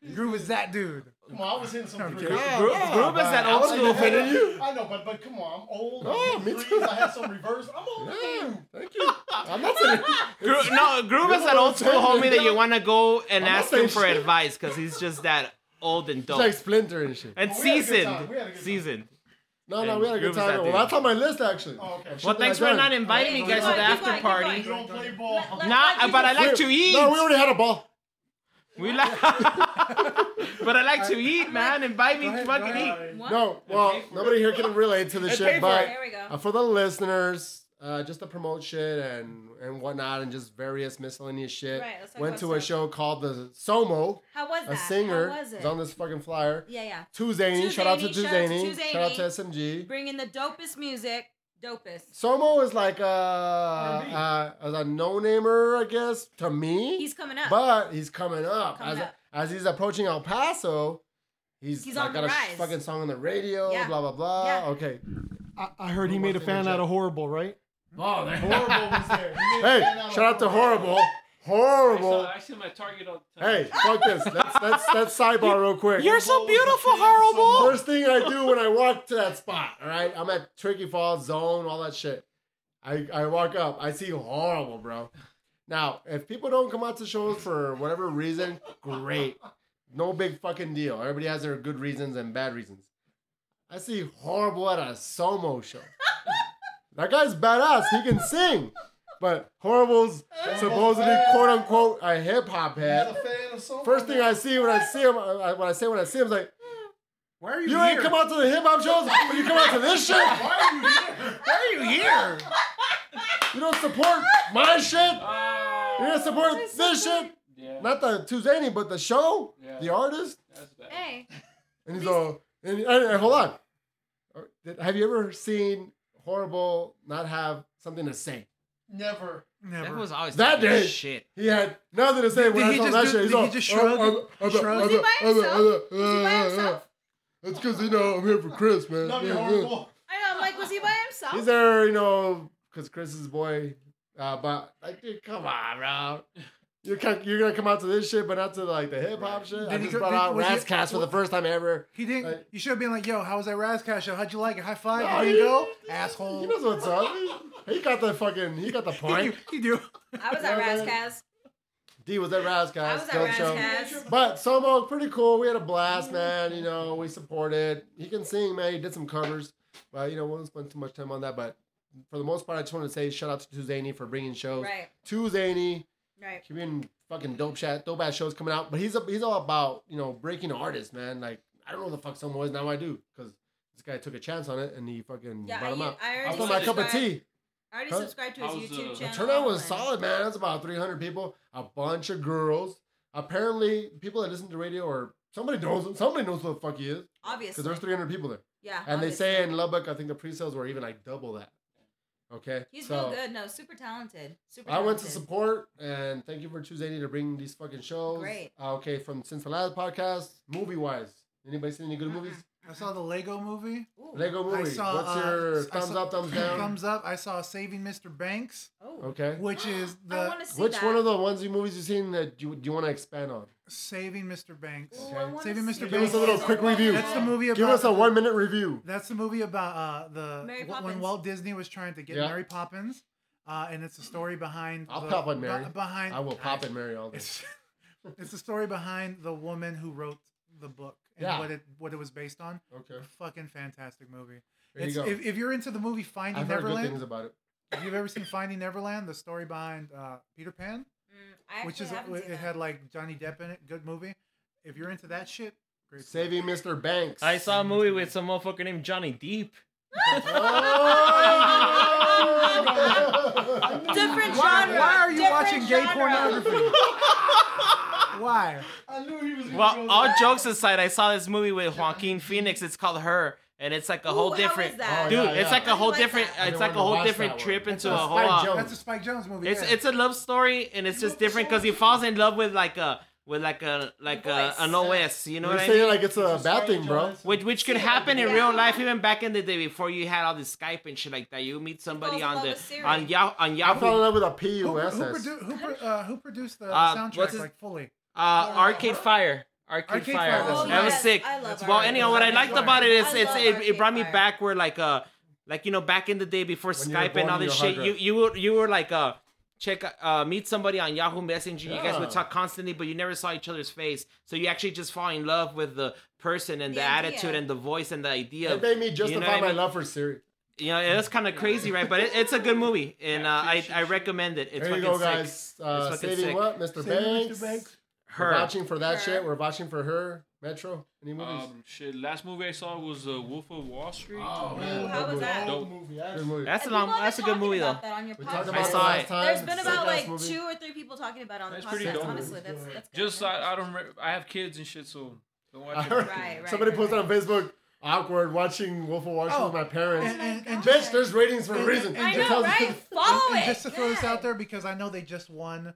it. Groove is that dude. Come on, I was hitting some threes. Gro- Gro- Groove is that old school. better than you. I know, but but come on, I'm old. Oh, I'm me hitting too. threes. I had some reverse. I'm old. Yeah, thank you. I'm not saying. Gro- no, Groove is that old school homie that you want to go and not ask him saying for shit. advice because he's just that old and It's dope like Splinter and shit. and Well, we had a good seasoned. time. We had a good time. Seasoned. No, no, And we had a good Groove is that time. Well, dude. that's on my list actually. Oh, okay. Well, thanks for not inviting me guys Keep to the going, after keep going, party. keep You don't play ball. Let- let- Nah, let but I Jesus- like to eat. No, we already had a ball. We like, but I like to eat, man. Invite me to ahead, fucking go eat. ahead. What? No, well, nobody here can relate to the Hey, pay shit, for but There we go. uh, for the listeners, uh, just to promote shit and and whatnot, and just various miscellaneous shit. Right, let's talk Went about to a stuff. show called the Somo. How was that? A singer How was it? is on this fucking flyer. yeah, yeah. Two Zany, Two shout out to Zany, Two shout out to Zany, Two shout out to Zany. SMG. Bring in the dopest music. Dopest. Somo is like a R&B. uh, as a no namer, I guess, to me. He's coming up. but he's coming up Coming as up. as he's approaching El Paso. He's, He's like, on got the a sh- rise. fucking song on the radio. Yeah. Blah blah blah. Yeah. Okay. I, I heard he made a fan out of horrible, right? Oh, Horrible was there. He made a Hey, fan out of shout out to horrible. Horrible. I see my target all the time. Hey, fuck this. That's that's that's sidebar real quick. you're Oh, so beautiful, horrible. First thing I do when I walk to that spot, all right, I'm at Tricky Falls Zone, all that shit. I, I walk up, I see horrible, bro. Now, if people don't come out to shows for whatever reason, great. No big fucking deal. Everybody has their good reasons and bad reasons. I see horrible at a Somo show. that guy's badass. He can sing. But horrible's supposedly quote unquote a hip hop Not a head. fan of someone. First thing I see when I see him, I, when I say when I see him, it's like, Why are you? you here? ain't come out to the hip hop shows, but you come out to this shit. Why are you here? You don't support my shit. You don't support this shit. Yeah. Not the Tuzani, but the show, Yeah. the artist. That's bad. hey, And he's all, and, and- and hold on. Or- did- Have you ever seen Horrible not have something to say? Never. Never. That was always That talking day. shit. He had nothing to say Did- when did I he saw just that do- shit. He's did he all, just "Oh, oh, shrug? oh, Was he oh, by oh, oh, himself? oh, Was he by oh, oh, himself? oh." It's because, you know, I'm here for Chris, man. Love you, Yeah, yeah. horrible. I know. I'm like, was he by himself? He's there, you know, because Chris is boy. Uh, but like, dude, come on, bro. You're co- you're gonna come out to this shit, but not to like the hip hop shit. I Did he just go- brought did- out was he- Razzcast for the first time ever. He didn't. Like- you should have been like, "Yo, how was that Razzcast show? How'd you like it? High five? No, there you Oh, he- go, asshole." He knows what's up. He, he got the fucking he got the he, point. do- he do. I was at Razzcast. D was at Razzcast. I was at dope show. Razzcast. But Somo, pretty cool. We had a blast, man. You know, we supported. He can sing, man. He did some covers, but you know, we won't spend too much time on that. But for the most part, I just wanted to say shout out to Tuzani for bringing shows. Right, Tuzani, right. Cuban fucking dope chat, dope ass shows coming out. But he's a, he's all about you know breaking artists, man. Like I don't know the fuck someone is now I do because this guy took a chance on it and he fucking Yeah, brought I, him out. I I already was on my cup of subscribed- tea. I already Huh? subscribed to his How's, uh, YouTube the The channel. turnout was and- solid, man. That's about 300 people, a bunch of girls. Apparently, people that listen to radio or somebody knows him. Somebody knows who the fuck he is Obviously. because there's 300 people there, yeah. and they obviously. say in Lubbock, I think the pre-sales were even like double that. Okay, He's so- real good. No, super talented. Super. I went to talented. support and thank you for choosing to bring these fucking shows. Great. Uh, okay, from since the last podcast, movie wise, anybody seen any good Uh-huh. movies? I saw the Lego movie. Ooh. Lego movie. I saw. What's uh, your I thumbs saw- up, thumbs down? Thumbs up. I saw Saving Mr. Banks, Oh. okay. which is I the want to see Which that. one of the ones you movies you've seen that you do you want to expand on? Saving Mr. Banks. Ooh, I Okay. wanna Saving see Mr. it. Give us a little quick review. That's the movie about. Give us a one minute review. That's the movie about uh, the Mary wh- when Poppins. Walt Disney was trying to get Yeah. Mary Poppins, uh, and it's a story behind. I'll the- pop on Mary. be- Behind I will pop and marry all this. It's it's the story behind the woman who wrote the book and Yeah. what it what it was based on. Okay. Fucking fantastic movie. There you it's, go. If, if you're into the movie Finding I've heard good things Neverland, about it. if you've ever seen Finding Neverland, the story behind uh, Peter Pan, Mm, I which actually is haven't seen it that. had like Johnny Depp in it. Good movie. If you're into that shit, great. Saving Mr. Banks. I saw a movie with some motherfucker named Johnny Deep. Oh! different genre. Why, why are you different watching gay genre. pornography? why? I knew he was. gonna Well, go all there. jokes aside, I saw this movie with Joaquin Phoenix. It's called Her, and it's like a Ooh, whole how different is that? dude. Oh, yeah, It's yeah. like I a whole like different. that. It's I like a wanna whole watch different that trip one. into a That's whole. Spike uh, Jones. That's a Spike Jones movie. It's yeah. it's a love story, and it's just different because he falls in love with like a with like a like a, Voice. an OS. You know You're what I mean? saying like it's a bad thing, bro. Which which could happen in Yeah. real life, even back in the day before you had all this Skype and shit like that. You meet Falls somebody in on love the with Siri. on Yahoo on I fell in Yahoo love with a who, who, PUSS. produ- who, pro- uh, who produced the Uh, soundtrack what's his- like fully? uh, Arcade Fire. Arcade, Arcade Fire. Fire, Oh, that's that was yes, sick. I love Well, Arcade anyhow, what I Fire. liked about it is I it's love it, it Arcade brought me Fire. back where like uh like you know back in the day before When you were Skype born and all in this your shit, hard you you were you were like uh check uh meet somebody on Yahoo Messenger. You guys Yeah. would talk constantly, but you never saw each other's face. So you actually just fall in love with the person and the, The idea. attitude and the voice and the idea. It made me justify You know what I my mean? love for Siri. You know, it was kind of crazy, right? But it, it's a good movie, and uh, I I recommend it. It's there you fucking go, sick. guys. Uh, It's fucking saving sick. what, Mr. Saving Banks? Mr. Banks. We're Her. vouching for that Her. shit. We're vouching for her. Metro. Any movies? Um, shit. Last movie I saw was uh, Wolf of Wall Street. Oh, Ooh, how was that? Dope. Old movie, actually. Good movie. That's a And long. people have That's a been good talking movie though. about that on your we talked podcast. about it saw last it. time. There's been about Sick-ass like movie. two or three people talking about it on That's the pretty podcast. dope. Honestly, that's, that's good. Just I, I don't re- I have kids and shit, so don't watch I it. heard Right, right, somebody right, posted on Facebook, awkward watching Wolf of Wall Street Oh, with my parents. And, and, and, Bitch, there's ratings for a and- reason. and- I and It know, tells right? you- Follow and it. just to throw this God. out there, because I know they just won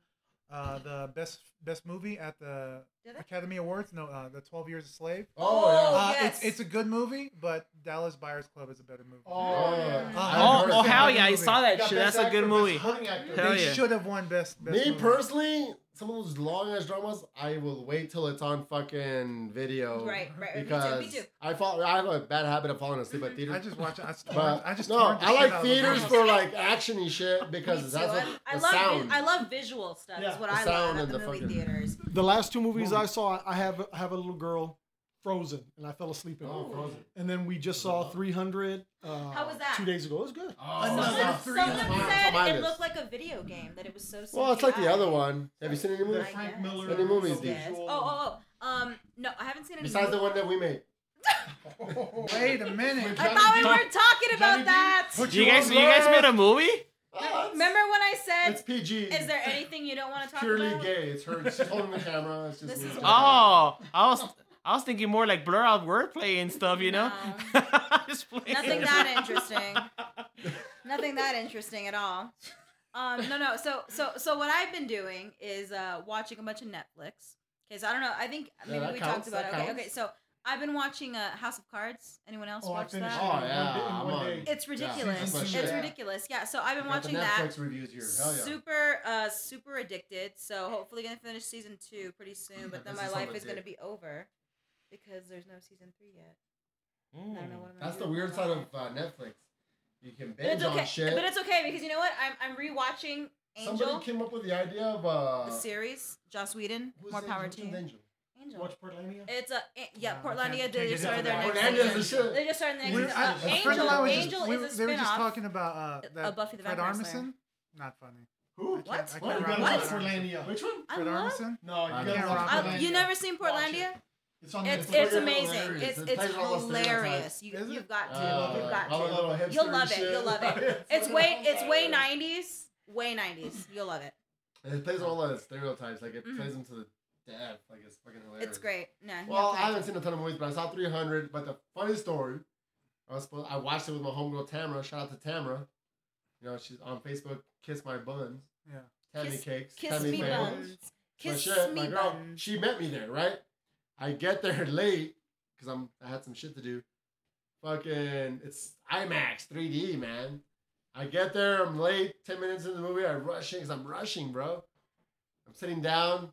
uh, the best best movie at the Did they? Academy Awards. No, uh, the Twelve Years a Slave. Oh, yeah. Oh, uh, yes. it's, it's a good movie, but Dallas Buyers Club is a better movie. Oh, yeah. Oh, I've oh heard- hell yeah! I movie. saw that Got shit. Best That's a Actor, good Best movie. Supporting Actor. Hell they yeah. should have won best. best Me movie. personally, some of those long ass dramas, I will wait till it's on fucking video. Right, right, right. Me too, Because me too. I fall. I have a bad habit of falling asleep at theater. I just watch. it. I, just but I just no, torrent the I shit like out of the theaters movie. for like actiony shit Me because too. that's what, I, I the love sound. vi- I love visual stuff. Yeah, is what the I love sound at and the, the movie fucking- theaters. The last two movies I saw, I have I have a little girl, Frozen, and I fell asleep in it. Oh, Frozen. And then we just saw 300. Uh, How was that? Two days ago, it was good. Someone, Oh, someone said Minus. it looked like a video game. That it was so. well, it's like the CGI. other one. Have you seen any The movies? Like- Frank Yes. Miller. Any movies, dude? Yes. Oh, oh, oh. Um, no, I haven't seen any. Besides the movies. one that we made. Wait a minute. I thought we were talking Johnny about Depp? that. Put You guys, on you guys blast. made a movie? Ah, it's- Remember when I It's said, PG. "Is there anything you don't want to talk purely about?" gay? It's her. She's holding the camera. It's just. This me. is- Oh, I was I was thinking more like blur out wordplay and stuff. You know, Just playing. Um, Nothing that interesting. Nothing that interesting at all. Um, no, no. So, so, so what I've been doing is uh, watching a bunch of Netflix. Okay, so I don't know. I think Yeah, maybe that we counts, talked about that it. Okay, counts. okay. So I've been watching uh, House of Cards. Anyone else Oh, I watch finished that? it. Oh yeah, In I'm one on. day. It's ridiculous. that's my it's shit. ridiculous. Yeah. So I've been Got the watching that. Netflix reviews here. Hell yeah. Super, uh, super addicted. So hopefully gonna finish season two pretty soon. But then This my is on life the is gonna dick. be over because there's no season three yet. I don't know what I'm gonna Hmm. That's do the with my weird side life. of uh, Netflix. You can But binge it's okay. on shit. But it's okay because you know what? I'm I'm rewatching Angel, Somebody came up with the idea of uh, the series. Joss Whedon. who's More that- power who's to that you. Angel. Angel. Watch Portlandia. It's a a- yeah. Nah, I Portlandia can't- can't did they get started into their that. next Portlandia's the season. shit. They just started the next We- season. I- Uh, a friend Angel, of mine was just- Angel we, is a They were just spin-off. talking about uh, that of Buffy the Fred Vampire Armisen. Slayer. Not funny. Who? I can't- What? I Well, you can't gotta remember. watch Portlandia. Which one? I Fred love. Armisen. No, I you gotta can't watch rock Uh, Portlandia. you never seen Watch Portlandia? it. It's on It's Netflix. it's Portlandia's amazing. hilarious. It's It it's plays all those hilarious. stereotypes. You Is it? you've got Uh, to. You've got all the to. little hipster You'll love it. shit. You'll love it. It's way it's way nineties. Way nineties. You'll love it. And it plays all the stereotypes. Like it Mhm. plays them to the death. Like it's fucking hilarious. It's great. No. you Well, I have to watch haven't it. seen a ton of movies, but I saw 300. But the funny story, I was supposed, I watched it with my homegirl Tamara. Shout out to Tamara. You know she's on Facebook. Kiss my buns. Yeah. Tammy Kiss- cakes. Kiss Tammy me Fails. buns. My Kiss shit, my me girl, buns. She met me there, right? I get there late because I'm I had some shit to do. Fucking, it's IMAX 3D, man. I get there, I'm late. Ten minutes into the movie, I rush in because I'm rushing, bro. I'm sitting down.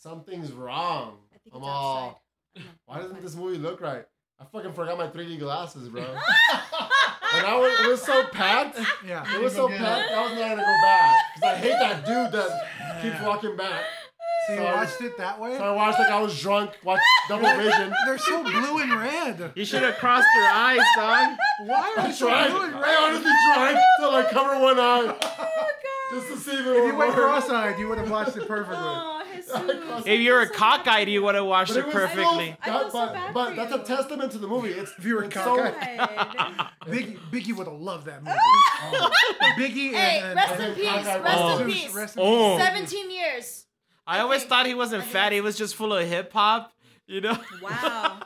Something's wrong. I think I'm it's all. outside. I don't know. Why doesn't Outside. this movie look right? I fucking forgot my 3D glasses, bro. and I was, it was so packed. Yeah. It was so Yeah. packed. I was not gonna go back because I hate that dude that keeps walking back. So you Sorry. watched it that way? So I watched like I was drunk, watched double vision. They're so blue and red. You should have crossed your eyes, dog. Why are I they so tried. blue and red? I honestly tried to like cover one eye. Oh Just to see if it If would you went work. cross-eyed, you would have watched it perfectly. Oh, Jesus. If you were a cockeyed, you would have watched But it it was so- perfectly. I feel that- so but bad but for that's you. a testament to the movie. It's If you were it's cockeyed. God. Biggie, Biggie would have loved that movie. Oh. Biggie Hey, and, rest in and, peace. cockeyed Rest in Zeus, peace. rest in Oh, Seventeen years. I always okay. thought he wasn't fat. He was just full of hip hop. You know. Wow.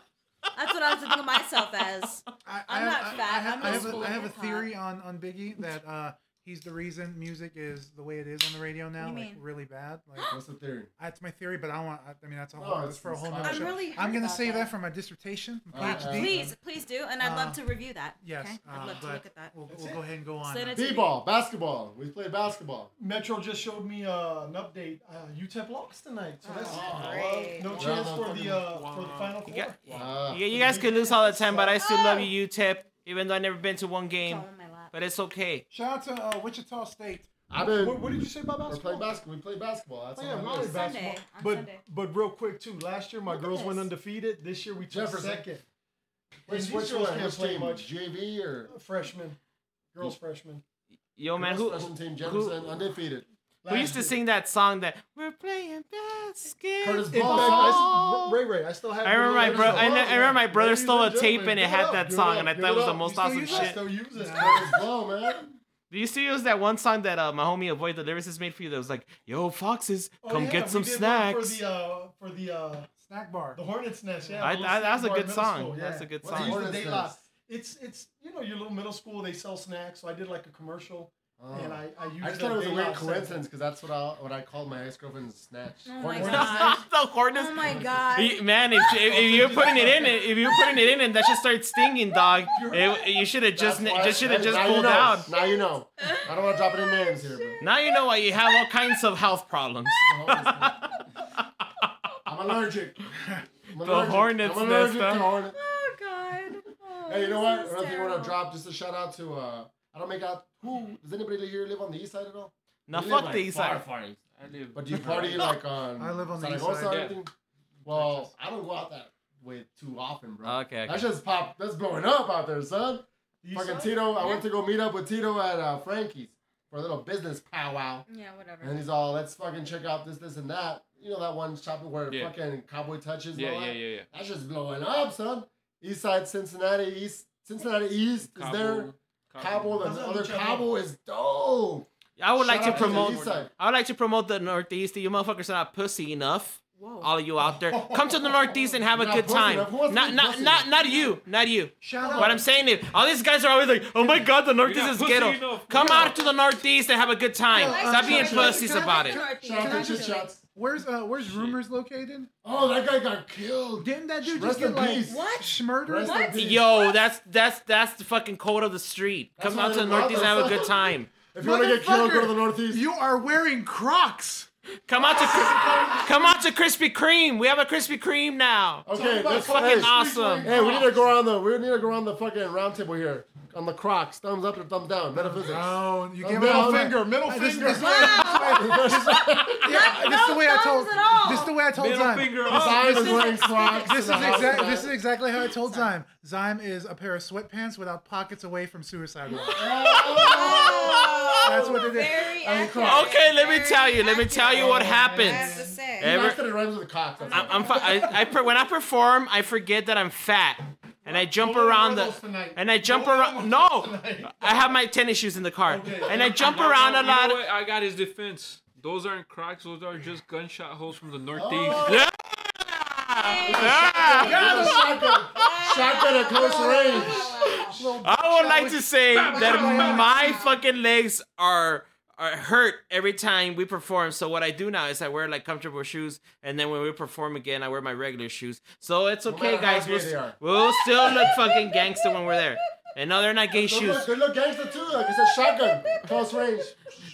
That's what I was thinking of myself as. I, I'm have- not fat, I have, I'm I just have, a, full I of have a hip-hop. theory on, on Biggie that uh, he's the reason music is the way it is on the radio now, you like mean? really bad. Like What's the theory? that's my theory, but I want. I- I mean, that's a No, whole. that's it's- for a whole it's nother fine. show. I'm really hurt I'm gonna about save that. that for my dissertation, my Alright. PhD. Please, please do. And I'd Uh, love to review that. Yes, Okay? uh, I'd love to but look at that. We'll, That's we'll it. go ahead and go on. Send it to me. B-ball, basketball. We play basketball. Metro just showed me uh, an update. Uh, UTEP lost tonight, so that's great. no Wow. chance for the uh, for the final You four. got- Ah. Yeah, you guys can lose all the time, but I still love you, UTEP. Even though I've never been to one It's game, all in my lap. but it's okay. Shout out to uh, Wichita State. I've been. What, what did you say about We're basketball? playing basketball. We play basketball. That's Oh, on yeah, my Molly list. basketball. Sunday, on but Sunday. but real quick too. Last year my Look at girls went this. undefeated. This year we took Jefferson. second. Which, These which girls one? can't Which play team? much. JV or Freshman, girls freshman. Yo, Oh, man, who girls freshman team? Jefferson undefeated. who used to sing that song that we're playing Curtis In fact, Ball. basketball? I, s- Ray Ray, I still have. I remember my Ray Ray's bro. song. I, kn- I remember my brother Ladies stole a and tape gentlemen, and it give it had up, that give it song, up, and I give it thought it was the up. most You awesome still shit. Still use it. Curtis Ball, man. Do you see it was that one song that uh, my homie Avoid the Lyricist made for you that was like, "Yo, foxes, Oh, come yeah, get we some did one snacks." For the uh, for the uh, Snack bar. the Hornets Nest, yeah. I, the I, that's a Bar good Middle song. School, That's yeah. a good What's They song. use the Hornets day Nest. lot. It's it's you know your little middle school. They sell snacks, so I did like a commercial, Oh. and I I used. I just that thought it was a day weird lot segment. coincidence because that's what I what I called my ex girlfriend's snatch. Oh my Hornets God. Nest. the Hornets. Oh my god. You- Man, if, if, if you're putting it in, if you're putting it in, and that should start stinging, dog. It, you should have just, That's why- just should have just now you pulled know. out. Now you know. I don't want to drop any names here. But. Now you know why you have all kinds of health problems. I'm allergic. I'm allergic. hornet's I'm allergic nest, huh? to hornet. Oh god. Oh, Hey, you know this what? Another is thing I want terrible. to drop just a shout out to. uh I don't make out. Who does anybody here live on the east side at all? Now You live fuck like the east side. But do you party like on? I live on the east Zaragoza side, or yeah. anything? Well, I don't go out that way too often, bro. Okay, That okay. shit's pop. That's blowing up out there, son. You Fucking saw it? Tito. I went to go meet up with Tito at uh, Frankie's for a little business powwow. Yeah, whatever. And he's all, let's fucking check out this, this, and that. You know that one shopping where Yeah. fucking cowboy touches. and Yeah, all yeah, that? yeah, yeah. That's just blowing up, son. East side Cincinnati East. Cincinnati East is there. Cabo, That's the not other Lucha Cabo is dope. I would like Shout to out the promote. East side. I would like to promote the Northeast. You motherfuckers are not pussy enough. All of you out there, come to the Northeast and have a You're not good pussy time. enough. Who wants to Not, be not, pussy not, enough? not you, not you. Shout What I'm out. saying is, all these guys are always like, "Oh my God, the Northeast not is pussy ghetto." enough. Come You're out to the Northeast and have a good time. I like Stop the being Northeast. pussies Can I about like it. the Northeast? Shout Can I out to Chit just- Shots. Where's uh, Where's rumors located? Oh, that guy got killed. Didn't that dude Rest just in get like peace. What? schmurdered? Rest in What? peace. Yo, that's that's that's the fucking code of the street. That's Come why out to I the love Northeast and that have a song. good time. If you want to get killed, go to the Northeast. You are wearing Crocs. Come out to Kris- come out to Krispy Kreme. We have a Krispy Kreme now. okay, about that's fucking hey, awesome. Hey, we need to go around the we need to go around the fucking round table here on the Crocs. Thumbs up or thumbs down. Metaphysics. No, you Uh, can't. middle all that. finger, middle Uh, this- finger. This, is- Not- this is the no way I thumbs told. at all. This is the way I told Middle Zyme. finger This up. eye was wearing Crocs. This is in the house exactly. tonight. This is exactly how I told Zyme. Zyme is a pair of sweatpants without pockets away from suicide watch. Oh! That's what it is. Very I mean, accurate. Okay, let me Very tell you. Let me tell you what accurate. I have to happens. say. Every- Crocs that it rhymes with Cox. That's I'm, all. I'm fu- I, I per- when I perform, I forget that I'm fat, and I jump around the and I jump around. No, I have my tennis shoes in the car, and I jump around a You know lot. what? I got his defense. Those aren't Crocs. Those are just gunshot holes from the Northeast. Ah! Got a shotgun. Shotgun at close range. I would like to say that my fucking legs are are hurt every time we perform. So what I do now is I wear like comfortable shoes, and then when we perform again, I wear my regular shoes. So it's okay, matter how guys. gay We'll, they are. we'll still look fucking gangster when we're there. And no, they're not gay Good shoes. look, good look gangster too. Like it's a shotgun. Close range.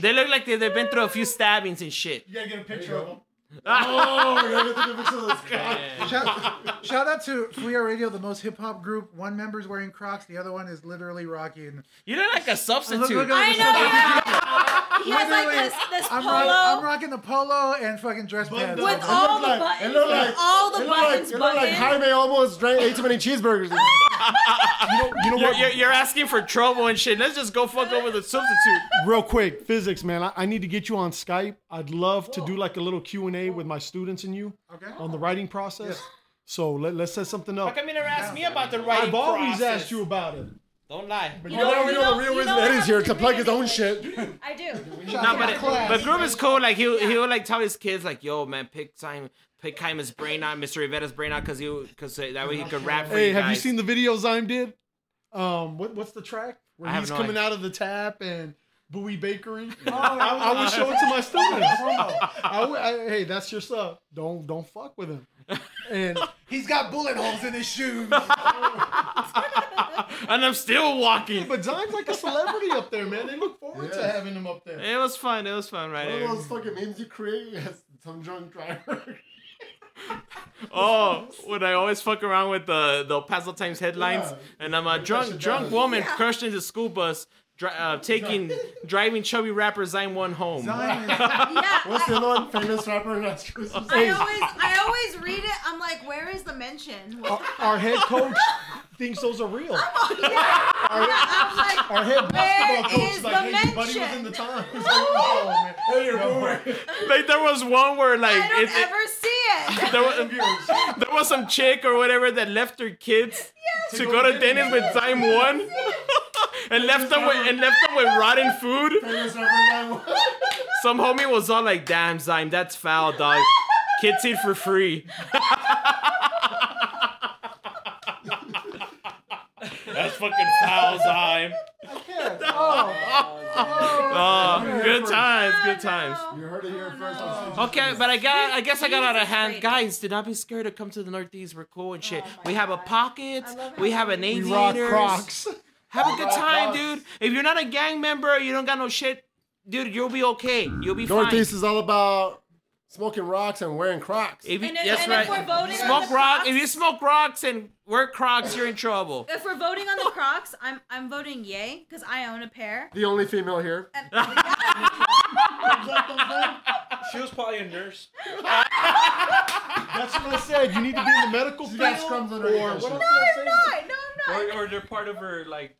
They look like they, they've been through a few stabbings and shit. You gotta get a picture of go. them. Oh, we gotta get the picture of this guy. Shout, shout out to Fria Radio, the most hip hop group. One member's wearing Crocs, the other one is literally rocking. You look like a substitute. Look- look I at this- know. He has like this, this I'm, polo rock, I'm rocking the polo and fucking dress pants. with It all looked the like- buttons. it looked with like- all the it looked like- buttons It looked like buttoned. Jaime almost drank ate too many cheeseburgers. You know, you know You're, what? you're, you're asking for trouble and shit. Let's just go fuck over the substitute. Real quick, physics, man. I, I need to get you on Skype. I'd love to do like a little Q and A with my students and you Okay. on the writing process. So let, let's set something up. How come you never asked me about the writing I've always process? asked you about it. Don't lie. You know, we you know know- the real you reason know Eddie's I'm here to plug his really own good. shit. I do. No, but but Groove is cool. Like he'll he'll like tell his kids like, "Yo, man, pick time, pick Kaima's brain out, Mr. Rivera's brain out, cause you, cause uh, that way he could rap for Hey, you have you guys." seen the video Zyme did? Um, what, what's the track where I have he's no coming idea. out of the tap and Bowie Bakery? I, Oh, I, I would show it to my students. I would- I- hey, that's your sub. Don't don't fuck with him. And He's got bullet holes in his shoes. and I'm still walking. but Zyme's like a celebrity up there, man. They look forward to having him up there. It was fun. It was fun, right? One of Aaron? those fucking memes you create as some drunk driver. Oh, when I always fuck around with the the El Paso Times headlines, and I'm a drunk drunk woman crushed into school bus, dri- uh, taking driving chubby rapper Zyme one home. Yeah. What's I- the other one? Famous rapper. That's Christmas. I always, I always read it. I'm like, where is the mention? Our, our head coach thinks those are real. I'm like, Our head basketball Where coach is is like, the hey, buddy was mention? in the times. Oh, man. Like there was one where like I don't it- it- ever see it. there was, there was some chick or whatever that left her kids to go to Denny's with Time One, and left them with and left them with rotten food. Famous rapper. that one. Some homie was all like, "Damn, Zyme, that's foul, dog. Kids eat for free." that's fucking foul, Zyme. Oh, good times, good times. You heard it here first. on Stage Okay, but I got. I guess I got out of Jesus hand, Christ. guys. Do not be scared to come to the Northeast. We're cool and shit. we have a Oh I pockets. love how We have an We rock aviator. Crocs. Have a good time, Crocs. dude. If you're not a gang member, you don't got no shit, dude. You'll be okay. You'll be Northeast is all about smoking rocks and wearing Crocs. fine. If you, And if- that's and if right. we're voting on smoke the rock. Crocs- If you smoke rocks and wear Crocs, you're in trouble. If we're voting on the Crocs, I'm, I'm voting yay because I own a pair. The only female here. And- She was probably a nurse. That's what I said. You need to be in the medical She got field. scrums under or her what shirt. else did I say? no, I'm not. No, I'm Or, not. or they're part of her like.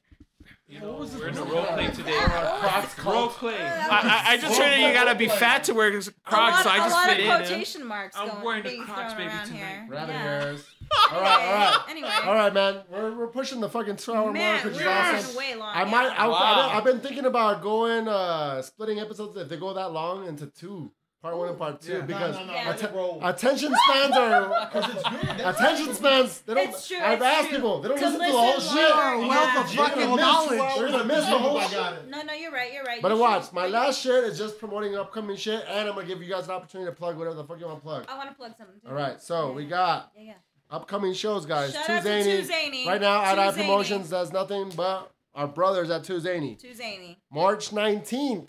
You know, we're in a role play today. Crocs Role cult. play. I, I, I just heard that you gotta be fat to wear Crocs, A lot, so I a just lot fit of in. quotation marks I'm going, wearing the being Crocs, thrown baby, around tonight. here. Rabbit yeah. ears. All right, all right. Anyway. All right, man. We're, we're pushing the fucking two hour mark, Man, which is we're on awesome. way long. I might. I, Wow. I, have been thinking about going uh splitting episodes if they go that long into two, part one and part two, Yeah. No, because No, no, Yeah. let it roll. attention spans are attention spans. They don't. It's true, I've it's asked true. people. They don't To listen to the whole listen shit. longer, They're yeah. gonna Fucking miss- knowledge. They're gonna miss the whole I shit. got Oh, it. No, no, you're right. You're right. But You watch, should- my last shit is just promoting upcoming shit, and I'm gonna give you guys an opportunity to plug whatever the fuck you want to plug. I want to plug something. too. All right, so we got Oh, Yeah, yeah. upcoming shows, guys. Shout Two out to Zany. Two Zany. Right now, at Two I Zany. Promotions does nothing but our brothers at Two Zany. Too zany. March 19th.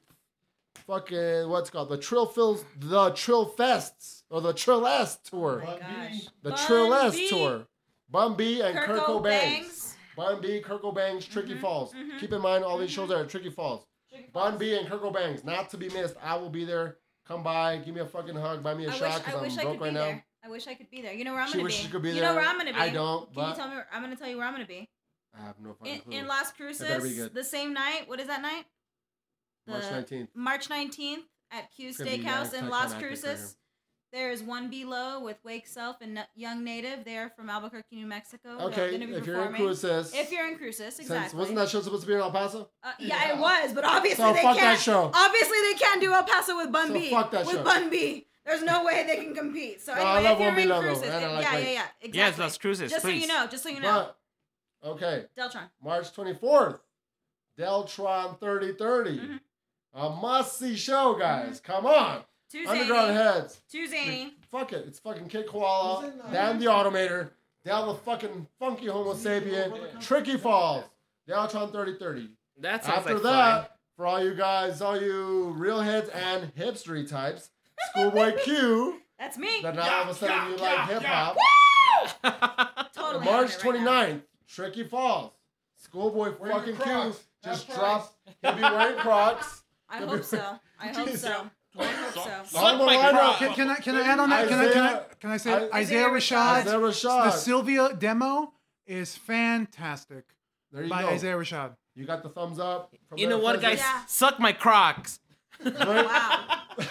Fucking what's it called the Trill Fills, the Trill Fests or the Trill S tour, My gosh. the Trill Bun S B, tour. Bun B and Kirko Kirko Bangs. Bangs. Bun B, Kirko Bangs, Tricky Mm-hmm, Falls. Keep in mind, all these shows are at Tricky Falls. Bun B and Kirko Bangs, not to be missed. I will be there. Come by, give me a fucking hug, buy me a I wish shot I because wish I'm I could broke be right now. there. I wish I could be there. You know where I'm She gonna be. wishes she could be You know there. where I'm gonna be. I don't, Can but- you tell me? Where, I'm gonna tell you where I'm gonna be. I have no fucking In, clue. in Las better be Cruces, good. the same night. What is that night? March The- 19th. March 19th at Q gonna be Yank Steakhouse in Las Taiwan Actors right Cruces. There is one below with Wake Self and N- Young Native. They are from Albuquerque, New Mexico. They're Okay, gonna be if you're in performing. Cruces, If you're in Cruces, exactly. since wasn't that show supposed to be in El Paso? Uh, yeah, it was, but obviously So they fuck can't. that show. Obviously they can't do El Paso with Bun So B. fuck that with show. Bun B, there's no way they can compete. So No, I anyway, love if you're Bun B in Love, though, Cruces, and I it- like yeah, Wake. yeah, yeah, exactly. Yes, Las Cruces, Just so please. you know, just so you know, But, okay, Deltron. March 24th, Deltron 3030. Mm-hmm. A must see show, guys. Come on. Underground Tuesday, Heads. Tuesday. Fuck it. It's fucking Kid Koala, Dan the Automator, down the fucking funky Homo Sapien, Tricky Falls, Deltron 3030. That sounds After like that, fun. for all you guys, all you real heads and hipstery types, Schoolboy Q, That's me. that now all of a sudden you like hip hop. Totally. March on it 29th, right now. Tricky Falls. Schoolboy Wearing fucking your Crocs. Q just Have dropped. He'll be wearing Crocs. I hope so. I hope so. I hope so. Suck my Can, can I can I add on that? Can I can I can I say Isaiah- Isaiah Isaiah Rashad? Isaiah Rashad. The Sylvia demo is fantastic There you by go. Isaiah Rashad. You got the thumbs up. from You know Eric what, guys? Fezzik. Yeah. Suck my Crocs. Wow. no,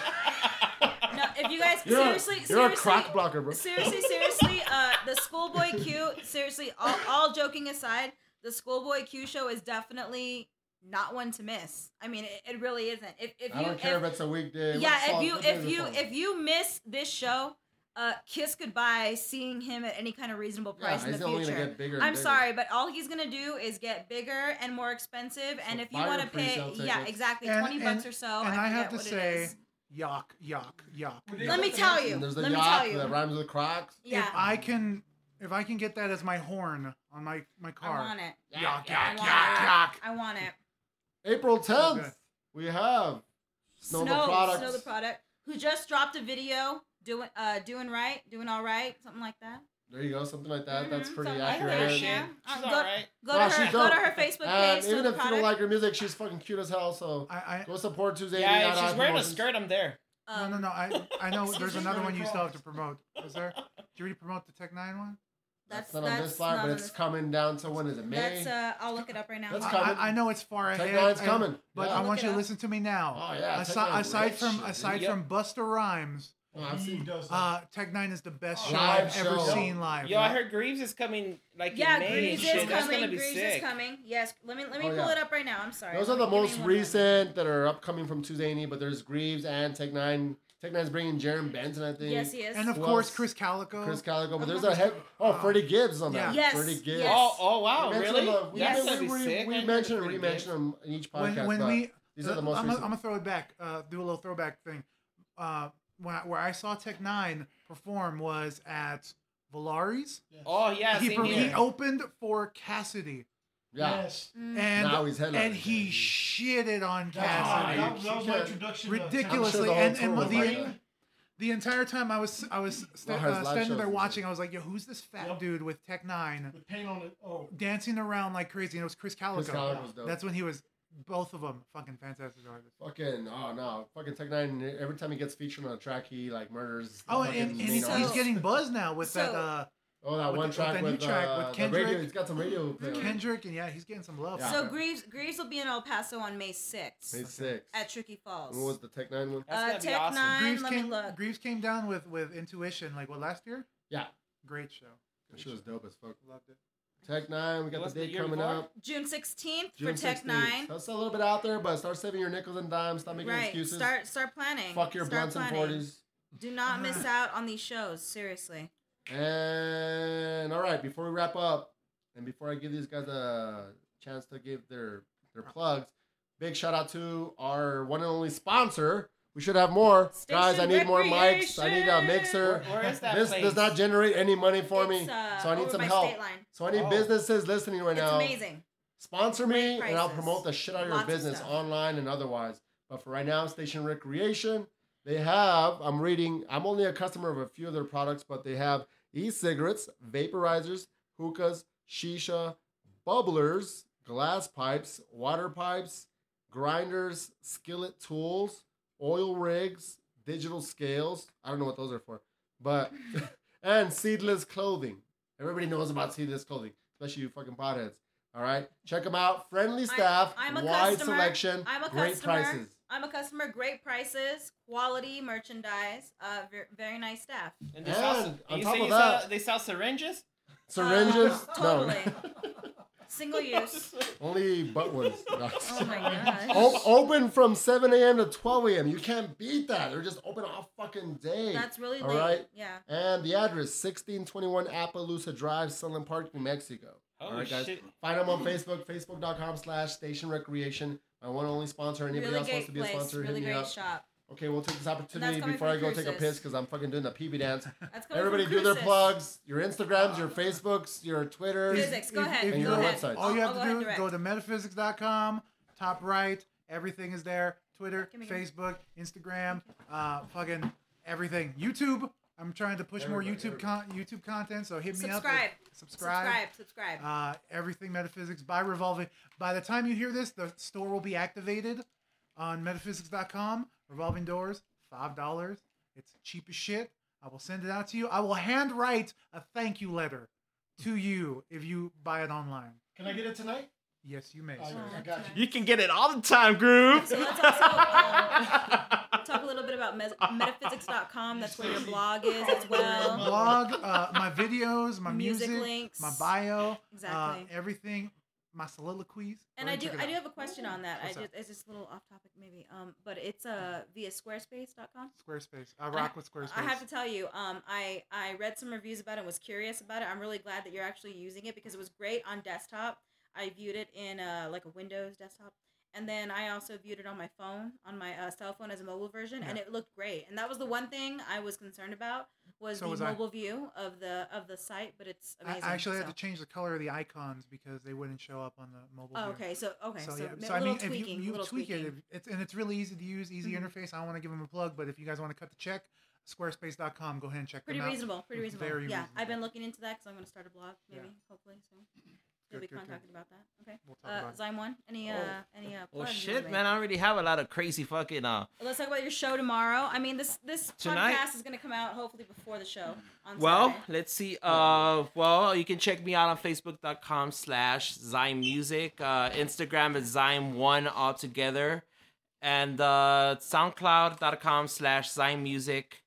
if you guys You're, seriously, a, you're a seriously, crock blocker, bro. seriously, seriously, uh, the Schoolboy Q. Seriously, all, all joking aside, the Schoolboy Q show is definitely not one to miss. I mean, it, it really isn't. If, if I you, don't care if, if it's a weekday. yeah, if you if you if you miss this show, uh, kiss goodbye seeing him at any kind of reasonable Yeah, price in he's the only future. gonna get bigger and I'm bigger. sorry, but all he's gonna do is get bigger and more expensive. and So if you buy your want to pay, pre-sale yeah, tickets. exactly, And- twenty and- bucks or so. and I have Oh, forget to what it say, is. Yuck, yuck, yuck. yuck. let me tell you. And there's the Let me yacht tell you. that rhymes with crocs. yeah, If I can, if I can get that as my horn on my my car. I want it. Yuck, I yuck, want yuck, it. yuck. I want it. April 10th, Okay. we have Snow, the Products. Snow the product, who just dropped a video doing uh doing right, doing all right, something like that. There you go, something like that. That's Mhm, pretty something like accurate. that, yeah. She's Uh, go- alright. Go Nah, to she's her, go to dope. her Facebook And page. even Snow if the you don't product. like her music, she's fucking cute as hell. So I, go support Tuesday. Yeah, if she's wearing a skirt, I'm there. I um, no no no. I I know Excuse there's me? another No one you still have crocs. to promote. Is there? Did you already promote the Tech Nine one? That's, That's not on this that's flyer, not but on it's this- coming down to when is it May? That's uh, I'll look it up right now. That's I- coming. I, I know it's far Tech ahead. Nine's and- coming. But Yeah. I Look want it you to up. listen to me now. Oh, yeah, Tech Aside, Nine's aside rich, from dude. aside Yep. from Buster Rhymes, Oh, I've He seen does that. uh, Tech Nine is the best show Oh, Live I've ever show. seen live. Yo, I heard Greaves is coming like yeah, in May. Grease and is shit. That's coming. gonna be Grease sick. is coming. Yes, let me let me Oh, pull yeah. it up right now. I'm sorry. Those are the Give me most one moment. recent that are upcoming from Tuesday Any, but there's Greaves and Tech Nine. Tech Nine's bringing Jaron Benson, I think. Yes, he is. and of Who course else? Chris Calico. Chris Calico, but there's a head. Oh, Wow. Freddie Gibbs on that. Yeah. Yes, Freddie Gibbs. yes. Oh, oh wow, We mentioned really? them, uh, we- That's we- gonna be we- sick. We I mentioned and heard re-mentioned them in each podcast. when when but we these are the most I'm, recent. I'm gonna throw it back. Uh, do a little throwback thing. Uh, when I, where I saw Tech Nine perform was at Valari's. Oh yeah, he, same per- he here. opened for Cassidy, yeah. Yes. and Now he's headlining. and he shitted on Ah, Cassidy that, was- that was my introduction. to- I'm ridiculously. sure the and whole and tour the, was like that. the entire time I was I was sta- Well, his uh, live standing there shows is- watching, I was like, "Yo, who's this fat Yep. dude with Tech Nine With paint on it. Oh, dancing around like crazy?" And it was Chris Calico. Chris Calico was dope. That's when he was. Both of them fucking fantastic artists. Fucking oh no, fucking Tech Nine. Every time he gets featured on a track, he like murders. Oh, and, fucking and, and main he's, so- he's artist. getting buzz now with that So- uh, oh that with one the- track with that with, new track uh, with the Kendrick. radio. He's got some radio. play on it. Kendrick, and yeah, he's getting some love. Yeah. So Greaves Greaves will be in El Paso on May 6th He's sick. at Tricky Falls. What was the Tech Nine one? That's uh, gonna be Tech awesome. Nine, Greaves let me came, look. Greaves came down with with intuition like what last year? Yeah, Great show. that shit was dope as fuck. Loved it. Tech Nine, we got What's the the date year coming before? up. June 16th June for Tech 16th. Nine. That's a little bit out there, but start saving your nickels and dimes. Stop making right. excuses. Start start planning. Fuck your start blunts and forties. Do not miss out on these shows. Seriously. And all right, before we wrap up, and before I give these guys a chance to give their their plugs, big shout out to our one and only sponsor. We should have more guys. I Station need more mics. I need a mixer. Where is that This place? does not generate any money for It's, me, uh, so I need over some by help. State line. So I need Oh. businesses listening right It's now. amazing. Sponsor me, Great and I'll prices. promote the shit out of your Lots of business stuff. online and otherwise. But for right now, Station Recreation, they have, I'm reading, I'm only a customer of a few of their products, but they have e cigarettes, vaporizers, hookahs, shisha, bubblers, glass pipes, water pipes, grinders, skillet tools, oil rigs, digital scales. I don't know what those are for, but, and seedless clothing. Everybody knows about seedless clothing, especially you fucking potheads. All right, check them out. Friendly staff, I'm a wide customer. selection, I'm a great customer. prices. I'm a customer. Great prices, quality merchandise, uh, ver- very nice staff. And they sell- And on you top say of you sell- that- they sell syringes. Syringes, Uh, no, totally. Single use. only butt ones. No. Oh my gosh. O- open from 7 a.m. to 12 a.m. You can't beat that. They're just open all fucking day. That's really All late. right. Yeah. And the address, 1621 Appaloosa Drive, Sunland Park, New Mexico. Oh, All right, guys. shit. Find them on Facebook, facebook.com slash station recreation. My one and only sponsor. Anybody really else wants great to be a place. sponsor, really hit me great up. shop. Okay, we'll take this opportunity that's coming before I from go take a Cruces. piss because I'm fucking doing a PB dance. That's coming Everybody from do their Cruces. plugs, your Instagrams, your Facebooks, your Twitters. Physics. Go If- ahead. if And go your ahead. websites. All you I'll- have I'll go to do ahead go direct. to metaphysics.com, top right. Everything is there. Twitter, Give me- Facebook, Instagram, uh, fucking everything. YouTube. I'm trying to push more Everybody, YouTube con- YouTube content, so hit me Subscribe. up. with- subscribe. Subscribe. Uh, everything metaphysics by revolving. By the time you hear this, the store will be activated on metaphysics.com. Revolving doors, five dollars. It's cheap as shit. I will send it out to you. I will handwrite a thank you letter to you if you buy it online. Can I get it tonight? Yes, you may. I, sir. I got you. Uh, You can get it all the time, Groove. So let's also uh, talk a little bit about mes- metaphysics.com. That's where your blog is as well. Blog, uh, my videos, my Music music, links. my bio, Exactly. uh, everything, my soliloquies. And Go I do, check it I out. do have a question on that. I What's just, it's just a little off topic maybe, um, but it's uh, via squarespace.com. Squarespace. I rock with Squarespace. I have to tell you, um, I I read some reviews about it, and was curious about it. I'm really glad that you're actually using it because it was great on desktop. I viewed it in uh, like a Windows desktop, and then I also viewed it on my phone, on my uh, cell phone as a mobile version, and it looked great. And that was the one thing I was concerned about was So the was I. mobile view of the of the site, but it's I amazing. I actually so- had to change the color of the icons because they wouldn't show up on the mobile. Oh, view. okay, so okay, so, So, yeah. ma- so a I little mean, if tweaking, you, you little tweak tweaking. it, if- it's and it's really easy to use, easy Mhm. interface. I don't want to give them a plug, but if you guys want to cut the check, squarespace.com, go ahead and check pretty them out. reasonable, pretty reasonable. Very yeah, reasonable. I've been looking into that because I'm going to start a blog, Yeah. maybe, hopefully soon. You'll Good, be good, good. contacted about that. Okay. We'll talk Uh, about it. Zyme One, any uh, any uh? Oh. Well, plugs you wanna shit, make? man. I already have a lot of crazy fucking uh. Let's talk about your show tomorrow. I mean, this this Tonight? podcast is going to come out hopefully before the show. On Well, Saturday. let's see. Uh, well, you can check me out on Facebook.com slash Zyme Music. Uh, Instagram is Zyme1 altogether. And uh, SoundCloud.com slash Zyme Music.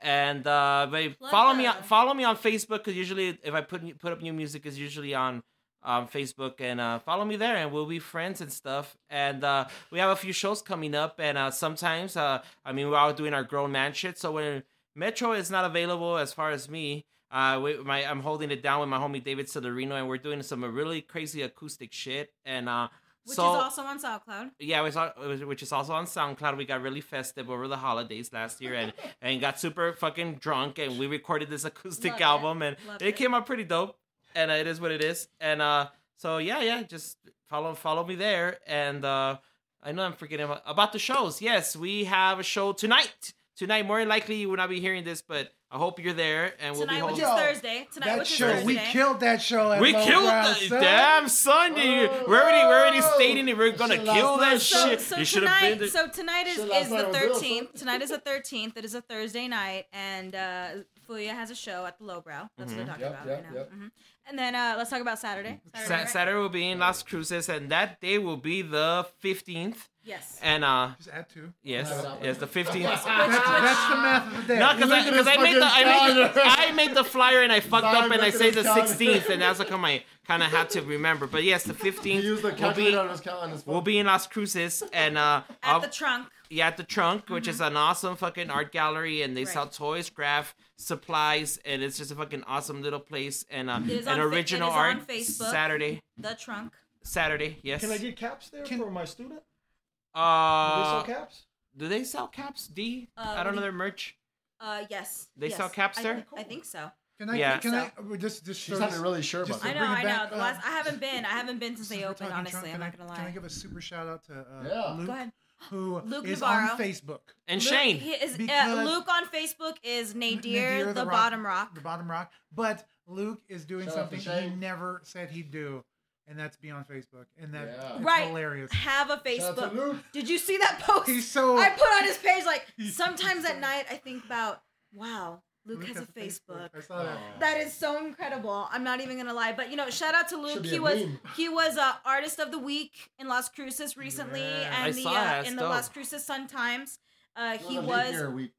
And uh, but Plug follow me on that. follow me on Facebook because usually if I put new- put up new music is usually on um, Facebook and uh, follow me there and we'll be friends and stuff. And uh, we have a few shows coming up and uh, sometimes uh, I mean we're all doing our grown man shit. So when Metro is not available as far as me, uh, we, my I'm holding it down with my homie David Celerino and we're doing some really crazy acoustic shit. And uh, which so is also on SoundCloud. yeah, it was, on- it was- which is also on SoundCloud. We got really festive over the holidays last year and, and got super fucking drunk and we recorded this acoustic Love it. album and Love it, it. came out pretty dope. And uh, it is what it is. And uh, so yeah, yeah, just follow follow me there. And uh, I know I'm forgetting about, about the shows. Yes, we have a show tonight. Tonight, more than likely you will not be hearing this, but I hope you're there and we'll be Tonight, which holding. is Yo, Thursday. Tonight, That which is show, Thursday. we killed that show. At We Low killed Brow, that son. damn Sunday. we're already we're already stating it. We're gonna Shit, kill last that night. so, shit. so you should have tonight, been there. so tonight is, Should've last is night the was real, son. thirteenth. Tonight is the thirteenth. It is a Thursday night, and uh, Fulia has a show at the Lowbrow. That's what they're talking Yep, about yep, right now. yep. Mhm. And then uh, let's talk about Saturday. Saturday, Mm-hmm. Sa- right? Saturday will be in Las Cruces, and that day will be the 15th. Yes. And uh, Just add two. yes, yes, the 15th. That's, that's the math of the day. No, because I, 'cause I made the I made, I made the flyer and I fucked up and I say the 16th, and that's how I kind of had to remember. But yes, the He used the 15th will calculator on be. his, cal- on his phone. We'll be in Las Cruces and uh, At I'll- the trunk. yeah, at the trunk, which is an awesome fucking art gallery, and they Right. sell toys, craft supplies, and it's just a fucking awesome little place and uh, is an on Fa- it original is on art. Facebook. Saturday, The trunk. Saturday, yes. Can I get caps there Can- for my student? Do they Uh, sell caps? do they sell caps? D? Uh, I what do don't know you- their merch. Uh, yes. They yes. sell caps I there? think- I think so. Can I? Yeah. Can I? we Just, just She's throw not this- really sure about just that. I know, bring it I know. back, the uh, last, I haven't been. I haven't been since since they we're opened. talking Honestly, Trump, I'm can I- not gonna lie. Can I give a super shout out to uh, Yeah. Luke, Go ahead. who Luke is Navarro. on Facebook? And Luke- Shane. he is- uh, because- Luke on Facebook is Nadir, Nadir the, Rock- Bottom Rock. The Bottom Rock. But Luke is doing Shout out to something he Shane. never said he'd do, and that's be on Facebook. And that Yeah. it's Right. hilarious. Have a Shout out to Facebook. Luke. Did you see that post? He's so I put on his page like sometimes at night I think about wow Luke, has a Facebook. I saw that. That is so incredible. I'm not even gonna lie, but you know, shout out to Luke. be He a was meme. he was uh, artist of the week in Las Cruces recently, Yeah. and I the saw uh, that in the stuff. Las Cruces Sun Times, uh, he Oh. Another leap was year week.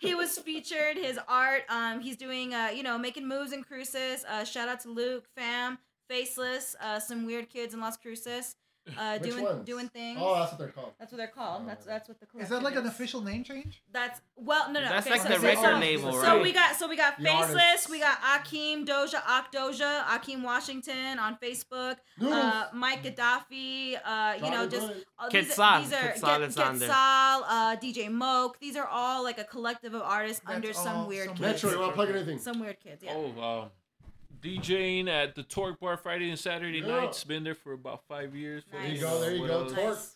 he was featured his art um he's doing uh you know making moves in cruces uh shout out to luke fam faceless uh some weird kids in las cruces uh Which doing ones? doing things Oh, that's what they're called. that's what they're called that's that's what the Is that like collective an is. official name change? that's well no no That's okay, like so- the so- record so- label, so right? we got so we got The artists. faceless we got akeem doja ak doja akeem washington on facebook uh mike gaddafi uh you know Charlie just Wood. uh, Quetzal. these are, these Quetzal are Get, is on there. Quetzal, uh, DJ Moke. These are all like a collective of artists That's under some all weird some kids. Metro, you want to plug anything? Some weird kids, yeah. Oh, um, DJing at the Torque Bar Friday and Saturday Yeah. nights. Been there for about five years. There There you Nice. go, there you What go. else? Oh, Torque, Nice.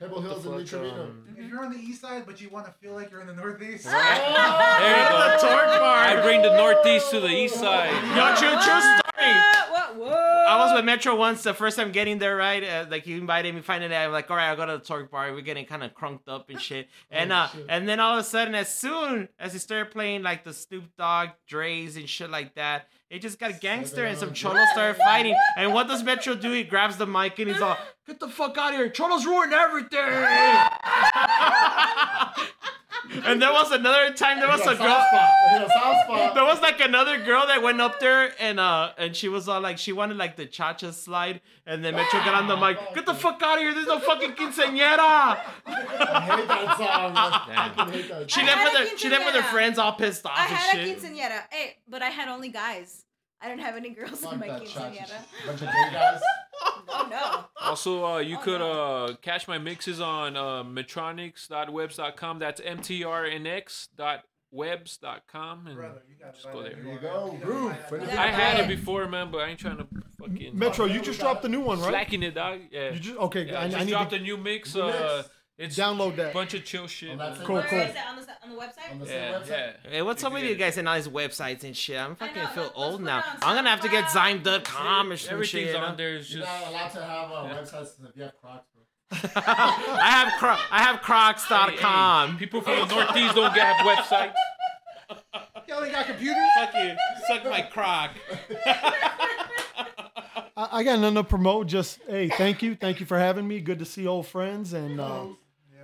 Pebble Hills, and New Trevino. Mm-hmm. If you're on the east side, but you want to feel like you're in the northeast, There you go. Torque bar. I bring the Northeast to the East side. Yo, true, true story. Whoa, whoa, Whoa. I was with Metro once the first time getting there, right? Uh, like he invited me finally. I'm like, all right, I'll go to the torque bar. We're getting kind of crunked up and shit. And uh, and then all of a sudden, as soon as he started playing like the Snoop Dogg, Dre's and shit like that, it just got gangster and some cholos started fighting. And what does Metro do? He grabs the mic and he's all, get the fuck out of here. Cholos ruined everything. and there was another time, there was a girl. There was like another girl that went up there and uh and she was all like she wanted like the cha cha slide and then Metro got on the mic, get the fuck out of here, there's no fucking quinceañera. I hate that song. I fucking hate that She I left had with a her she left with her quinceañera. friends all pissed off I and had a shit. quinceanera. Hey, but I had only guys. I didn't have any girls in song. my Fuck that shot. quinceanera. Bunch of gay guys. Oh no. Also, uh, you Oh, could no. uh, catch my mixes on uh, metronics.webs.com. That's mtrnx.webs.com. And Brother, you gotta go there. There you go. Groove. Yeah. I had it Right. before, man, but I ain't trying to fucking. Metro, you just dropped the new one, right? Slacking it, dog. Yeah. You just okay. Yeah, I, I, I just need dropped to a new mix. Uh, it's download a that. Oh, bunch of chill shit. Well, Oh, that's man. Cool, Where cool. is that on the, on the website? On the same Yeah, website. yeah. Hey, what's up with you Together. guys and all these websites and shit? I'm fucking know, feel let's- let's old put now. it on I'm gonna have to get SoundCloud. Zyme.com or some shit. Everything's you on know? there. It's You're just. not allowed to have uh, websites if you have Crocs, bro. I have cro- I have Hey, hey, Crocs.com. People from the Northeast don't get have websites. Y'all ain't got computers? Fuck you. Suck my crock. I, I got nothing to promote. Just hey, thank you, thank you for having me. Good to see old friends, and uh,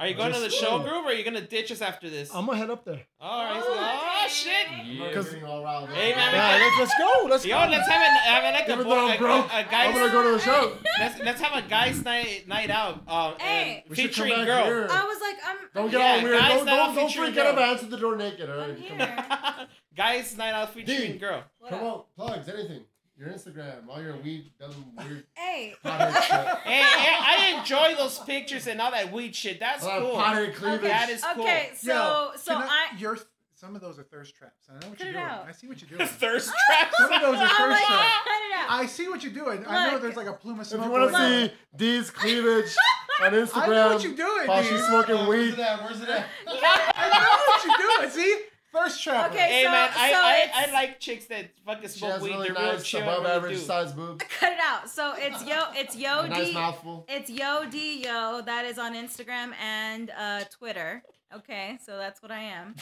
Are you going to the Just- show group or are you going to ditch us after this? Um, I'm gonna head up there. All right. Oh, shit. Marketing all around. Hey, man. All right, let's, let's go. Let's Yo, go. let's have, an, have like a, boy, a, a, I'm gonna guys. go to the show. Let's, let's have a guys' night night out. Um, Hey. and We should come featuring girl. back here. I was like, I'm. Don't get Yeah, all weird. guys, Don't, that'll don't, don't feature freak girl. out about answer the door naked. All I'm right, come on. here. guys' night out featuring Dude. girl. What Come up? on, plugs, anything. Your Instagram, all your weed, dumb, weird Hey. potted shit. Hey, yeah, I enjoy those pictures and all that weed shit. That's All that cool. potted cleavage. That is cool. Okay, so so Can I. your th- some of those are thirst traps. I know what Cut you're it doing. out. I see what you're doing. Thirst traps. some of those are I'm thirst like, traps. cut it out. I see what you're doing. I know Look. there's like a plume of If smoke. you want to going on. see Dee's cleavage on Instagram, I know what you're doing, while dude. she's smoking Where's weed, it at? Where's it at? I know what you're doing. See, thirst trap. Okay. Hey so- man, I, so I, it's- I like chicks that fucking she smoke has weed. really They're real nice, chill. above really average do. size boob, Cut it out. So it's yo, it's yo a nice d, mouthful. it's yo d yo. That is on Instagram and uh, Twitter. Okay, so that's what I am.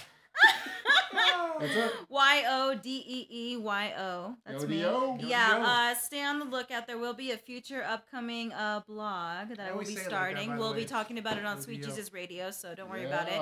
That's it. Y O D E E Y O. That's me. Yo-de-yo. Yeah, uh, stay on the lookout. There will be a future upcoming uh, blog that I I will always be say it like that, starting. by the we'll be way. talking about it on Yo-de-yo. Sweet Jesus Radio, so don't worry about it.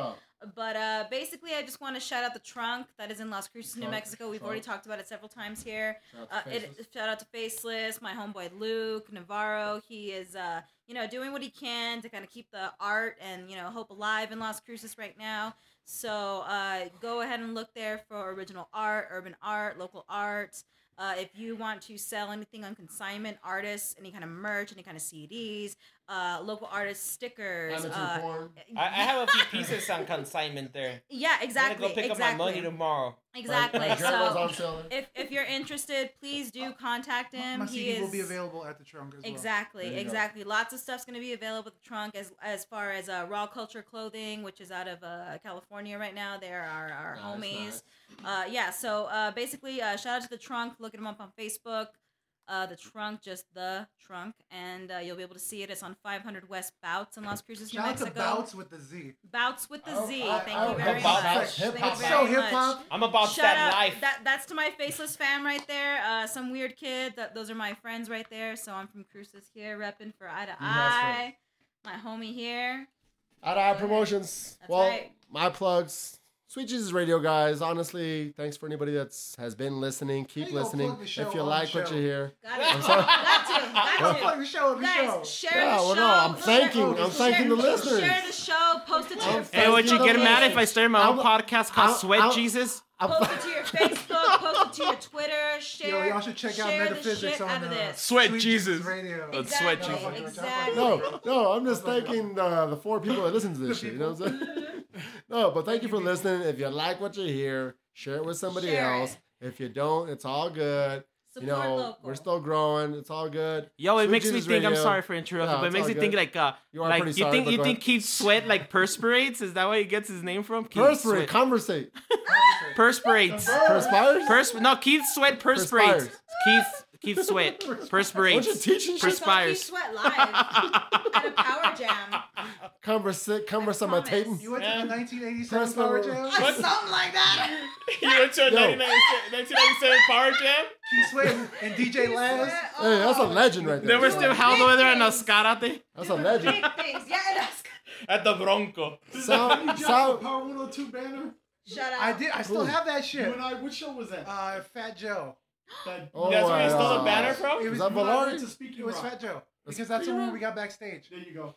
But uh, basically, I just want to shout out the trunk that is in Las Cruces, New Trunk, Mexico. We've trunk. already talked about it several times here. Uh, Shout out to it, Faces. shout out to Faceless, my homeboy Luke Navarro. He is, uh, you know, doing what he can to kind of keep the art and you know hope alive in Las Cruces right now. So uh, go ahead and look there for original art, urban art, local art. Uh, if you want to sell anything on consignment, artists, any kind of merch, any kind of CDs, uh, local artists, stickers. Amateur Uh, porn. I, I have a few pieces on consignment there. yeah, exactly. I'm gonna go pick exactly. up my money tomorrow. Exactly. My grandma's So on sale. if, if you're interested, please do contact My, him. my he CD is will be available at the trunk as well. exactly There you go. exactly. Lots of stuff's gonna be available at the trunk as as far as uh, raw culture clothing, which is out of uh, California right now. They're our, our Nice, homies. Uh, yeah. So uh, basically, uh, shout out to the trunk. Look at him up on Facebook. Uh, the trunk, just the trunk, and uh, you'll be able to see it. It's on 500 West Bouts in Las Cruces, New Shout out to Mexico. Bouts with the Z. Bouts with the Oh, Z. I- Thank I- you very hip-hop, much. that's Thank hip-hop. you So very hip much. hop. I'm about Shout that out. life. That, that's to my faceless fam right there. Uh, some weird kid. That, those are my friends right there. So I'm from Cruces here, repping for eye to eye. My homie here. Out of our promotions. That's well, right. my plugs. Sweet Jesus Radio, guys. Honestly, thanks for anybody that's has been listening. Keep Hey, go listening. plug the If show you on like the what show. you hear, Got it. sorry. Got to. Got Plug to. the show. The show. Guys, share Yeah, the well, show. no, I'm thanking- I'm thanking the listeners. Share the show. Post it to I'm your thanking Hey, would you Thank get you. mad if I started my own I'll- podcast called I'll- Sweat I'll- Jesus? Post it to your Facebook. Post it to your Twitter. Share. Yo, y'all should check out share the Metaphysics shit on out uh, of this. Sweat Sweet Jesus. Radio. Let's Exactly. sweat Jesus. Exactly. no, no, I'm just thanking the, the four people that listen to this shit. You know what I'm saying? No, but thank you for listening. If you like what you hear, share it with somebody Share else. If you don't, it's all good. Support you know, local. we're still growing. It's all good. Yo, it Sweet makes me Jesus think. I'm Radio. sorry for interrupting, No, but it it's makes all me think good. like uh, You are like pretty you sorry, think but you go think ahead. Keith Sweat like perspirates? Is that where he gets his name from? Keith Perspirate, Sweat. conversate, perspirates. perspires. Persp- no, Keith Sweat perspirates. Perspires. Keith keep sweat, Aren't you perspirates, teaching shit? I perspires. saw Keith Sweat live at a power jam. Conversa- conversum promise. You went to the 1987 Press Power my- Jam? Like, something like that. You went to a Yo. 1997 1997 Power Jam? Keith Sweat and DJ Laz. Sweat, Hey, that's a oh. legend right there. There was still how the weather and Oscarate. that's a legend. Big things. Yeah, it is. At the Bronco. Sound, sound, Power 102 banner. Shut up. I did. I still Ooh. have that You shit. and I, which show was that? Uh, Fat Joe. That- Oh, That's where my you stole God. the banner from? It was, that you and I went Valari? to Speaking It was Rock. Fat Joe. Because that's the one we got backstage. There you go.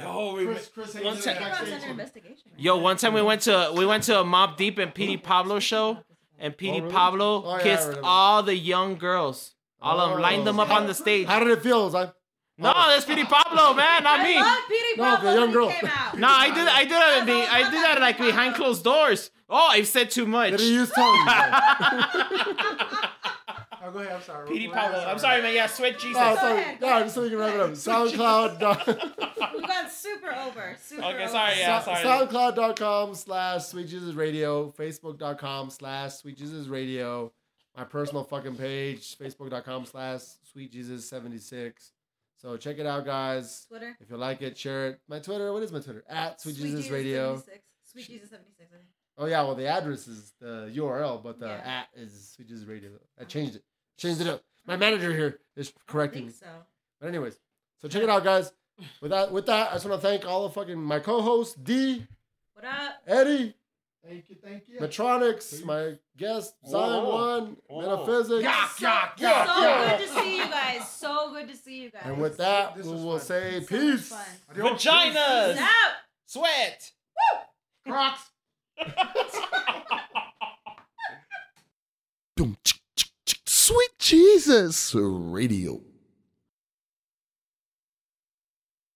Yo, we Chris, Chris Hayes One is second. Rock's backstage. under investigation. right Yo, one time we went to we went to a Mob Deep and Petey Pablo show, and Petey really? Pablo Oh, yeah, I kissed remember. Oh. all the young girls. All of them, lined them up on the stage. how did it feel? Oh. Zai? No, that's Petey Pablo, man, now. not I me. love Petey No, Pablo the young when he girl. came out. No, I did I did that in the, Pablo, I did that like behind closed doors. Oh, I've said too much. Did he use tongue? Zai? Oh, go ahead. I'm sorry. Petey We're- Pablo. I'm sorry, man. Yeah, sweat Jesus. No, Go Oh, sorry. ahead, go No, I'm just thinking wrap it up. SoundCloud. We got super over. Super Okay, over. sorry. Yeah, sorry. SoundCloud.com slash Sweet Jesus Radio, Facebook.com slash Sweet Jesus Radio, my personal fucking page, Facebook.com slash Sweet Jesus 76. So check it out, guys. Twitter. If you like it, share it. My Twitter, what is my Twitter? At Sweet, Jesus, Radio. 76. Sweet Jesus 76. I think. Oh, yeah, well, the address is the URL, but the Yeah. at is Sweet Jesus Radio. I changed it. Changed it up. My manager here is I correcting me. think so. But anyways, so check it out, guys. With that, with that, I just want to thank all the fucking my co-hosts, D, What up? Eddie, Thank you, thank you. Metronics, my guest, Zion Whoa. One, Whoa. Metaphysics. so, so good to see you guys. So good to see you guys. And with that, This we was will fun. say So much peace. fun. Vaginas. Peace out. Sweat. Crocs. Sweet Jesus Radio.